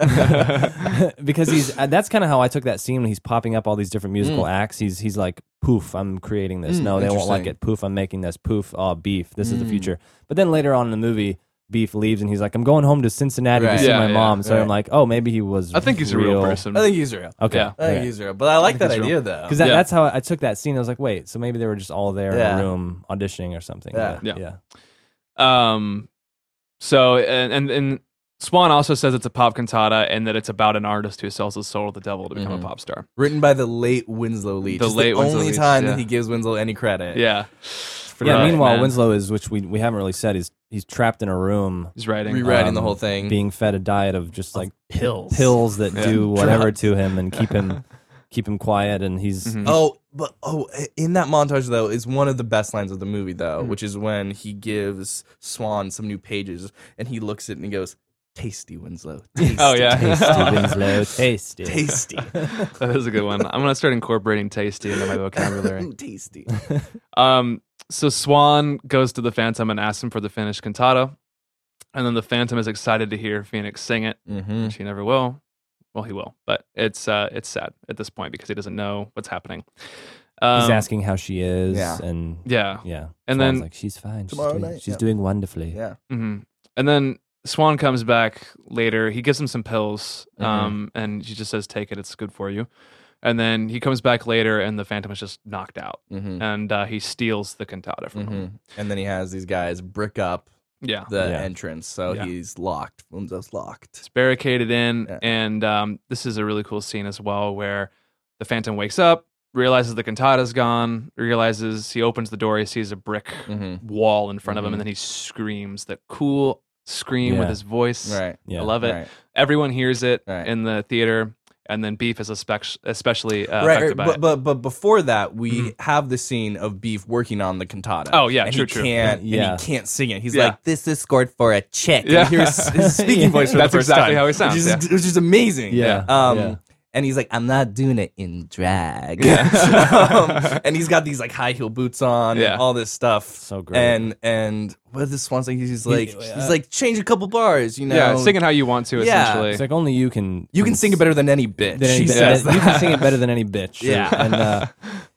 [SPEAKER 2] because he's uh, that's kind of how I took that scene when he's popping up all these different musical
[SPEAKER 3] Mm.
[SPEAKER 2] acts. He's he's like poof, I'm creating this.
[SPEAKER 4] Mm,
[SPEAKER 2] no, they won't like
[SPEAKER 4] interesting.
[SPEAKER 2] it. Poof, I'm making this. Poof, oh beef. This is the
[SPEAKER 4] Mm.
[SPEAKER 2] future. But then later on in the movie. Beef leaves and he's like, I'm going home to Cincinnati
[SPEAKER 4] Right.
[SPEAKER 2] to see
[SPEAKER 3] Yeah,
[SPEAKER 2] my
[SPEAKER 3] yeah,
[SPEAKER 2] mom. So I'm
[SPEAKER 4] right.
[SPEAKER 2] like, oh, maybe he was.
[SPEAKER 3] I think he's a real person.
[SPEAKER 4] I think he's real.
[SPEAKER 2] Okay.
[SPEAKER 3] Yeah.
[SPEAKER 4] I think he's real. But I like that idea though.
[SPEAKER 2] Because that,
[SPEAKER 3] Yeah.
[SPEAKER 2] that's how I took that scene. I was like, wait, so maybe they were just all there
[SPEAKER 4] Yeah.
[SPEAKER 2] in a room auditioning or something.
[SPEAKER 4] Yeah.
[SPEAKER 2] Yeah.
[SPEAKER 3] Yeah. Um, so and and, and Swan also says it's a pop cantata and that it's about an artist who sells his soul to the devil to become
[SPEAKER 4] Mhm.
[SPEAKER 3] a pop star.
[SPEAKER 4] Written by the late Winslow Leach.
[SPEAKER 3] The
[SPEAKER 4] It's
[SPEAKER 3] late
[SPEAKER 4] the
[SPEAKER 3] Winslow
[SPEAKER 4] only
[SPEAKER 3] Leach,
[SPEAKER 4] time
[SPEAKER 3] yeah.
[SPEAKER 4] that he gives Winslow any credit.
[SPEAKER 3] Yeah.
[SPEAKER 2] Yeah,
[SPEAKER 3] Right,
[SPEAKER 2] meanwhile,
[SPEAKER 3] man.
[SPEAKER 2] Winslow is, which we, we haven't really said, is he's trapped in a room
[SPEAKER 3] He's writing.
[SPEAKER 4] rewriting
[SPEAKER 2] Um,
[SPEAKER 4] the whole thing.
[SPEAKER 2] being fed a diet of just like
[SPEAKER 4] pills.
[SPEAKER 2] pills that
[SPEAKER 3] Mm-hmm. Yeah.
[SPEAKER 2] do whatever to him and keep him keep him quiet and he's
[SPEAKER 3] Mhm.
[SPEAKER 4] Oh, but oh, in that montage though is one of the best lines of the movie though,
[SPEAKER 3] Hmm.
[SPEAKER 4] which is when he gives Swan some new pages and he looks at it and he goes, "Tasty Winslow, tasty,
[SPEAKER 3] Oh, yeah.
[SPEAKER 2] tasty Winslow, tasty.
[SPEAKER 4] tasty,
[SPEAKER 3] that is a good one. I'm gonna start incorporating tasty into my vocabulary.
[SPEAKER 4] tasty."
[SPEAKER 3] Um, so Swan goes to the Phantom and asks him for the finished cantata, and then the Phantom is excited to hear Phoenix sing it.
[SPEAKER 4] Mm-hmm.
[SPEAKER 3] She never will. Well, he will, but it's uh, it's sad at this point because he doesn't know what's happening. Um,
[SPEAKER 2] he's asking how she is
[SPEAKER 4] yeah.
[SPEAKER 2] and
[SPEAKER 3] Yeah.
[SPEAKER 2] yeah. Swan's
[SPEAKER 3] And then
[SPEAKER 2] like she's fine. She's
[SPEAKER 4] Tomorrow
[SPEAKER 2] doing,
[SPEAKER 4] night,
[SPEAKER 2] she's
[SPEAKER 4] yeah.
[SPEAKER 2] doing wonderfully.
[SPEAKER 4] Yeah,
[SPEAKER 3] hmm And then Swan comes back later. He gives him some pills,
[SPEAKER 4] Mm-hmm.
[SPEAKER 3] um, and she just says, "Take it. It's good for you." And then he comes back later, and the Phantom is just knocked out,
[SPEAKER 4] mm-hmm.
[SPEAKER 3] and uh, he steals the cantata from
[SPEAKER 4] hmm
[SPEAKER 3] him.
[SPEAKER 4] and then he has these guys brick up
[SPEAKER 3] Yeah,
[SPEAKER 4] the
[SPEAKER 2] Yeah.
[SPEAKER 4] entrance, so
[SPEAKER 3] Yeah.
[SPEAKER 4] he's locked. Winslow's locked.
[SPEAKER 3] it's barricaded in,
[SPEAKER 4] Yeah.
[SPEAKER 3] and um, this is a really cool scene as well, where the Phantom wakes up, realizes the cantata's gone, realizes he opens the door, he sees a brick
[SPEAKER 4] Mm-hmm.
[SPEAKER 3] wall in front of him,
[SPEAKER 4] Mhm.
[SPEAKER 3] and then he screams that cool scream
[SPEAKER 2] Yeah.
[SPEAKER 3] with his voice.
[SPEAKER 4] Right.
[SPEAKER 2] Yeah.
[SPEAKER 3] I love it.
[SPEAKER 4] Right.
[SPEAKER 3] everyone hears it
[SPEAKER 4] Right.
[SPEAKER 3] in the theater, and then Beef is espec- especially uh,
[SPEAKER 4] right,
[SPEAKER 3] affected
[SPEAKER 4] right.
[SPEAKER 3] by
[SPEAKER 4] But,
[SPEAKER 3] it.
[SPEAKER 4] but but before that, we have the scene of Beef working on the cantata.
[SPEAKER 3] Oh, yeah,
[SPEAKER 4] and
[SPEAKER 3] true,
[SPEAKER 4] he
[SPEAKER 3] true.
[SPEAKER 4] Can't,
[SPEAKER 2] Yeah.
[SPEAKER 4] and he can't sing it. He's
[SPEAKER 3] Yeah.
[SPEAKER 4] like, "This is scored for a chick."
[SPEAKER 3] Yeah.
[SPEAKER 4] and here's his speaking
[SPEAKER 2] Yeah.
[SPEAKER 4] voice. For
[SPEAKER 3] That's
[SPEAKER 4] the first
[SPEAKER 3] exactly
[SPEAKER 4] time,
[SPEAKER 3] how he sounds,
[SPEAKER 4] which is,
[SPEAKER 3] yeah.
[SPEAKER 4] which is amazing.
[SPEAKER 2] Yeah.
[SPEAKER 4] Um,
[SPEAKER 2] Yeah.
[SPEAKER 4] and he's like, "I'm not doing it in drag." um, and he's got these like high heel boots on,
[SPEAKER 3] Yeah.
[SPEAKER 4] and all this stuff.
[SPEAKER 2] So great. uh,
[SPEAKER 4] And and what is this Swan's like? He's like,
[SPEAKER 2] yeah.
[SPEAKER 4] he's like, change a couple bars, you know?
[SPEAKER 3] yeah, singing how you want to,
[SPEAKER 4] Yeah.
[SPEAKER 3] essentially.
[SPEAKER 2] It's like only you can
[SPEAKER 4] You can sing it better than any bitch.
[SPEAKER 2] than any
[SPEAKER 4] she
[SPEAKER 2] bi-
[SPEAKER 4] says
[SPEAKER 2] you can
[SPEAKER 4] that.
[SPEAKER 2] sing it better than any bitch.
[SPEAKER 4] Yeah.
[SPEAKER 2] and uh,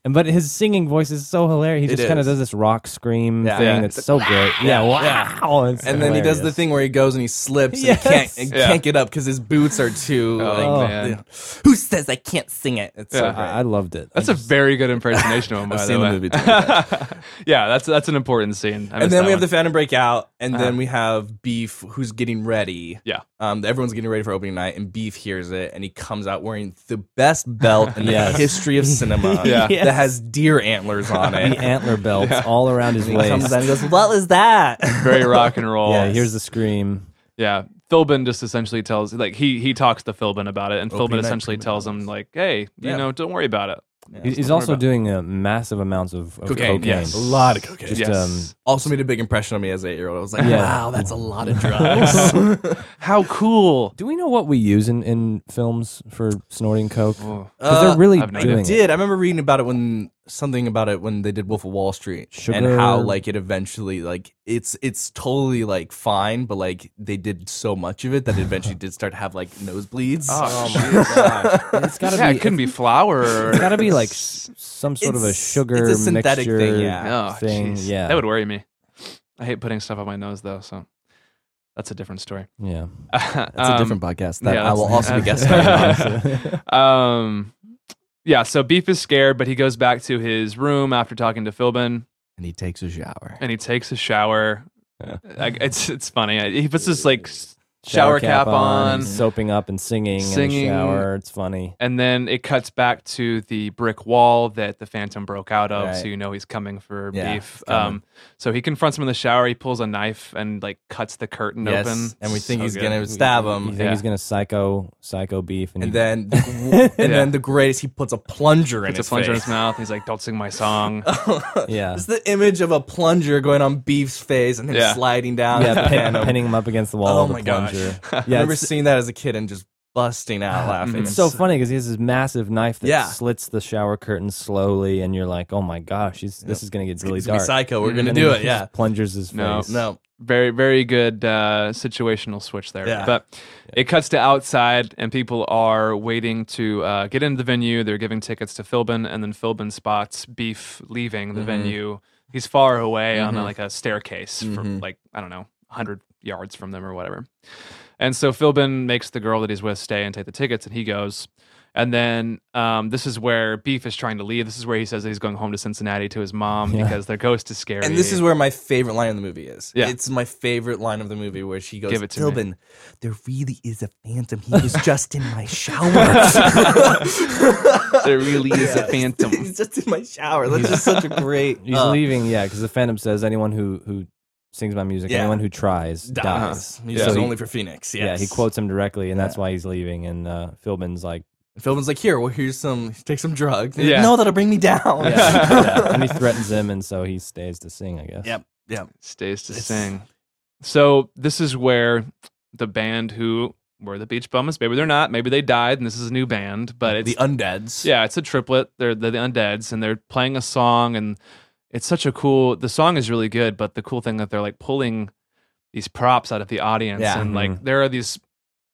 [SPEAKER 2] and but his singing voice is so hilarious. He
[SPEAKER 4] It
[SPEAKER 2] just kind of
[SPEAKER 4] is.
[SPEAKER 2] does this rock scream
[SPEAKER 4] Yeah.
[SPEAKER 2] thing.
[SPEAKER 4] Yeah.
[SPEAKER 2] That's so great. Yeah, wow. It's
[SPEAKER 4] and then he does the
[SPEAKER 2] hilarious.
[SPEAKER 4] thing where he goes and he slips
[SPEAKER 2] Yes.
[SPEAKER 4] and can't and
[SPEAKER 3] Yeah.
[SPEAKER 4] can't get up because his boots are too. like,
[SPEAKER 3] oh, man.
[SPEAKER 4] yeah. Who says I can't sing it? It's so
[SPEAKER 3] Yeah.
[SPEAKER 4] great.
[SPEAKER 2] I, I loved it.
[SPEAKER 3] That's
[SPEAKER 2] I
[SPEAKER 3] a very good impersonation of him, by
[SPEAKER 4] seen
[SPEAKER 3] the
[SPEAKER 4] the
[SPEAKER 3] way.
[SPEAKER 4] movie too,
[SPEAKER 3] yeah, that's that's an important scene. I
[SPEAKER 4] and
[SPEAKER 3] missed
[SPEAKER 4] then
[SPEAKER 3] that
[SPEAKER 4] we have the
[SPEAKER 3] one.
[SPEAKER 4] Phantom break out, and
[SPEAKER 3] Uh-huh.
[SPEAKER 4] then we have Beef, who's getting ready.
[SPEAKER 3] Yeah.
[SPEAKER 4] um, everyone's getting ready for opening night, and Beef hears it, and he comes out wearing the best belt in
[SPEAKER 2] Yes.
[SPEAKER 4] the history of cinema.
[SPEAKER 3] Yeah.
[SPEAKER 2] Yes.
[SPEAKER 4] that has deer antlers on
[SPEAKER 2] the
[SPEAKER 4] it.
[SPEAKER 2] antler belts all around his waist.
[SPEAKER 4] comes out and goes, "What was that?"
[SPEAKER 3] very rock and roll.
[SPEAKER 2] yeah, here's the scream.
[SPEAKER 3] Yeah. Philbin just essentially tells like he he talks to Philbin about it, and
[SPEAKER 4] Opening
[SPEAKER 3] Philbin
[SPEAKER 4] night
[SPEAKER 3] essentially
[SPEAKER 4] prima
[SPEAKER 3] tells him like, "Hey, you
[SPEAKER 4] Yeah.
[SPEAKER 3] know, don't worry about it."
[SPEAKER 2] He- He's also doing uh, massive amounts of, of cocaine.
[SPEAKER 4] Cocaine, yes. A lot of cocaine.
[SPEAKER 2] Just,
[SPEAKER 3] yes.
[SPEAKER 2] um,
[SPEAKER 4] also made a big impression on me as an eight year old. I was like,
[SPEAKER 2] Yeah.
[SPEAKER 4] "Wow, that's a lot of drugs."
[SPEAKER 3] How cool!
[SPEAKER 2] do we know what we use in, in films for snorting coke? Because
[SPEAKER 4] Uh,
[SPEAKER 2] they're really
[SPEAKER 3] I've no idea.
[SPEAKER 2] doing
[SPEAKER 4] I
[SPEAKER 2] it.
[SPEAKER 4] did. I remember reading about it when something about it when they did Wolf of Wall Street
[SPEAKER 2] Sugar.
[SPEAKER 4] and how like it eventually like it's it's totally like fine, but like they did so much of it that it eventually did start to have like nosebleeds.
[SPEAKER 2] It's gotta
[SPEAKER 3] yeah,
[SPEAKER 2] be.
[SPEAKER 3] it couldn't be flour. Or...
[SPEAKER 2] It's gotta be like s- some sort of a
[SPEAKER 4] It's-
[SPEAKER 2] sugar
[SPEAKER 4] it's a synthetic
[SPEAKER 2] mixture
[SPEAKER 4] thing, yeah.
[SPEAKER 3] Oh,
[SPEAKER 2] thing.
[SPEAKER 3] jeez.
[SPEAKER 2] Yeah,
[SPEAKER 3] That would worry me. I hate putting stuff on my nose though, so that's a different story. Um,
[SPEAKER 2] yeah.
[SPEAKER 3] that's
[SPEAKER 4] That's a different podcast that
[SPEAKER 3] yeah,
[SPEAKER 4] I will
[SPEAKER 3] that's-
[SPEAKER 4] also be guest starring on.
[SPEAKER 3] um yeah, so Beef is scared, but he goes back to his room after talking to Philbin
[SPEAKER 4] And he takes a shower.
[SPEAKER 3] and he takes a shower.
[SPEAKER 2] Yeah.
[SPEAKER 3] I, it's it's funny. I- He puts this like s- shower cap on,
[SPEAKER 2] soaping up and singing, in
[SPEAKER 3] Singing.
[SPEAKER 2] the shower. It's funny.
[SPEAKER 3] and then it cuts back to the brick wall that the Phantom broke out of. So
[SPEAKER 4] Right.
[SPEAKER 3] you know he's coming for
[SPEAKER 4] Yeah,
[SPEAKER 3] Beef.
[SPEAKER 4] he's coming.
[SPEAKER 3] Um, so he confronts him in the shower. He pulls a knife and like cuts the curtain
[SPEAKER 4] Yes,
[SPEAKER 3] open,
[SPEAKER 4] and we think
[SPEAKER 3] So
[SPEAKER 4] he's
[SPEAKER 3] good.
[SPEAKER 4] gonna stab
[SPEAKER 2] You
[SPEAKER 4] him.
[SPEAKER 2] think
[SPEAKER 3] Yeah.
[SPEAKER 2] he's gonna psycho psycho beef, and,
[SPEAKER 4] And
[SPEAKER 2] he-
[SPEAKER 4] then, and then the greatest, he puts a plunger in
[SPEAKER 3] It's a
[SPEAKER 4] his
[SPEAKER 3] plunger in
[SPEAKER 4] face.
[SPEAKER 3] his mouth. He's like, "Don't sing my song."
[SPEAKER 2] yeah,
[SPEAKER 4] It's the image of a plunger going on Beef's face and him
[SPEAKER 3] Yeah.
[SPEAKER 4] sliding down.
[SPEAKER 2] yeah,
[SPEAKER 4] the
[SPEAKER 2] pin,
[SPEAKER 4] piano.
[SPEAKER 2] pinning him up against the wall.
[SPEAKER 4] Oh
[SPEAKER 2] with a
[SPEAKER 4] my gosh.
[SPEAKER 2] plunger.
[SPEAKER 4] I
[SPEAKER 2] Yeah,
[SPEAKER 4] remember
[SPEAKER 2] it's,
[SPEAKER 4] seeing that as a kid and just busting out laughing.
[SPEAKER 2] it's so funny because he has this massive knife that
[SPEAKER 4] Yeah.
[SPEAKER 2] slits the shower curtain slowly, and you're like, oh my gosh, he's, this is gonna get really
[SPEAKER 4] It's gonna be
[SPEAKER 2] dark. Mm-hmm.
[SPEAKER 4] psycho. We're
[SPEAKER 3] Mhm.
[SPEAKER 4] gonna
[SPEAKER 2] And
[SPEAKER 4] do
[SPEAKER 2] then
[SPEAKER 4] it.
[SPEAKER 2] he
[SPEAKER 4] Yeah.
[SPEAKER 2] just plunges his
[SPEAKER 3] No.
[SPEAKER 2] face.
[SPEAKER 4] No.
[SPEAKER 3] very very good uh, situational switch there.
[SPEAKER 4] Yeah.
[SPEAKER 3] But it cuts to outside, and people are waiting to uh, get into the venue. They're giving tickets to Philbin, and then Philbin spots Beef
[SPEAKER 4] Mm-hmm. Mm-hmm.
[SPEAKER 3] leaving the venue. He's far away on uh, like a staircase from like I don't know. 100 yards from them or whatever. And so Philbin makes the girl that he's with stay and take the tickets, and he goes. And then um, this is where Beef is trying to leave. This is where he says that he's going home to Cincinnati to his mom
[SPEAKER 2] Yeah.
[SPEAKER 3] because their ghost is scary.
[SPEAKER 4] And this is where my favorite line of the movie is.
[SPEAKER 3] Yeah.
[SPEAKER 4] It's my favorite line of the movie where she goes,
[SPEAKER 3] Give it to me.
[SPEAKER 4] Philbin, there really is a phantom. He was just in my shower.
[SPEAKER 3] there really is a phantom.
[SPEAKER 4] He's just in my shower. That's just such a great.
[SPEAKER 2] He's
[SPEAKER 4] uh,
[SPEAKER 2] leaving, yeah, because the Phantom says anyone who who sings my music,
[SPEAKER 4] Yeah.
[SPEAKER 2] anyone who tries dies.
[SPEAKER 4] Dies. He
[SPEAKER 2] So
[SPEAKER 4] says
[SPEAKER 2] he-
[SPEAKER 4] only for Phoenix.
[SPEAKER 2] Yeah,
[SPEAKER 4] Yes.
[SPEAKER 2] he quotes him directly, and that's why he's leaving. And uh, Philbin's like,
[SPEAKER 4] Philbin's like, here, well, here's some, take some drugs.
[SPEAKER 3] Yeah.
[SPEAKER 4] No, that'll bring me down.
[SPEAKER 2] yeah. and he threatens him, and so he stays to sing, I guess.
[SPEAKER 4] Yep. Yep.
[SPEAKER 3] stays to
[SPEAKER 4] It's-
[SPEAKER 3] sing. So this is where the band who were the Beach Bums, maybe they're not, maybe they died, and this is a new band, but it's
[SPEAKER 4] the undeads.
[SPEAKER 3] yeah, it's a triplet. They're, they're the Undead's, and they're playing a song, and it's such a cool. The song is really good, but the cool thing that they're like pulling these props out of the audience,
[SPEAKER 4] Yeah. Mm-hmm.
[SPEAKER 3] and like there are these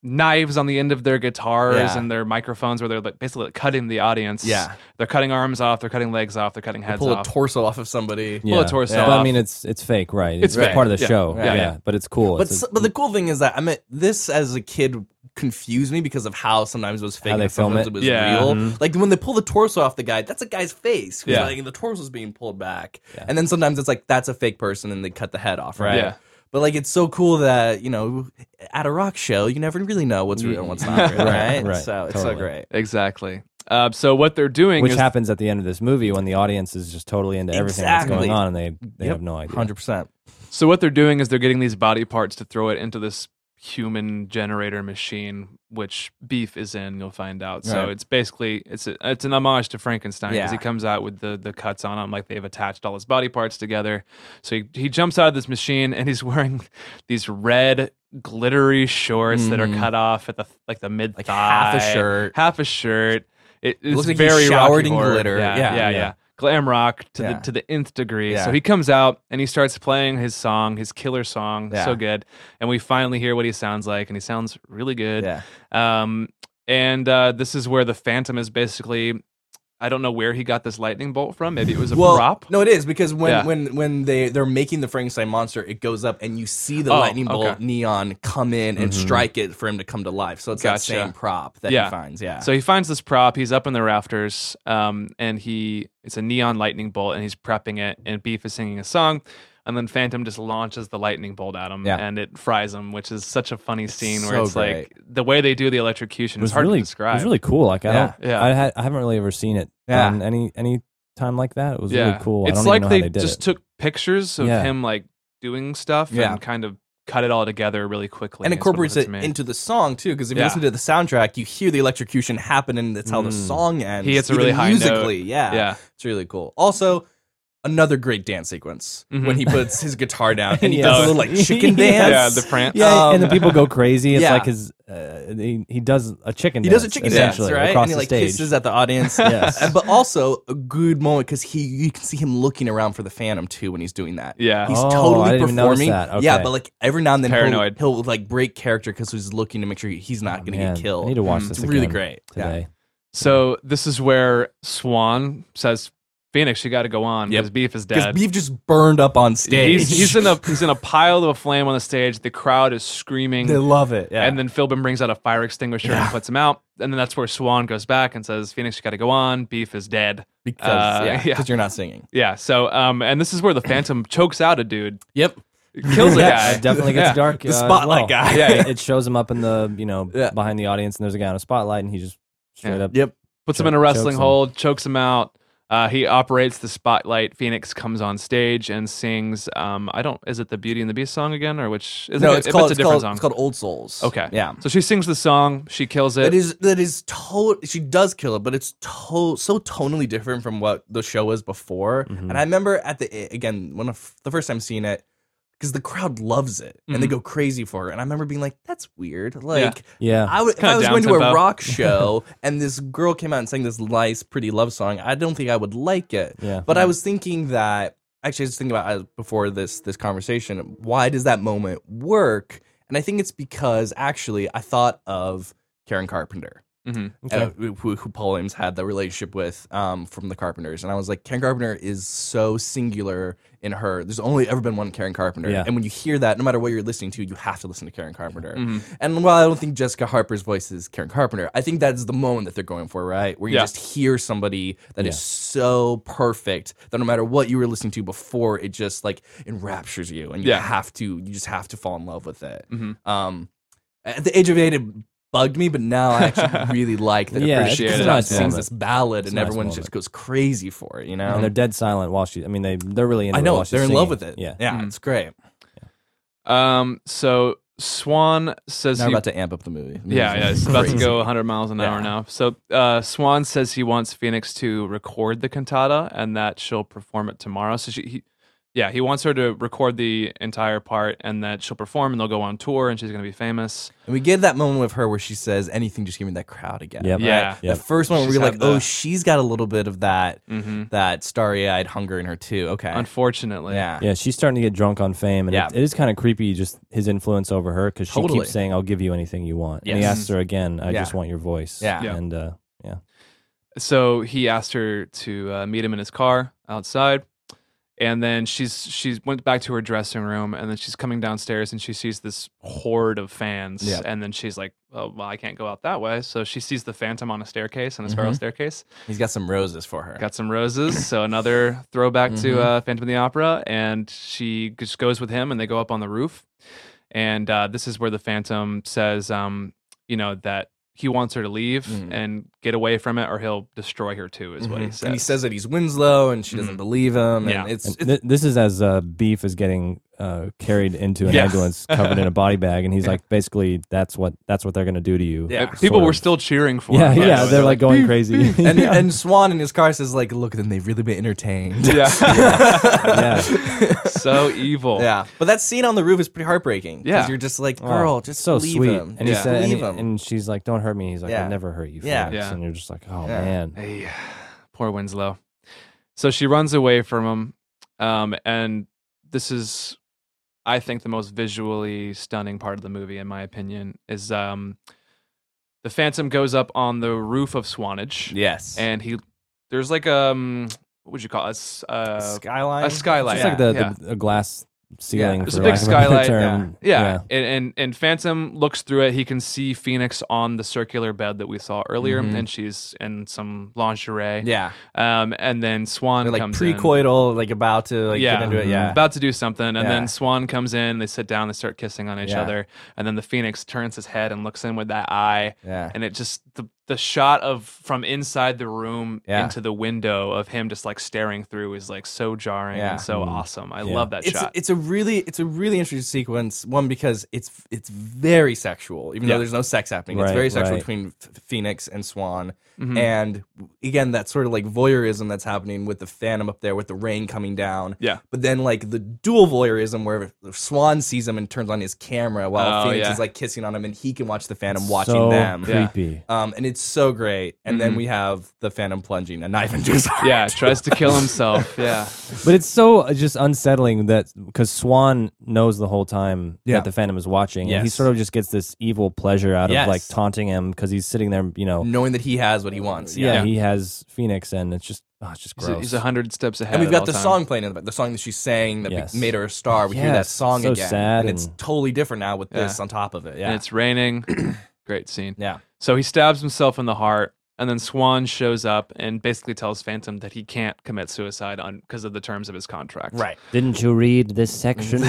[SPEAKER 3] knives on the end of their guitars
[SPEAKER 4] Yeah.
[SPEAKER 3] and their microphones, where they're like basically like, cutting the audience.
[SPEAKER 4] Yeah.
[SPEAKER 3] they're cutting arms off, they're cutting legs off, they're cutting
[SPEAKER 4] They
[SPEAKER 3] heads
[SPEAKER 4] pull a
[SPEAKER 3] off.
[SPEAKER 4] torso off of somebody.
[SPEAKER 3] Pull a torso
[SPEAKER 2] But I
[SPEAKER 3] off.
[SPEAKER 2] mean, it's it's fake, right? It's,
[SPEAKER 3] It's fake.
[SPEAKER 2] part of the
[SPEAKER 3] Yeah.
[SPEAKER 2] show.
[SPEAKER 4] Yeah.
[SPEAKER 2] Yeah.
[SPEAKER 3] Yeah.
[SPEAKER 2] but it's cool.
[SPEAKER 4] But
[SPEAKER 2] It's a-
[SPEAKER 4] so, but the cool thing is that I mean this as a kid confused me because of how sometimes it was fake
[SPEAKER 2] How they
[SPEAKER 4] and
[SPEAKER 2] film
[SPEAKER 4] sometimes
[SPEAKER 2] it.
[SPEAKER 4] was
[SPEAKER 3] Yeah. mm-hmm.
[SPEAKER 4] real. Like when they pull the torso off the guy, that's a guy's face. 'cause,
[SPEAKER 3] Yeah.
[SPEAKER 4] like, the torso's being pulled back, and then sometimes it's like that's a fake person and they cut the head off, right?
[SPEAKER 3] Yeah.
[SPEAKER 4] But like it's so cool that you know at a rock show you never really know what's real and what's not real,
[SPEAKER 2] Right,
[SPEAKER 4] right?
[SPEAKER 2] right,
[SPEAKER 4] So it's
[SPEAKER 2] totally.
[SPEAKER 4] so great.
[SPEAKER 3] Exactly. Uh, so what they're doing
[SPEAKER 2] which
[SPEAKER 3] is
[SPEAKER 2] happens at the end of this movie when the audience is just totally into everything that's going
[SPEAKER 4] Exactly.
[SPEAKER 2] on, and they they
[SPEAKER 4] Yep.
[SPEAKER 2] have no idea.
[SPEAKER 4] Hundred percent.
[SPEAKER 3] So what they're doing is they're getting these body parts to throw it into this human generator machine, which Beef is in. You'll find out. So
[SPEAKER 4] Right.
[SPEAKER 3] it's basically it's a, it's an homage to Frankenstein because he
[SPEAKER 4] Yeah.
[SPEAKER 3] comes out with the the cuts on him, like they've attached all his body parts together. So he he jumps out of this machine and he's wearing these red glittery shorts that are
[SPEAKER 4] Mhm.
[SPEAKER 3] cut off at the like the mid thigh,
[SPEAKER 4] Like half a shirt.
[SPEAKER 3] half a shirt. It, it's
[SPEAKER 4] looks like he
[SPEAKER 3] very
[SPEAKER 4] showered
[SPEAKER 3] Rocky
[SPEAKER 4] in
[SPEAKER 3] Horror.
[SPEAKER 4] glitter.
[SPEAKER 3] Yeah, yeah,
[SPEAKER 4] Yeah,
[SPEAKER 3] yeah.
[SPEAKER 4] yeah.
[SPEAKER 3] Glam rock to
[SPEAKER 4] Yeah.
[SPEAKER 3] the to the nth degree. So
[SPEAKER 4] Yeah.
[SPEAKER 3] he comes out and he starts playing his song, his killer song,
[SPEAKER 4] Yeah.
[SPEAKER 3] so good. And we finally hear what he sounds like, and he sounds really good.
[SPEAKER 4] Yeah.
[SPEAKER 3] Um, and uh, this is where the Phantom is basically. I don't know where he got this lightning bolt from. Maybe it was a prop.
[SPEAKER 4] No, it is because when
[SPEAKER 3] Yeah.
[SPEAKER 4] when when they they're making the Frankenstein monster, it goes up and you see the
[SPEAKER 3] Oh,
[SPEAKER 4] lightning bolt
[SPEAKER 3] okay. Mm-hmm.
[SPEAKER 4] neon come in and strike it for him to come to life. So it's
[SPEAKER 3] Gotcha.
[SPEAKER 4] that same prop that
[SPEAKER 3] Yeah.
[SPEAKER 4] he finds. Yeah.
[SPEAKER 3] So he finds this prop. He's up in the rafters, um, and he it's a neon lightning bolt, and he's prepping it. And Beef is singing a song, and then Phantom just launches the lightning bolt at him,
[SPEAKER 4] Yeah.
[SPEAKER 3] and it fries him, which is such a funny scene where
[SPEAKER 4] so
[SPEAKER 3] it's like the way they do the electrocution
[SPEAKER 2] It
[SPEAKER 3] is
[SPEAKER 2] was
[SPEAKER 3] hard
[SPEAKER 2] really
[SPEAKER 3] to describe.
[SPEAKER 2] it was really cool. Like I
[SPEAKER 4] Yeah.
[SPEAKER 2] don't,
[SPEAKER 3] Yeah.
[SPEAKER 2] I had I haven't really ever seen it
[SPEAKER 4] Yeah.
[SPEAKER 2] done any any time like that. It was really cool. I
[SPEAKER 3] It's
[SPEAKER 2] don't
[SPEAKER 3] like
[SPEAKER 2] even know
[SPEAKER 3] they,
[SPEAKER 2] how they did
[SPEAKER 3] just
[SPEAKER 2] it.
[SPEAKER 3] took pictures of
[SPEAKER 2] Yeah.
[SPEAKER 3] him like doing stuff
[SPEAKER 4] Yeah.
[SPEAKER 3] and kind of cut it all together really quickly.
[SPEAKER 4] and
[SPEAKER 3] is what
[SPEAKER 4] incorporates
[SPEAKER 3] it's
[SPEAKER 4] it
[SPEAKER 3] made.
[SPEAKER 4] into the song too, because if
[SPEAKER 3] Yeah.
[SPEAKER 4] you listen to the soundtrack, you hear the electrocution happen, and that's how the
[SPEAKER 2] Mm.
[SPEAKER 4] song ends.
[SPEAKER 3] He hits a
[SPEAKER 4] even
[SPEAKER 3] really high note.
[SPEAKER 4] musically. Yeah,
[SPEAKER 3] yeah.
[SPEAKER 4] it's really cool. Also, another great dance sequence
[SPEAKER 3] Mhm.
[SPEAKER 4] when he puts his guitar down and he
[SPEAKER 2] Yeah.
[SPEAKER 4] does a little like chicken dance.
[SPEAKER 3] Yeah, the France.
[SPEAKER 2] Yeah,
[SPEAKER 4] Um,
[SPEAKER 2] and the people go crazy. It's
[SPEAKER 4] yeah.
[SPEAKER 2] like his uh, he, he does a chicken.
[SPEAKER 4] He
[SPEAKER 2] dance,
[SPEAKER 4] does a chicken dance,
[SPEAKER 2] essentially,
[SPEAKER 4] right?
[SPEAKER 2] Across
[SPEAKER 4] and he
[SPEAKER 2] the
[SPEAKER 4] like
[SPEAKER 2] stage.
[SPEAKER 4] kisses at the audience.
[SPEAKER 2] Yes.
[SPEAKER 4] And- but also a good moment because he you can see him looking around for the Phantom too when he's doing that.
[SPEAKER 3] Yeah.
[SPEAKER 4] He's
[SPEAKER 2] Oh,
[SPEAKER 4] totally
[SPEAKER 2] I didn't even notice
[SPEAKER 4] performing.
[SPEAKER 2] that.
[SPEAKER 4] Yeah,
[SPEAKER 2] Okay.
[SPEAKER 4] but like every now and then
[SPEAKER 3] Paranoid.
[SPEAKER 4] He'll, he'll like break character because he's looking to make sure he's not going to
[SPEAKER 2] Oh, Man,
[SPEAKER 4] get killed. Mm-hmm.
[SPEAKER 2] I need to watch
[SPEAKER 3] Mm.
[SPEAKER 2] this.
[SPEAKER 4] it's really
[SPEAKER 2] again
[SPEAKER 4] great. Yeah.
[SPEAKER 2] today.
[SPEAKER 3] So this is where Swan says, "Phoenix, you got to go on
[SPEAKER 4] Yep.
[SPEAKER 3] because Beef is
[SPEAKER 4] Because
[SPEAKER 3] dead."
[SPEAKER 4] Beef just burned up on stage.
[SPEAKER 3] he's, he's in a he's in a pile of a flame on the stage. The crowd is screaming.
[SPEAKER 4] they love it. Yeah.
[SPEAKER 3] And then Philbin brings out a fire extinguisher and puts him out. And then that's where Swan goes back and says, "Phoenix, you got to go on. Beef is dead."
[SPEAKER 4] because
[SPEAKER 3] uh,
[SPEAKER 4] yeah,
[SPEAKER 3] yeah.
[SPEAKER 4] 'cause you're not singing.
[SPEAKER 3] Yeah. So, um, and this is where the Phantom chokes out a dude,
[SPEAKER 4] Yep.
[SPEAKER 3] kills a
[SPEAKER 2] Yeah,
[SPEAKER 3] guy.
[SPEAKER 2] it definitely gets
[SPEAKER 3] Yeah.
[SPEAKER 2] dark.
[SPEAKER 4] The
[SPEAKER 2] uh, as
[SPEAKER 4] spotlight
[SPEAKER 2] well.
[SPEAKER 4] guy.
[SPEAKER 2] Yeah, it shows him up in the you know
[SPEAKER 4] Yeah.
[SPEAKER 2] behind the audience, and there's a guy on a spotlight, and he just straight
[SPEAKER 3] Yeah.
[SPEAKER 2] up.
[SPEAKER 4] Yep.
[SPEAKER 3] puts him in a
[SPEAKER 2] Choke-
[SPEAKER 3] wrestling
[SPEAKER 2] chokes him.
[SPEAKER 3] hold, chokes him out. Uh, he operates the spotlight. Phoenix comes on stage and sings. Um, I don't. Is it the Beauty and the Beast song again, or which? Is
[SPEAKER 4] no,
[SPEAKER 3] it,
[SPEAKER 4] it's called,
[SPEAKER 3] a
[SPEAKER 4] it's,
[SPEAKER 3] different
[SPEAKER 4] called,
[SPEAKER 3] song.
[SPEAKER 4] it's called Old Souls.
[SPEAKER 3] okay.
[SPEAKER 4] Yeah.
[SPEAKER 3] So she sings the song. She kills it.
[SPEAKER 4] That is that is to- she does kill it, but it's to- so tonally different from what the show was before.
[SPEAKER 3] Mm-hmm.
[SPEAKER 4] And I remember at the again when I f- the first time seeing it because the crowd loves it and they
[SPEAKER 3] Mhm.
[SPEAKER 4] go crazy for her. And I remember being like, "That's weird." Like
[SPEAKER 2] Yeah,
[SPEAKER 4] I would, if
[SPEAKER 3] kinda
[SPEAKER 4] I was going to
[SPEAKER 3] down-tempo.
[SPEAKER 4] a rock show and this girl came out and sang this nice, pretty love song, I don't think I would like it.
[SPEAKER 2] Yeah.
[SPEAKER 4] But I was thinking that actually, I was thinking about uh, before this this conversation. Why does that moment work? And I think it's because actually, I thought of Karen Carpenter
[SPEAKER 3] Mm-hmm.
[SPEAKER 4] uh, who, who Paul Ames had the relationship with um, from the Carpenters. And I was like, Karen Carpenter is so singular in her. There's only ever been one Karen Carpenter.
[SPEAKER 2] Yeah. Mm-hmm.
[SPEAKER 4] And when you hear that, no matter what you're listening to, you have to listen to Karen Carpenter.
[SPEAKER 3] Mm-hmm.
[SPEAKER 4] And while I don't think Jessica Harper's voice is Karen Carpenter, I think that's the moment that they're going for, right? Where you
[SPEAKER 3] Yeah.
[SPEAKER 4] just hear somebody that is so perfect that no matter what you were listening to before, it just like enraptures you. And you
[SPEAKER 3] Yeah. Mm-hmm.
[SPEAKER 4] have to, you just have to fall in love with it. Um, at the age of eight, it bugged me, but now I actually really like that.
[SPEAKER 2] Yeah,
[SPEAKER 4] appreciate
[SPEAKER 3] it's
[SPEAKER 4] it.
[SPEAKER 3] a nice
[SPEAKER 4] It sings
[SPEAKER 2] moment.
[SPEAKER 4] this ballad,
[SPEAKER 2] It's a
[SPEAKER 4] and
[SPEAKER 2] nice
[SPEAKER 4] everyone
[SPEAKER 2] moment.
[SPEAKER 4] just goes crazy for it. You know,
[SPEAKER 2] And they're dead silent while she. I mean, they they're really. Into
[SPEAKER 4] I
[SPEAKER 2] it
[SPEAKER 4] know
[SPEAKER 2] while she's
[SPEAKER 4] they're in love
[SPEAKER 2] singing.
[SPEAKER 4] with it.
[SPEAKER 2] Yeah.
[SPEAKER 4] yeah,
[SPEAKER 3] Mm.
[SPEAKER 4] it's great.
[SPEAKER 3] Um, so Swan says
[SPEAKER 4] Now
[SPEAKER 3] he
[SPEAKER 4] we're about to amp up the movie. The
[SPEAKER 3] Yeah,
[SPEAKER 4] movie's
[SPEAKER 3] yeah, it's about to
[SPEAKER 4] crazy.
[SPEAKER 3] go 100 miles an hour
[SPEAKER 4] Yeah.
[SPEAKER 3] now. So uh, Swan says he wants Phoenix to record the cantata and that she'll perform it tomorrow. So she, he, yeah, he wants her to record the entire part and that she'll perform and they'll go on tour and she's gonna be famous.
[SPEAKER 4] And we get that moment with her where she says, "Anything, just give me that crowd again."
[SPEAKER 2] Yep.
[SPEAKER 3] Yeah.
[SPEAKER 4] The
[SPEAKER 2] Yep.
[SPEAKER 4] first one where
[SPEAKER 3] She's
[SPEAKER 4] we're like,
[SPEAKER 3] had the-
[SPEAKER 4] "Oh, she's got a little bit of that that starry-eyed hunger in her too." Okay,
[SPEAKER 3] Unfortunately,
[SPEAKER 4] Mm-hmm. yeah,
[SPEAKER 2] Yeah, she's starting to get drunk on fame, and
[SPEAKER 4] Yeah.
[SPEAKER 2] it, it is kind of creepy. Just his influence over her because she
[SPEAKER 4] Totally.
[SPEAKER 2] keeps saying, "I'll give you anything you want," and he
[SPEAKER 4] Yes.
[SPEAKER 2] asks her again, "I
[SPEAKER 4] Yeah.
[SPEAKER 2] just want your voice."
[SPEAKER 4] Yeah.
[SPEAKER 3] Yeah.
[SPEAKER 2] and uh, yeah,
[SPEAKER 3] so he asked her to uh, meet him in his car outside and then she's she's went back to her dressing room and then she's coming downstairs and she sees this horde of fans
[SPEAKER 4] Yeah.
[SPEAKER 3] and then she's like oh, well i can't go out that way so she sees the phantom on a staircase on a spiral staircase
[SPEAKER 4] he's got some roses for her.
[SPEAKER 3] got some roses so another throwback to uh, phantom of the opera and she just goes with him and they go up on the roof and uh, this is where the phantom says um, you know that he wants her to leave
[SPEAKER 4] Mhm.
[SPEAKER 3] and get away from it or he'll destroy her too is what he
[SPEAKER 4] Mhm.
[SPEAKER 3] says
[SPEAKER 4] And he says that he's Winslow, and she doesn't believe him.
[SPEAKER 3] Yeah.
[SPEAKER 4] and it's,
[SPEAKER 2] Mm. And
[SPEAKER 4] it's
[SPEAKER 2] thi- this is as uh, Beef is getting uh, carried into an
[SPEAKER 3] Yeah.
[SPEAKER 2] ambulance covered in a body bag, and he's like, basically, that's what that's what they're gonna do to you.
[SPEAKER 3] Uh,
[SPEAKER 4] Yeah.
[SPEAKER 3] people
[SPEAKER 2] Sort
[SPEAKER 3] were
[SPEAKER 2] of.
[SPEAKER 3] still cheering for
[SPEAKER 2] yeah,
[SPEAKER 3] him.
[SPEAKER 2] yeah. They're like going crazy.
[SPEAKER 4] and and Swan in his car says like, "Look, then they've really been entertained."
[SPEAKER 3] yeah.
[SPEAKER 2] yeah.
[SPEAKER 3] so evil.
[SPEAKER 4] Yeah, but that scene on the roof is pretty heartbreaking. 'cause
[SPEAKER 3] Yeah.
[SPEAKER 4] you're just like, girl,
[SPEAKER 2] Oh,
[SPEAKER 4] just
[SPEAKER 2] so
[SPEAKER 4] leave
[SPEAKER 2] sweet.
[SPEAKER 4] him.
[SPEAKER 2] And
[SPEAKER 3] Yeah.
[SPEAKER 2] he said, and,
[SPEAKER 4] leave
[SPEAKER 2] he-
[SPEAKER 4] him.
[SPEAKER 2] and she's like, "Don't hurt me." He's like,
[SPEAKER 4] Yeah.
[SPEAKER 2] "I'll never hurt you."
[SPEAKER 4] Yeah.
[SPEAKER 2] Phoenix."
[SPEAKER 3] Yeah.
[SPEAKER 2] And you're just like, "Oh
[SPEAKER 4] Yeah.
[SPEAKER 2] man."
[SPEAKER 3] Hey, poor Winslow. So she runs away from him. Um, and this is, I think, the most visually stunning part of the movie, in my opinion, is um, the Phantom goes up on the roof of Swanage.
[SPEAKER 4] yes,
[SPEAKER 3] And he, there's like um, what would you call it? A s-
[SPEAKER 4] A
[SPEAKER 3] Uh,
[SPEAKER 4] skyline,
[SPEAKER 3] a skylight.
[SPEAKER 2] It's
[SPEAKER 3] Yeah.
[SPEAKER 2] like the, the a glass ceiling.
[SPEAKER 4] Yeah.
[SPEAKER 2] for
[SPEAKER 3] It's a
[SPEAKER 2] lack
[SPEAKER 3] big
[SPEAKER 2] of better
[SPEAKER 3] skylight,
[SPEAKER 2] term.
[SPEAKER 3] Yeah, And, and and Phantom looks through it. He can see Phoenix on the circular bed that we saw earlier,
[SPEAKER 4] Mhm.
[SPEAKER 3] and she's in some lingerie.
[SPEAKER 4] yeah,
[SPEAKER 3] Um, and then Swan
[SPEAKER 4] They're, like
[SPEAKER 3] comes
[SPEAKER 4] precoital, like about to like
[SPEAKER 3] in. Yeah, Mm-hmm.
[SPEAKER 4] get into it. Yeah,
[SPEAKER 3] about to do something, and
[SPEAKER 4] Yeah.
[SPEAKER 3] then Swan comes in. They sit down, they start kissing on each
[SPEAKER 4] Yeah.
[SPEAKER 3] other, and then the Phoenix turns his head and looks in with that eye,
[SPEAKER 4] yeah.
[SPEAKER 3] and it just the the shot of from inside the room
[SPEAKER 4] Yeah.
[SPEAKER 3] into the window of him just like staring through is like so jarring
[SPEAKER 4] Yeah.
[SPEAKER 3] and so
[SPEAKER 2] Mm.
[SPEAKER 3] awesome. I
[SPEAKER 2] Yeah.
[SPEAKER 3] love that
[SPEAKER 4] it's,
[SPEAKER 3] shot.
[SPEAKER 4] it's a really it's a really interesting sequence. One because it's it's very sexual, even
[SPEAKER 3] Yeah.
[SPEAKER 4] though there's no sex happening.
[SPEAKER 2] Right,
[SPEAKER 4] it's very sexual
[SPEAKER 2] right.
[SPEAKER 4] between F- Phoenix and Swan,
[SPEAKER 3] Mhm.
[SPEAKER 4] and again that sort of like voyeurism that's happening with the Phantom up there with the rain coming down.
[SPEAKER 3] Yeah.
[SPEAKER 4] but then like the dual voyeurism where Swan sees him and turns on his camera while
[SPEAKER 3] Oh,
[SPEAKER 4] Phoenix
[SPEAKER 3] yeah.
[SPEAKER 4] is like kissing on him, and he can watch the Phantom
[SPEAKER 2] So
[SPEAKER 4] watching them.
[SPEAKER 2] creepy.
[SPEAKER 4] Um, and it's so great. And then we have the Phantom plunging a knife into his heart.
[SPEAKER 3] Mm-hmm. yeah, tries to kill himself. Yeah.
[SPEAKER 2] But it's so uh, just unsettling that because Swan knows the whole time
[SPEAKER 4] Yeah.
[SPEAKER 2] that the Phantom is watching, and he
[SPEAKER 4] Yes.
[SPEAKER 2] sort of just gets this evil pleasure out
[SPEAKER 4] Yes.
[SPEAKER 2] of like taunting him because he's sitting there, you know.
[SPEAKER 4] knowing that he has what he wants.
[SPEAKER 2] yeah,
[SPEAKER 3] Yeah.
[SPEAKER 2] he has Phoenix, and it's just, oh, it's just
[SPEAKER 3] He's a,
[SPEAKER 2] gross.
[SPEAKER 3] he's a hundred steps ahead.
[SPEAKER 4] And we've
[SPEAKER 3] at
[SPEAKER 4] got
[SPEAKER 3] all
[SPEAKER 4] the
[SPEAKER 3] time.
[SPEAKER 4] song playing in the back, the song that she sang that be-
[SPEAKER 2] Yes.
[SPEAKER 4] made her a star. We hear that
[SPEAKER 2] Yes,
[SPEAKER 4] song
[SPEAKER 2] so
[SPEAKER 4] again,
[SPEAKER 2] sad
[SPEAKER 4] and, it's
[SPEAKER 2] and-
[SPEAKER 4] totally different now with
[SPEAKER 3] Yeah.
[SPEAKER 4] this on top of it. Yeah,
[SPEAKER 3] and it's raining. Great scene.
[SPEAKER 4] yeah,
[SPEAKER 3] So he stabs himself in the heart, and then Swan shows up and basically tells Phantom that he can't commit suicide on because of the terms of his contract.
[SPEAKER 4] right.
[SPEAKER 2] Didn't you read this section?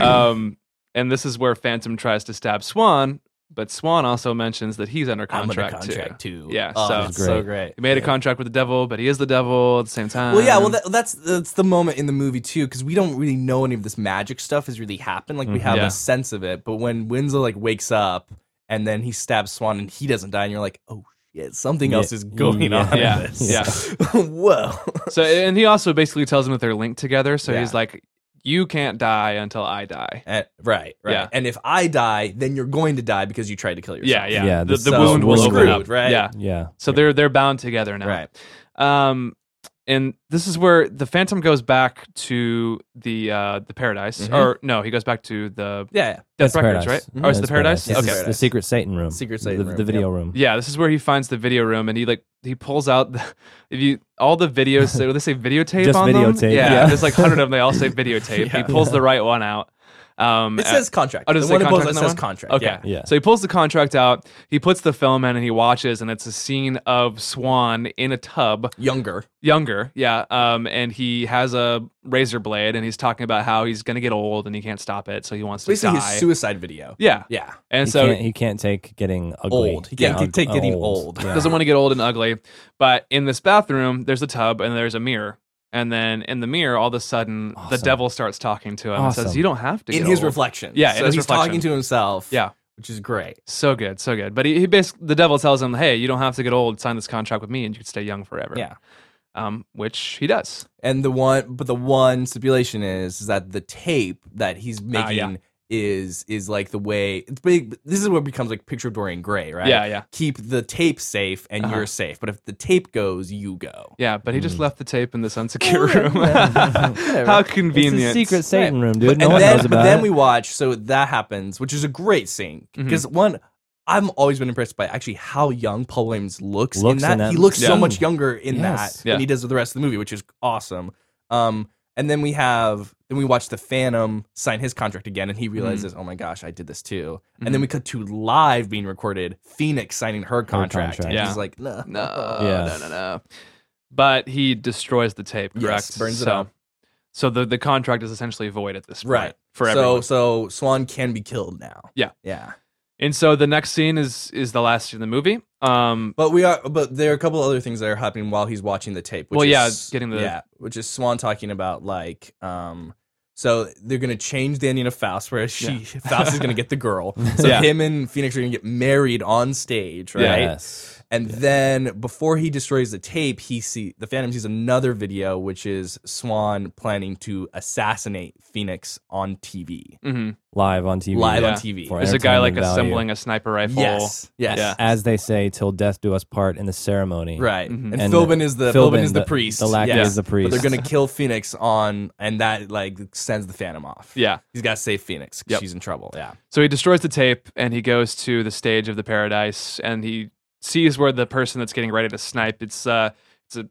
[SPEAKER 3] um, and this is where Phantom tries to stab Swan, but Swan also mentions that he's under
[SPEAKER 4] I'm under
[SPEAKER 3] contract,
[SPEAKER 4] contract
[SPEAKER 3] too.
[SPEAKER 4] too.
[SPEAKER 3] Yeah,
[SPEAKER 4] Oh,
[SPEAKER 3] so
[SPEAKER 4] it's
[SPEAKER 2] great.
[SPEAKER 4] so great.
[SPEAKER 3] he made a
[SPEAKER 4] Yeah.
[SPEAKER 3] contract with the devil, but he is the devil at the same time.
[SPEAKER 4] Well, yeah, well, that, that's that's the moment in the movie too, because we don't really know any of this magic stuff has really happened. Like we have
[SPEAKER 3] Mm-hmm. Yeah.
[SPEAKER 4] a sense of it, but when Winslow like wakes up and then he stabs Swan and he doesn't die, and you're like, oh shit, something
[SPEAKER 2] Yeah. Mm,
[SPEAKER 4] else is going
[SPEAKER 2] Yeah.
[SPEAKER 4] on.
[SPEAKER 3] Yeah.
[SPEAKER 4] in this. whoa.
[SPEAKER 3] so and he also basically tells him that they're linked together. So
[SPEAKER 4] Yeah.
[SPEAKER 3] he's like, "You can't die until I die."
[SPEAKER 4] And- right, right.
[SPEAKER 3] Yeah.
[SPEAKER 4] And if I die, then you're going to die because you tried to kill yourself.
[SPEAKER 3] Yeah, yeah.
[SPEAKER 2] Yeah,
[SPEAKER 3] the
[SPEAKER 2] this
[SPEAKER 3] the
[SPEAKER 4] is
[SPEAKER 3] wound will
[SPEAKER 4] screwed,
[SPEAKER 3] open up,
[SPEAKER 4] right?
[SPEAKER 3] Yeah.
[SPEAKER 2] yeah.
[SPEAKER 3] So they're they're bound together now.
[SPEAKER 4] Right.
[SPEAKER 3] Um, and this is where the Phantom goes back to the uh, the Paradise,
[SPEAKER 4] Mhm.
[SPEAKER 3] or no, he goes back to the
[SPEAKER 4] Yeah,
[SPEAKER 3] Death Records, right?
[SPEAKER 2] Mhm.
[SPEAKER 3] Oh, it's the
[SPEAKER 2] That's
[SPEAKER 3] Paradise.
[SPEAKER 2] This
[SPEAKER 4] It's
[SPEAKER 3] Okay,
[SPEAKER 2] is The secret Satan room.
[SPEAKER 4] Secret
[SPEAKER 2] The-
[SPEAKER 4] Satan
[SPEAKER 2] The,
[SPEAKER 4] room,
[SPEAKER 2] video room.
[SPEAKER 3] Yeah, this is where he finds the video room, and he like he pulls out the, if you all the videos. So they say videotape
[SPEAKER 2] Just
[SPEAKER 3] on them.
[SPEAKER 2] videotape,
[SPEAKER 3] Yeah,
[SPEAKER 2] yeah.
[SPEAKER 3] there's like hundred of them. They all say videotape. He pulls the right one out. Um,
[SPEAKER 4] yeah. It says contract.
[SPEAKER 3] Oh, does it
[SPEAKER 4] the
[SPEAKER 3] say
[SPEAKER 4] one that pulls
[SPEAKER 3] contract
[SPEAKER 4] up
[SPEAKER 3] on that
[SPEAKER 4] says
[SPEAKER 3] one?
[SPEAKER 4] contract.
[SPEAKER 3] Okay.
[SPEAKER 4] Yeah.
[SPEAKER 2] Yeah.
[SPEAKER 3] So he pulls the contract out. He puts the film in and he watches, and it's a scene of Swan in a tub,
[SPEAKER 4] Younger.
[SPEAKER 3] younger. Yeah. Um, and he has a razor blade, and he's talking about how he's going to get old and he can't stop it. So he wants to
[SPEAKER 4] Basically,
[SPEAKER 3] die.
[SPEAKER 4] his suicide video.
[SPEAKER 3] yeah.
[SPEAKER 4] Yeah.
[SPEAKER 3] And
[SPEAKER 2] He,
[SPEAKER 3] so
[SPEAKER 2] can't, he can't take getting ugly.
[SPEAKER 4] Old. He can't
[SPEAKER 2] Yeah,
[SPEAKER 4] ke- take getting old.
[SPEAKER 2] Yeah.
[SPEAKER 3] doesn't want to get old and ugly. But in this bathroom, there's a tub and there's a mirror. And then in the mirror, all of a sudden, the
[SPEAKER 2] Awesome.
[SPEAKER 3] devil starts talking to him and says,
[SPEAKER 2] Awesome.
[SPEAKER 3] "You don't have to."
[SPEAKER 4] In
[SPEAKER 3] get
[SPEAKER 4] his
[SPEAKER 3] old."
[SPEAKER 4] reflection.
[SPEAKER 3] Yeah, in
[SPEAKER 4] So
[SPEAKER 3] his
[SPEAKER 4] he's
[SPEAKER 3] reflection.
[SPEAKER 4] talking to himself.
[SPEAKER 3] Yeah.
[SPEAKER 4] Which is great.
[SPEAKER 3] so good, so good. But he, he basically, the devil tells him, "Hey, you don't have to get old. Sign this contract with me, and you can stay young forever."
[SPEAKER 4] Yeah.
[SPEAKER 3] um, which he does.
[SPEAKER 4] And the one, but the one stipulation is, is that the tape that he's making
[SPEAKER 3] Ah, yeah.
[SPEAKER 4] is is like the way. It's big. This is what becomes like picture of Dorian Gray, right?
[SPEAKER 3] Yeah, yeah,
[SPEAKER 4] Keep the tape safe, and
[SPEAKER 3] Uh-huh.
[SPEAKER 4] you're safe. But if the tape goes, you go.
[SPEAKER 3] yeah. But he just
[SPEAKER 2] Mm.
[SPEAKER 3] left the tape in this unsecure room. How
[SPEAKER 4] Whatever.
[SPEAKER 2] It's
[SPEAKER 3] convenient!
[SPEAKER 2] a secret Satan room, dude. no
[SPEAKER 4] and
[SPEAKER 2] one
[SPEAKER 4] then,
[SPEAKER 2] knows
[SPEAKER 4] but
[SPEAKER 2] about
[SPEAKER 4] then
[SPEAKER 2] it. Mm-hmm.
[SPEAKER 4] we watch. So that happens, which is a great scene because one. I've always been impressed by actually how young Paul Williams looks,
[SPEAKER 2] Looks
[SPEAKER 4] in, that.
[SPEAKER 2] in that
[SPEAKER 4] He looks so
[SPEAKER 2] scene.
[SPEAKER 4] much younger in
[SPEAKER 2] Yes.
[SPEAKER 4] that
[SPEAKER 3] Yeah.
[SPEAKER 4] than he does with the rest of the movie, which is awesome. Um, and then we have then we watch the Phantom sign his contract again, and he
[SPEAKER 2] Mm-hmm.
[SPEAKER 4] realizes, oh my gosh, I did this too. And then we cut to live being recorded, Phoenix signing her contract.
[SPEAKER 2] contract.
[SPEAKER 4] And
[SPEAKER 3] Yeah.
[SPEAKER 4] he's like, no,
[SPEAKER 3] No,
[SPEAKER 2] Yeah.
[SPEAKER 3] no, no, no. But he destroys the tape,
[SPEAKER 4] Yes,
[SPEAKER 3] correct?
[SPEAKER 4] burns it
[SPEAKER 3] so,
[SPEAKER 4] up.
[SPEAKER 3] So the, the contract is essentially void at this point
[SPEAKER 4] right
[SPEAKER 3] for
[SPEAKER 4] So
[SPEAKER 3] everyone.
[SPEAKER 4] so Swan can be killed now.
[SPEAKER 3] Yeah.
[SPEAKER 4] yeah.
[SPEAKER 3] And so the next scene is is the last scene of the movie. Um,
[SPEAKER 4] But we are. But there are a couple other things that are happening while he's watching the tape. Which
[SPEAKER 3] Well, yeah,
[SPEAKER 4] is-
[SPEAKER 3] getting the-
[SPEAKER 4] yeah, which is Swan talking about like, um, so they're gonna change the ending of Faust, whereas she Faust is gonna get the girl. So
[SPEAKER 3] Yeah.
[SPEAKER 4] him and Phoenix are gonna get married on stage, right?
[SPEAKER 3] Yeah.
[SPEAKER 2] Yes.
[SPEAKER 4] And then before he destroys the tape, he see the Phantom sees another video, which is Swan planning to assassinate Phoenix on TV,
[SPEAKER 3] mhm.
[SPEAKER 2] Live on TV.
[SPEAKER 4] live
[SPEAKER 3] Yeah.
[SPEAKER 4] on TV.
[SPEAKER 2] For
[SPEAKER 3] There's a guy like
[SPEAKER 2] entertainment value.
[SPEAKER 3] assembling a sniper rifle.
[SPEAKER 4] Yes, yes.
[SPEAKER 3] Yeah.
[SPEAKER 2] As they say, till death do us part in the ceremony.
[SPEAKER 4] Right.
[SPEAKER 3] Mhm.
[SPEAKER 4] And,
[SPEAKER 2] And
[SPEAKER 4] Philbin is the Philbin,
[SPEAKER 2] Philbin,
[SPEAKER 4] is the,
[SPEAKER 2] the-
[SPEAKER 4] priest.
[SPEAKER 2] the lackey
[SPEAKER 4] Yes.
[SPEAKER 2] is the priest.
[SPEAKER 4] But they're gonna kill Phoenix on and that like sends the Phantom off.
[SPEAKER 3] Yeah.
[SPEAKER 4] He's gotta save Phoenix 'cause
[SPEAKER 3] Yep.
[SPEAKER 4] she's in trouble. Yeah.
[SPEAKER 3] So he destroys the tape and he goes to the stage of the paradise and he sees where the person that's getting ready to snipe. It's uh it's a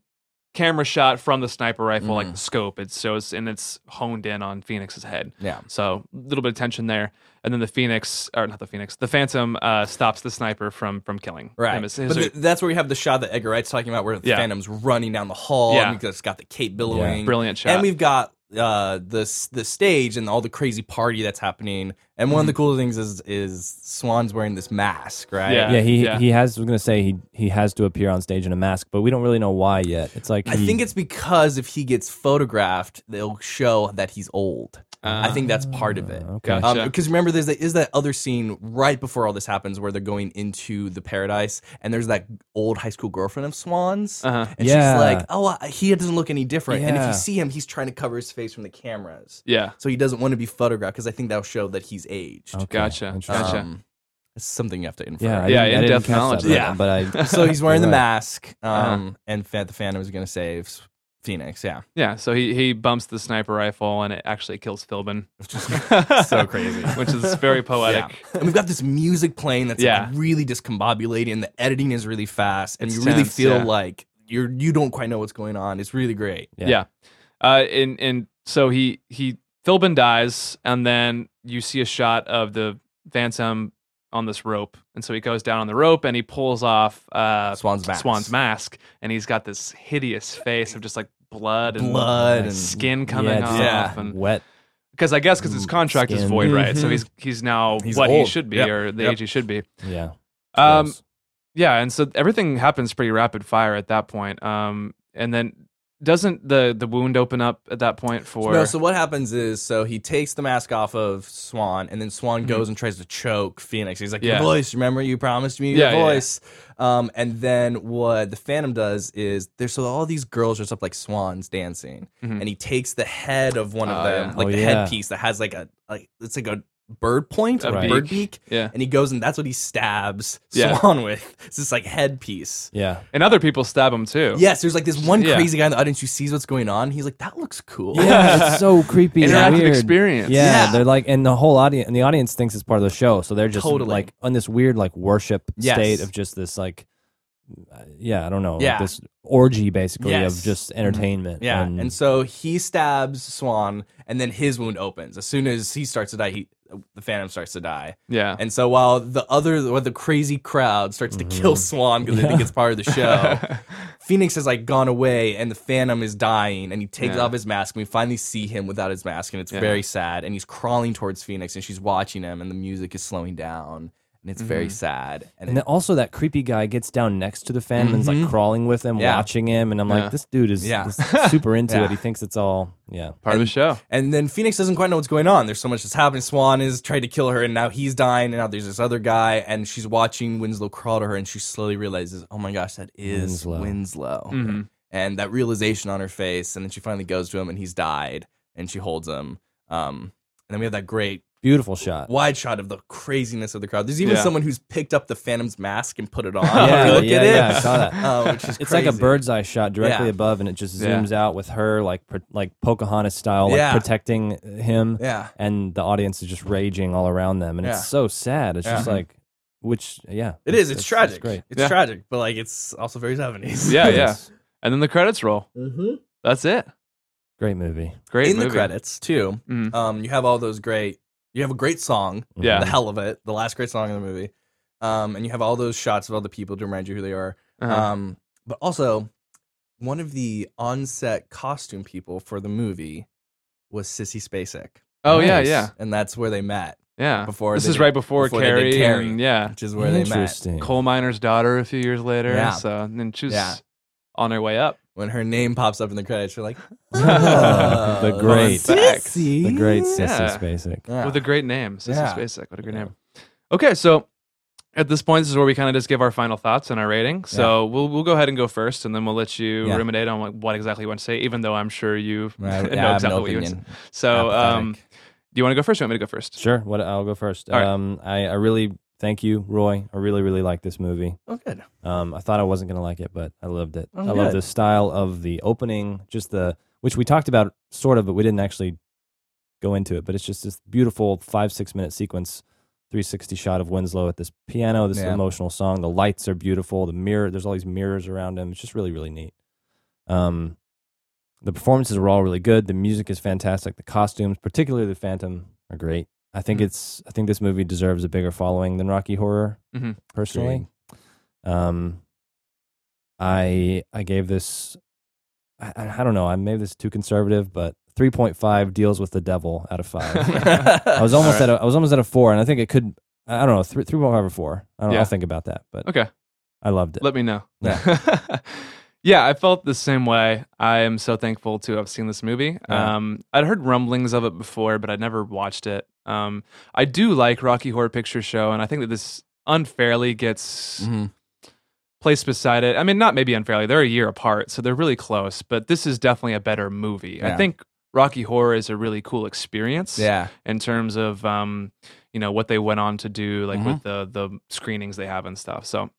[SPEAKER 3] camera shot from the sniper rifle, like
[SPEAKER 4] Mhm.
[SPEAKER 3] the scope. It shows and it's honed in on Phoenix's head.
[SPEAKER 4] Yeah.
[SPEAKER 3] So a little bit of tension there, and then the Phoenix, or not the Phoenix, the Phantom uh, stops the sniper from from killing.
[SPEAKER 4] Right.
[SPEAKER 3] him. It's- it's-
[SPEAKER 4] but th- that's where we have the shot that Edgar Wright's talking about where the
[SPEAKER 3] Yeah.
[SPEAKER 4] Phantom's running down the hall
[SPEAKER 3] Yeah.
[SPEAKER 4] and it's got the cape billowing.
[SPEAKER 3] brilliant shot.
[SPEAKER 4] And we've got uh the s- the stage and all the crazy party that's happening. And
[SPEAKER 3] Mm-hmm.
[SPEAKER 4] one of the cool things is is Swan's wearing this mask, right?
[SPEAKER 3] Yeah.
[SPEAKER 2] Yeah, he
[SPEAKER 3] Yeah.
[SPEAKER 2] he has. I was gonna say he he has to appear on stage in a mask, but we don't really know why yet. It's like
[SPEAKER 4] I
[SPEAKER 2] he-
[SPEAKER 4] think it's because if he gets photographed, they'll show that he's old. I think that's part of it.
[SPEAKER 2] okay.
[SPEAKER 4] Because
[SPEAKER 3] Gotcha.
[SPEAKER 4] remember, there's that, is that other scene right before all this happens where they're going into the paradise, and there's that old high school girlfriend of Swan's,
[SPEAKER 3] Uh-huh.
[SPEAKER 4] and
[SPEAKER 2] Uh, Yeah.
[SPEAKER 4] she's like, "Oh, I- he doesn't look any different." And if
[SPEAKER 2] Yeah.
[SPEAKER 4] you see him, he's trying to cover his face from the cameras,
[SPEAKER 3] yeah,
[SPEAKER 4] so he doesn't want to be photographed because I think that'll show that he's aged.
[SPEAKER 2] Okay,
[SPEAKER 3] Gotcha,
[SPEAKER 2] interesting.
[SPEAKER 3] gotcha.
[SPEAKER 4] Um, it's something you have to infer.
[SPEAKER 2] Yeah, I
[SPEAKER 3] Yeah,
[SPEAKER 2] didn't, I
[SPEAKER 3] in-depth
[SPEAKER 2] didn't catch
[SPEAKER 3] knowledge
[SPEAKER 2] That,
[SPEAKER 4] there.
[SPEAKER 2] but I
[SPEAKER 4] so he's wearing the
[SPEAKER 2] Right. Uh-huh.
[SPEAKER 4] mask, um, and Fa- the Phantom is going to save Phoenix. Yeah.
[SPEAKER 3] yeah. So he he bumps the sniper rifle and it actually kills Philbin.
[SPEAKER 4] so crazy.
[SPEAKER 3] which is very poetic.
[SPEAKER 4] And we've got this music playing that's
[SPEAKER 3] Yeah.
[SPEAKER 4] like really discombobulating. and The editing is really fast, and
[SPEAKER 3] It's
[SPEAKER 4] you really
[SPEAKER 3] tense,
[SPEAKER 4] feel
[SPEAKER 3] yeah.
[SPEAKER 4] like you're you don't quite know what's going on. It's really great.
[SPEAKER 2] Yeah.
[SPEAKER 3] Yeah. Uh, and and so he he Philbin dies, and then you see a shot of the Phantom on this rope, and so he goes down on the rope and he pulls off uh,
[SPEAKER 4] Swan's mask.
[SPEAKER 3] Swan's mask, and he's got this hideous face of just like blood and
[SPEAKER 4] Blood and
[SPEAKER 3] skin coming
[SPEAKER 2] yeah,
[SPEAKER 3] off,
[SPEAKER 2] just
[SPEAKER 4] Yeah.
[SPEAKER 3] and
[SPEAKER 2] wet.
[SPEAKER 3] because I guess because his
[SPEAKER 2] Mm,
[SPEAKER 3] contract is
[SPEAKER 2] skin. Mm-hmm.
[SPEAKER 3] void, right? So
[SPEAKER 4] Mhm.
[SPEAKER 3] he's he's now
[SPEAKER 4] He's
[SPEAKER 3] what he
[SPEAKER 4] old.
[SPEAKER 3] should be
[SPEAKER 4] Yep.
[SPEAKER 3] or the
[SPEAKER 4] Yep.
[SPEAKER 3] age he should be.
[SPEAKER 2] Yeah.
[SPEAKER 3] Um,
[SPEAKER 2] Gross.
[SPEAKER 3] yeah, and so everything happens pretty rapid fire at that point. Um, and then doesn't the the wound open up at that point for?
[SPEAKER 4] No, so what happens is so he takes the mask off of Swan, and then Swan
[SPEAKER 3] Mhm.
[SPEAKER 4] goes and tries to choke Phoenix. He's like,
[SPEAKER 3] Yeah.
[SPEAKER 4] "Your voice, remember? You promised me your
[SPEAKER 3] Yeah, yeah, yeah.
[SPEAKER 4] voice." Um, and then what the Phantom does is there's so all these girls dressed up like swans dancing,
[SPEAKER 3] Mhm.
[SPEAKER 4] and he takes the head of one of
[SPEAKER 3] Oh,
[SPEAKER 4] them,
[SPEAKER 3] yeah.
[SPEAKER 4] like
[SPEAKER 2] Oh,
[SPEAKER 4] the
[SPEAKER 2] yeah.
[SPEAKER 4] headpiece that has like a like it's like a bird point or
[SPEAKER 3] A
[SPEAKER 4] bird
[SPEAKER 3] beak.
[SPEAKER 4] beak.
[SPEAKER 3] Yeah.
[SPEAKER 4] And he goes and that's what he stabs
[SPEAKER 3] Yeah.
[SPEAKER 4] Swan with. It's this like headpiece.
[SPEAKER 2] Yeah.
[SPEAKER 3] And other people stab him too.
[SPEAKER 4] Yes, there's like this one
[SPEAKER 3] Oh. Yeah.
[SPEAKER 4] crazy guy in the audience who sees what's going on. He's like, that looks cool.
[SPEAKER 2] Yeah, it's so creepy. and
[SPEAKER 3] Interactive
[SPEAKER 2] weird.
[SPEAKER 3] experience.
[SPEAKER 2] Yeah,
[SPEAKER 4] Yeah.
[SPEAKER 2] they're like, and the whole audience, and the audience thinks it's part of the show, so they're just
[SPEAKER 4] Totally.
[SPEAKER 2] like on this weird like worship
[SPEAKER 4] Yes.
[SPEAKER 2] state of just this like, uh, yeah, I don't know, like,
[SPEAKER 4] Yeah.
[SPEAKER 2] this orgy basically
[SPEAKER 4] Yes. Mm-hmm.
[SPEAKER 2] of just entertainment.
[SPEAKER 4] Yeah,
[SPEAKER 2] and,
[SPEAKER 4] and, so he stabs Swan, and then his wound opens as soon as he starts to die. He, the Phantom starts to die,
[SPEAKER 3] Yeah.
[SPEAKER 4] and so while the other, while the crazy crowd starts to kill
[SPEAKER 3] Mm-hmm.
[SPEAKER 4] Swan because they think it's part of the show, Phoenix has like gone away, and the Phantom is dying, and he takes
[SPEAKER 3] Yeah.
[SPEAKER 4] off his mask, and we finally see him without his mask, and it's
[SPEAKER 3] Yeah.
[SPEAKER 4] very sad. And he's crawling towards Phoenix, and she's watching him, and the music is slowing down, and it's
[SPEAKER 3] Mm-hmm.
[SPEAKER 4] very sad. And,
[SPEAKER 2] and then also that creepy guy gets down next to the fan and is like crawling with him,
[SPEAKER 4] Mm-hmm. Yeah.
[SPEAKER 2] watching him, and I'm like,
[SPEAKER 3] Yeah.
[SPEAKER 2] this dude is
[SPEAKER 4] Yeah.
[SPEAKER 2] is super into
[SPEAKER 4] Yeah.
[SPEAKER 2] it. He thinks it's all yeah.
[SPEAKER 3] Part of the show.
[SPEAKER 4] And then Phoenix doesn't quite know what's going on. There's so much that's happening. Swan is trying to kill her, and now he's dying. And now there's this other guy, and she's watching Winslow crawl to her, and she slowly realizes, oh my gosh, that is
[SPEAKER 2] Winslow.
[SPEAKER 4] Winslow.
[SPEAKER 3] Mm-hmm.
[SPEAKER 4] And that realization on her face. And then she finally goes to him, and he's died, and she holds him. Um, and then we have that great
[SPEAKER 2] Beautiful shot.
[SPEAKER 4] wide shot of the craziness of the crowd. There's even
[SPEAKER 3] Yeah.
[SPEAKER 4] someone who's picked up the Phantom's mask and put it on.
[SPEAKER 2] Yeah,
[SPEAKER 4] Look
[SPEAKER 2] yeah,
[SPEAKER 4] at it.
[SPEAKER 2] yeah, I saw that.
[SPEAKER 4] Uh, which is
[SPEAKER 2] It's like a
[SPEAKER 4] crazy.
[SPEAKER 2] bird's eye shot directly
[SPEAKER 4] Yeah.
[SPEAKER 2] above, and it just
[SPEAKER 3] Yeah.
[SPEAKER 2] zooms out with her like pro- like Pocahontas style, like
[SPEAKER 4] Yeah.
[SPEAKER 2] protecting him.
[SPEAKER 4] Yeah.
[SPEAKER 2] and the audience is just raging all around them, and
[SPEAKER 4] Mm-hmm. Yeah.
[SPEAKER 2] it's so sad. It's just
[SPEAKER 4] Yeah.
[SPEAKER 2] like, which, yeah,
[SPEAKER 4] It is. It's, tragic. Oh, It's,
[SPEAKER 2] great.
[SPEAKER 3] Yeah.
[SPEAKER 4] tragic, but like it's also very 70s.
[SPEAKER 3] Yeah,
[SPEAKER 2] It
[SPEAKER 3] yeah.
[SPEAKER 2] is.
[SPEAKER 3] And then the credits roll.
[SPEAKER 4] Mm-hmm.
[SPEAKER 3] That's it.
[SPEAKER 2] Great movie. Mm-hmm.
[SPEAKER 3] Great
[SPEAKER 4] in
[SPEAKER 3] movie.
[SPEAKER 4] the credits too.
[SPEAKER 3] Mhm.
[SPEAKER 4] Um, you have all those great. You have a great song,
[SPEAKER 3] Yeah.
[SPEAKER 4] the hell of it, the last great song in the movie, um, and you have all those shots of all the people to remind you who they are.
[SPEAKER 3] Uh-huh.
[SPEAKER 4] Um, but also, one of the on-set costume people for the movie was Sissy Spacek,
[SPEAKER 3] oh yeah,
[SPEAKER 2] nice.
[SPEAKER 3] yeah,
[SPEAKER 4] and that's where they met,
[SPEAKER 3] yeah.
[SPEAKER 4] Before
[SPEAKER 3] this
[SPEAKER 4] they
[SPEAKER 3] is
[SPEAKER 4] did-
[SPEAKER 3] right before,
[SPEAKER 4] before they did
[SPEAKER 3] Carrie.
[SPEAKER 4] Carrie.
[SPEAKER 3] and, yeah.
[SPEAKER 4] which is where they met.
[SPEAKER 2] Interesting.
[SPEAKER 3] Coal miner's daughter a few years later.
[SPEAKER 4] Yeah.
[SPEAKER 3] So and then she was
[SPEAKER 4] Yeah.
[SPEAKER 3] on her way up.
[SPEAKER 4] When her name pops up in the credits, you're like,
[SPEAKER 2] Ah, the
[SPEAKER 4] "Oh,
[SPEAKER 2] great-
[SPEAKER 4] Sissy,
[SPEAKER 2] The great Sissy
[SPEAKER 3] Yeah.
[SPEAKER 2] Spacek.
[SPEAKER 4] Yeah.
[SPEAKER 3] With a great name, Sissy
[SPEAKER 4] Yeah.
[SPEAKER 3] Spacek. What a great name. Okay, so at this point, this is where we kind of just give our final thoughts and our rating. So we'll we'll go ahead and go first, and then we'll let you
[SPEAKER 4] Yeah.
[SPEAKER 3] ruminate on what, what exactly you want to say. Even though I'm sure you
[SPEAKER 4] I- I have
[SPEAKER 3] know
[SPEAKER 4] no
[SPEAKER 3] exactly what you want to say.
[SPEAKER 4] opinion.
[SPEAKER 3] So, um, do
[SPEAKER 4] Apathetic.
[SPEAKER 3] you want to go first? Or you want me to go first?
[SPEAKER 2] Sure. What I'll go first.
[SPEAKER 3] All right.
[SPEAKER 2] Um, I, I really thank you, Roy. I really, really like this movie.
[SPEAKER 4] Oh, good.
[SPEAKER 2] Um, I thought I wasn't gonna like it, but I loved it.
[SPEAKER 4] Oh,
[SPEAKER 2] I love
[SPEAKER 4] good.
[SPEAKER 2] the style of the opening, just the which we talked about sort of, but we didn't actually go into it. But it's just this beautiful five six minute sequence, three sixty shot of Winslow at this piano, this
[SPEAKER 4] Yeah.
[SPEAKER 2] emotional song. The lights are beautiful. The mirror, there's all these mirrors around him. It's just really really neat. Um, the performances were all really good. The music is fantastic. The costumes, particularly the Phantom, are great. I think it's I think this movie deserves a bigger following than Rocky Horror,
[SPEAKER 3] Mhm.
[SPEAKER 2] personally. Um, I I gave this I- I, I don't know I made this too conservative, but three point five deals with the devil out of five. I was almost at a, I was almost at a four, and I think it could I don't know three three point five or four. I don't know,
[SPEAKER 3] Yeah.
[SPEAKER 2] I'll think about that, but
[SPEAKER 3] Okay.
[SPEAKER 2] I loved it.
[SPEAKER 3] Let me know. Yeah. I felt the same way. I am so thankful to have seen this movie.
[SPEAKER 2] Yeah.
[SPEAKER 3] Um, I'd heard rumblings of it before, but I'd never watched it. Um, I do like Rocky Horror Picture Show, and I think that this unfairly gets
[SPEAKER 2] Mm-hmm.
[SPEAKER 4] Mhm.
[SPEAKER 3] placed beside it. I mean, not maybe unfairly. They're a year apart, so they're really close. But this is definitely a better movie. I
[SPEAKER 4] Yeah.
[SPEAKER 3] think Rocky Horror is a really cool experience
[SPEAKER 4] Yeah.
[SPEAKER 3] in terms of um, you know what they went on to do, like
[SPEAKER 4] Mhm.
[SPEAKER 3] with the the screenings they have and stuff. So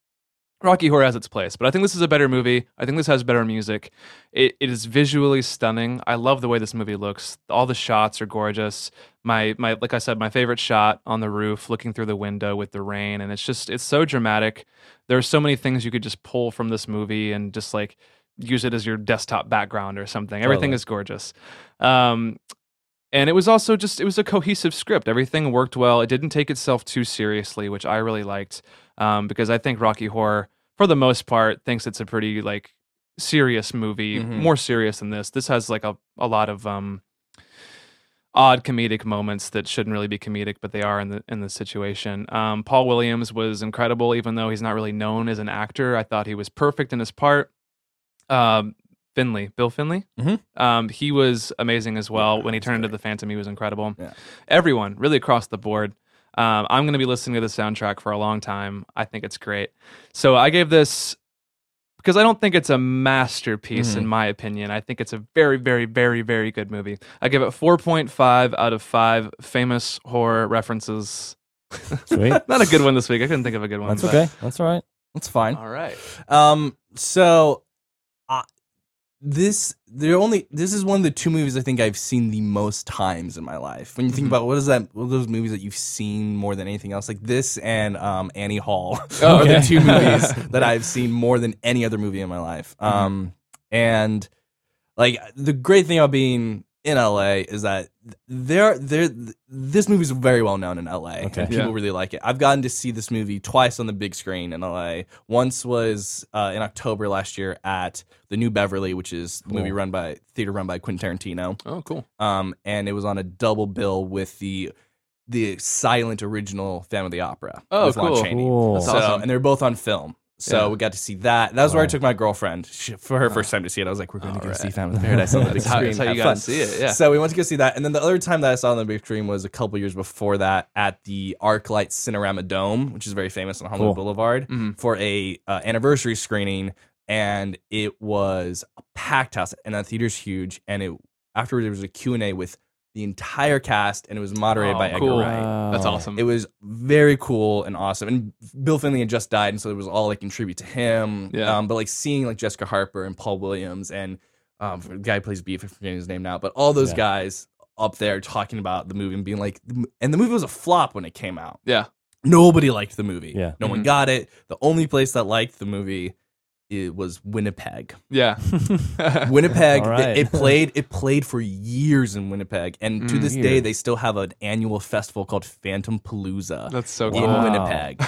[SPEAKER 3] Rocky Horror has its place, but I think this is a better movie. I think this has better music. It, it is visually stunning. I love the way this movie looks. All the shots are gorgeous. My my like I said, my favorite shot on the roof, looking through the window with the rain, and it's just it's so dramatic. There are so many things you could just pull from this movie and just like use it as your desktop background or something. Everything
[SPEAKER 2] Totally.
[SPEAKER 3] is gorgeous. Um, and it was also just it was a cohesive script everything worked well it didn't take itself too seriously which i really liked um, because i think rocky horror for the most part thinks it's a pretty like serious movie
[SPEAKER 4] Mhm.
[SPEAKER 3] more serious than this this has like a, a lot of um odd comedic moments that shouldn't really be comedic but they are in the in the situation um, paul williams was incredible even though he's not really known as an actor i thought he was perfect in his part um, finley bill finley um, he was amazing as well. when he turned into the Phantom, he was incredible.
[SPEAKER 4] Yeah.
[SPEAKER 3] Everyone, really across the board. Um, I'm going to be listening to the soundtrack for a long time. I think it's great. So I gave this because I don't think it's a masterpiece
[SPEAKER 4] Mm-hmm.
[SPEAKER 3] in my opinion. I think it's a very, very, very, very good movie. I give it four point five out of five famous horror references.
[SPEAKER 2] Sweet.
[SPEAKER 3] Not a good one this week. I couldn't think of a good one.
[SPEAKER 2] That's
[SPEAKER 3] but-
[SPEAKER 2] okay. That's all right.
[SPEAKER 4] That's fine.
[SPEAKER 3] All right.
[SPEAKER 4] Um, so uh, this the only this is one of the two movies I think I've seen the most times in my life. When you think about what is that what are those movies that you've seen more than anything else, like this and um, Annie Hall are the
[SPEAKER 2] okay.
[SPEAKER 4] two movies that I've seen more than any other movie in my life.
[SPEAKER 2] Mm-hmm.
[SPEAKER 4] Um, and like the great thing about being in LA is that there there this movie's very well known in LA. and
[SPEAKER 2] Okay.
[SPEAKER 4] people
[SPEAKER 3] Yeah.
[SPEAKER 4] really like it. I've gotten to see this movie twice on the big screen in LA. Once was uh, in October last year at the New Beverly, which is a movie
[SPEAKER 2] Cool.
[SPEAKER 4] run by theater run by Quentin Tarantino.
[SPEAKER 3] Oh, cool.
[SPEAKER 4] Um, and it was on a double bill with the the silent original Phantom of the Opera.
[SPEAKER 3] Oh,
[SPEAKER 4] with Lon
[SPEAKER 3] cool.
[SPEAKER 4] Chaney.
[SPEAKER 2] Cool.
[SPEAKER 3] That's
[SPEAKER 4] So,
[SPEAKER 3] awesome.
[SPEAKER 4] and they're both on film. So
[SPEAKER 3] Yeah.
[SPEAKER 4] we got to see that. That was where I
[SPEAKER 2] Wow.
[SPEAKER 4] took my girlfriend she, for her first time to see it. I was like, "We're going to go
[SPEAKER 3] Alright.
[SPEAKER 4] see Phantom of the Paradise on the big
[SPEAKER 3] That's how-
[SPEAKER 4] screen."
[SPEAKER 3] that's how you
[SPEAKER 4] Have
[SPEAKER 3] gotta
[SPEAKER 4] fun.
[SPEAKER 3] see it, yeah.
[SPEAKER 4] So we went to go see that, and then the other time that I saw it on the big screen was a couple years before that at the ArcLight Cinerama Dome, which is very famous on Hollywood
[SPEAKER 2] Cool.
[SPEAKER 4] Boulevard,
[SPEAKER 3] Mhm.
[SPEAKER 4] for a uh, anniversary screening, and it was a packed house, and that theater's huge. And it afterwards there was a Q and A with the entire cast, and it was moderated
[SPEAKER 3] Oh,
[SPEAKER 4] by Edgar
[SPEAKER 3] cool.
[SPEAKER 4] Wright.
[SPEAKER 3] That's
[SPEAKER 2] Wow.
[SPEAKER 3] awesome.
[SPEAKER 4] It was very cool and awesome. And Bill Finley had just died, and so it was all like in tribute to him.
[SPEAKER 3] Yeah.
[SPEAKER 4] Um, but like seeing like Jessica Harper and Paul Williams and um, the guy who plays Beef, I'm forgetting his name now, but all those
[SPEAKER 2] Yeah.
[SPEAKER 4] guys up there talking about the movie and being like, and the movie was a flop when it came out.
[SPEAKER 3] Yeah.
[SPEAKER 4] Nobody liked the movie.
[SPEAKER 2] Yeah.
[SPEAKER 4] No one
[SPEAKER 3] Mhm.
[SPEAKER 4] got it. The only place that liked the movie it was Winnipeg.
[SPEAKER 3] yeah.
[SPEAKER 4] Winnipeg.
[SPEAKER 2] All
[SPEAKER 4] it-
[SPEAKER 2] right.
[SPEAKER 4] It, played. It played for years in Winnipeg, and to
[SPEAKER 3] Mm.
[SPEAKER 4] this day, they still have an annual festival called Phantom Palooza
[SPEAKER 3] That's so
[SPEAKER 4] in
[SPEAKER 3] cool.
[SPEAKER 2] Wow.
[SPEAKER 4] Winnipeg.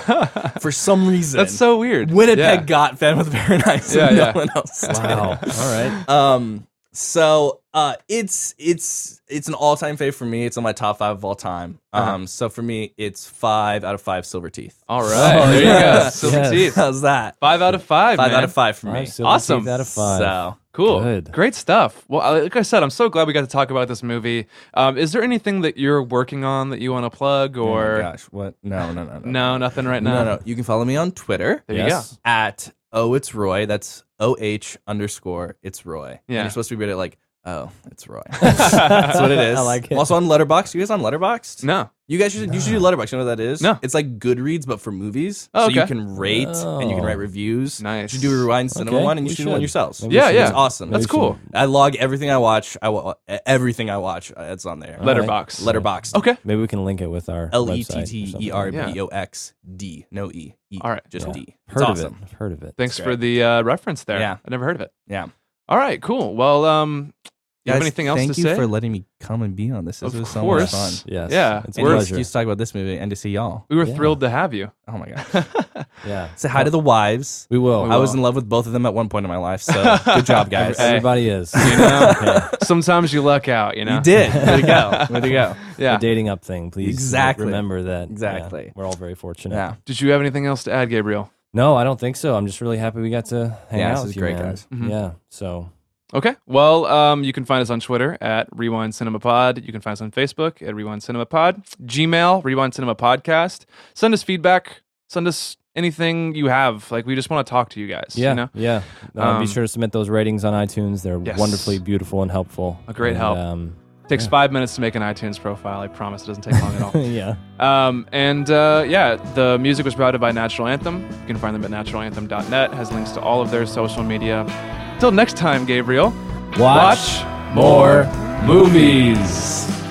[SPEAKER 4] For some reason,
[SPEAKER 3] That's so weird.
[SPEAKER 4] Winnipeg
[SPEAKER 3] Yeah.
[SPEAKER 4] got Phantom of the Paradise.
[SPEAKER 3] Yeah,
[SPEAKER 4] and
[SPEAKER 3] yeah.
[SPEAKER 4] No one else. did.
[SPEAKER 2] Wow. all right.
[SPEAKER 4] Um. So, uh, it's it's it's an all time fave for me. It's on my top five of all time. Um.
[SPEAKER 3] Uh-huh.
[SPEAKER 4] So for me, it's five out of five silver teeth.
[SPEAKER 3] All right.
[SPEAKER 2] Oh,
[SPEAKER 3] there you go.
[SPEAKER 2] yes,
[SPEAKER 3] Silver
[SPEAKER 2] yes.
[SPEAKER 3] teeth.
[SPEAKER 4] How's that?
[SPEAKER 3] Five out of five.
[SPEAKER 4] Five
[SPEAKER 3] man.
[SPEAKER 4] out of five for me.
[SPEAKER 2] Five silver
[SPEAKER 3] Awesome.
[SPEAKER 2] teeth Out of five.
[SPEAKER 4] So
[SPEAKER 3] Cool.
[SPEAKER 2] Good.
[SPEAKER 3] Great stuff. Well, I- like I said, I'm so glad we got to talk about this movie. Um, is there anything that you're working on that you want to plug
[SPEAKER 4] oh my
[SPEAKER 3] or
[SPEAKER 4] gosh, what? No, no, no, no.
[SPEAKER 3] no, nothing right
[SPEAKER 4] No,
[SPEAKER 3] now?
[SPEAKER 4] no. You can follow me on Twitter
[SPEAKER 3] There
[SPEAKER 2] Yes.
[SPEAKER 4] at oh it's Roy. That's O H underscore it's Roy. And
[SPEAKER 3] Yeah.
[SPEAKER 4] you're supposed to be read it like oh it's Roy. That's what it is.
[SPEAKER 2] I like it.
[SPEAKER 4] I'm also on Letterbox. You guys on Letterbox?
[SPEAKER 3] you go. No.
[SPEAKER 4] You guys should you should do Letterbox. You know what that is?
[SPEAKER 3] No.
[SPEAKER 4] It's like Goodreads but for movies.
[SPEAKER 3] Oh,
[SPEAKER 4] So you
[SPEAKER 3] okay.
[SPEAKER 4] can rate and you can
[SPEAKER 2] Oh.
[SPEAKER 4] write reviews.
[SPEAKER 3] Nice.
[SPEAKER 4] You should do a Rewind Cinema
[SPEAKER 2] Okay,
[SPEAKER 4] one and you
[SPEAKER 2] we
[SPEAKER 4] should, do one
[SPEAKER 2] should.
[SPEAKER 4] yourselves.
[SPEAKER 2] Maybe we
[SPEAKER 3] Yeah,
[SPEAKER 2] should.
[SPEAKER 3] yeah.
[SPEAKER 4] It's awesome.
[SPEAKER 3] That's
[SPEAKER 2] Maybe we
[SPEAKER 3] cool.
[SPEAKER 2] should-
[SPEAKER 4] I log everything I watch. I wa- everything I watch. uh, It's on there.
[SPEAKER 2] Let-
[SPEAKER 3] Letterbox.
[SPEAKER 4] Letterbox.
[SPEAKER 3] Okay.
[SPEAKER 2] Maybe we can link it with our
[SPEAKER 4] L E
[SPEAKER 2] website
[SPEAKER 4] T
[SPEAKER 2] or
[SPEAKER 4] T
[SPEAKER 2] something.
[SPEAKER 4] E R B O X D. No E. E.
[SPEAKER 3] All right.
[SPEAKER 4] Just
[SPEAKER 2] Yeah.
[SPEAKER 4] D. It's
[SPEAKER 2] Heard
[SPEAKER 4] awesome.
[SPEAKER 2] of it. I've heard of it.
[SPEAKER 3] Thanks
[SPEAKER 4] That's
[SPEAKER 3] for
[SPEAKER 4] great.
[SPEAKER 3] the uh, reference there.
[SPEAKER 4] Yeah.
[SPEAKER 3] I never heard of it.
[SPEAKER 4] Yeah.
[SPEAKER 3] All right. Cool. Well, um, you have
[SPEAKER 4] Guys,
[SPEAKER 3] anything else
[SPEAKER 4] thank
[SPEAKER 3] to
[SPEAKER 4] you
[SPEAKER 3] say?
[SPEAKER 4] for letting me come and be on this. This
[SPEAKER 3] Of
[SPEAKER 4] was so much
[SPEAKER 3] course.
[SPEAKER 4] fun.
[SPEAKER 2] Yes.
[SPEAKER 3] Yeah.
[SPEAKER 2] It's a
[SPEAKER 4] And
[SPEAKER 3] We're-
[SPEAKER 4] you
[SPEAKER 2] pleasure.
[SPEAKER 4] excuse to talk about this movie and to see y'all.
[SPEAKER 3] we were
[SPEAKER 2] Yeah.
[SPEAKER 3] thrilled to have you.
[SPEAKER 4] Oh my god.
[SPEAKER 2] yeah.
[SPEAKER 4] Say hi to the wives.
[SPEAKER 2] We will.
[SPEAKER 4] I was in love with both of them at one point in my life. So good job, guys.
[SPEAKER 3] Hey.
[SPEAKER 2] Everybody is.
[SPEAKER 3] You know?
[SPEAKER 2] Yeah.
[SPEAKER 3] Sometimes you luck out, you know?
[SPEAKER 4] You did. Way to go. Way to go.
[SPEAKER 3] Yeah.
[SPEAKER 2] The dating up thing, please.
[SPEAKER 4] Exactly.
[SPEAKER 2] Remember that. Yeah.
[SPEAKER 4] Exactly.
[SPEAKER 2] we're all very fortunate.
[SPEAKER 4] Yeah.
[SPEAKER 3] Did you have anything else to add, Gabriel?
[SPEAKER 2] No, I don't think so. I'm just really happy we got to hang
[SPEAKER 4] Yeah,
[SPEAKER 2] out
[SPEAKER 4] this
[SPEAKER 2] with
[SPEAKER 4] is
[SPEAKER 2] you,
[SPEAKER 4] great,
[SPEAKER 2] man.
[SPEAKER 4] guys. Mm-hmm.
[SPEAKER 3] Mhm.
[SPEAKER 2] Yeah. So
[SPEAKER 3] Okay. Well, um, you can find us on Twitter at Rewind Cinema Pod. You can find us on Facebook at Rewind Cinema Pod. Gmail, Rewind Cinema Podcast. Send us feedback. Send us anything you have. Like, we just want to talk to you guys.
[SPEAKER 2] yeah,
[SPEAKER 3] You know?
[SPEAKER 2] yeah. Uh,
[SPEAKER 3] Um,
[SPEAKER 2] be sure to submit those ratings on iTunes. They're
[SPEAKER 3] Yes.
[SPEAKER 2] wonderfully beautiful and helpful.
[SPEAKER 3] A great
[SPEAKER 2] And,
[SPEAKER 3] help.
[SPEAKER 2] Um,
[SPEAKER 3] takes
[SPEAKER 2] Yeah.
[SPEAKER 3] five minutes to make an iTunes profile. I promise it doesn't take long at
[SPEAKER 2] yeah.
[SPEAKER 3] all. Um, and uh, yeah, the music was provided by Natural Anthem. You can find them at naturalanthem.net. Has links to all of their social media. Till next time, Gabriel.
[SPEAKER 2] Watch
[SPEAKER 3] more movies.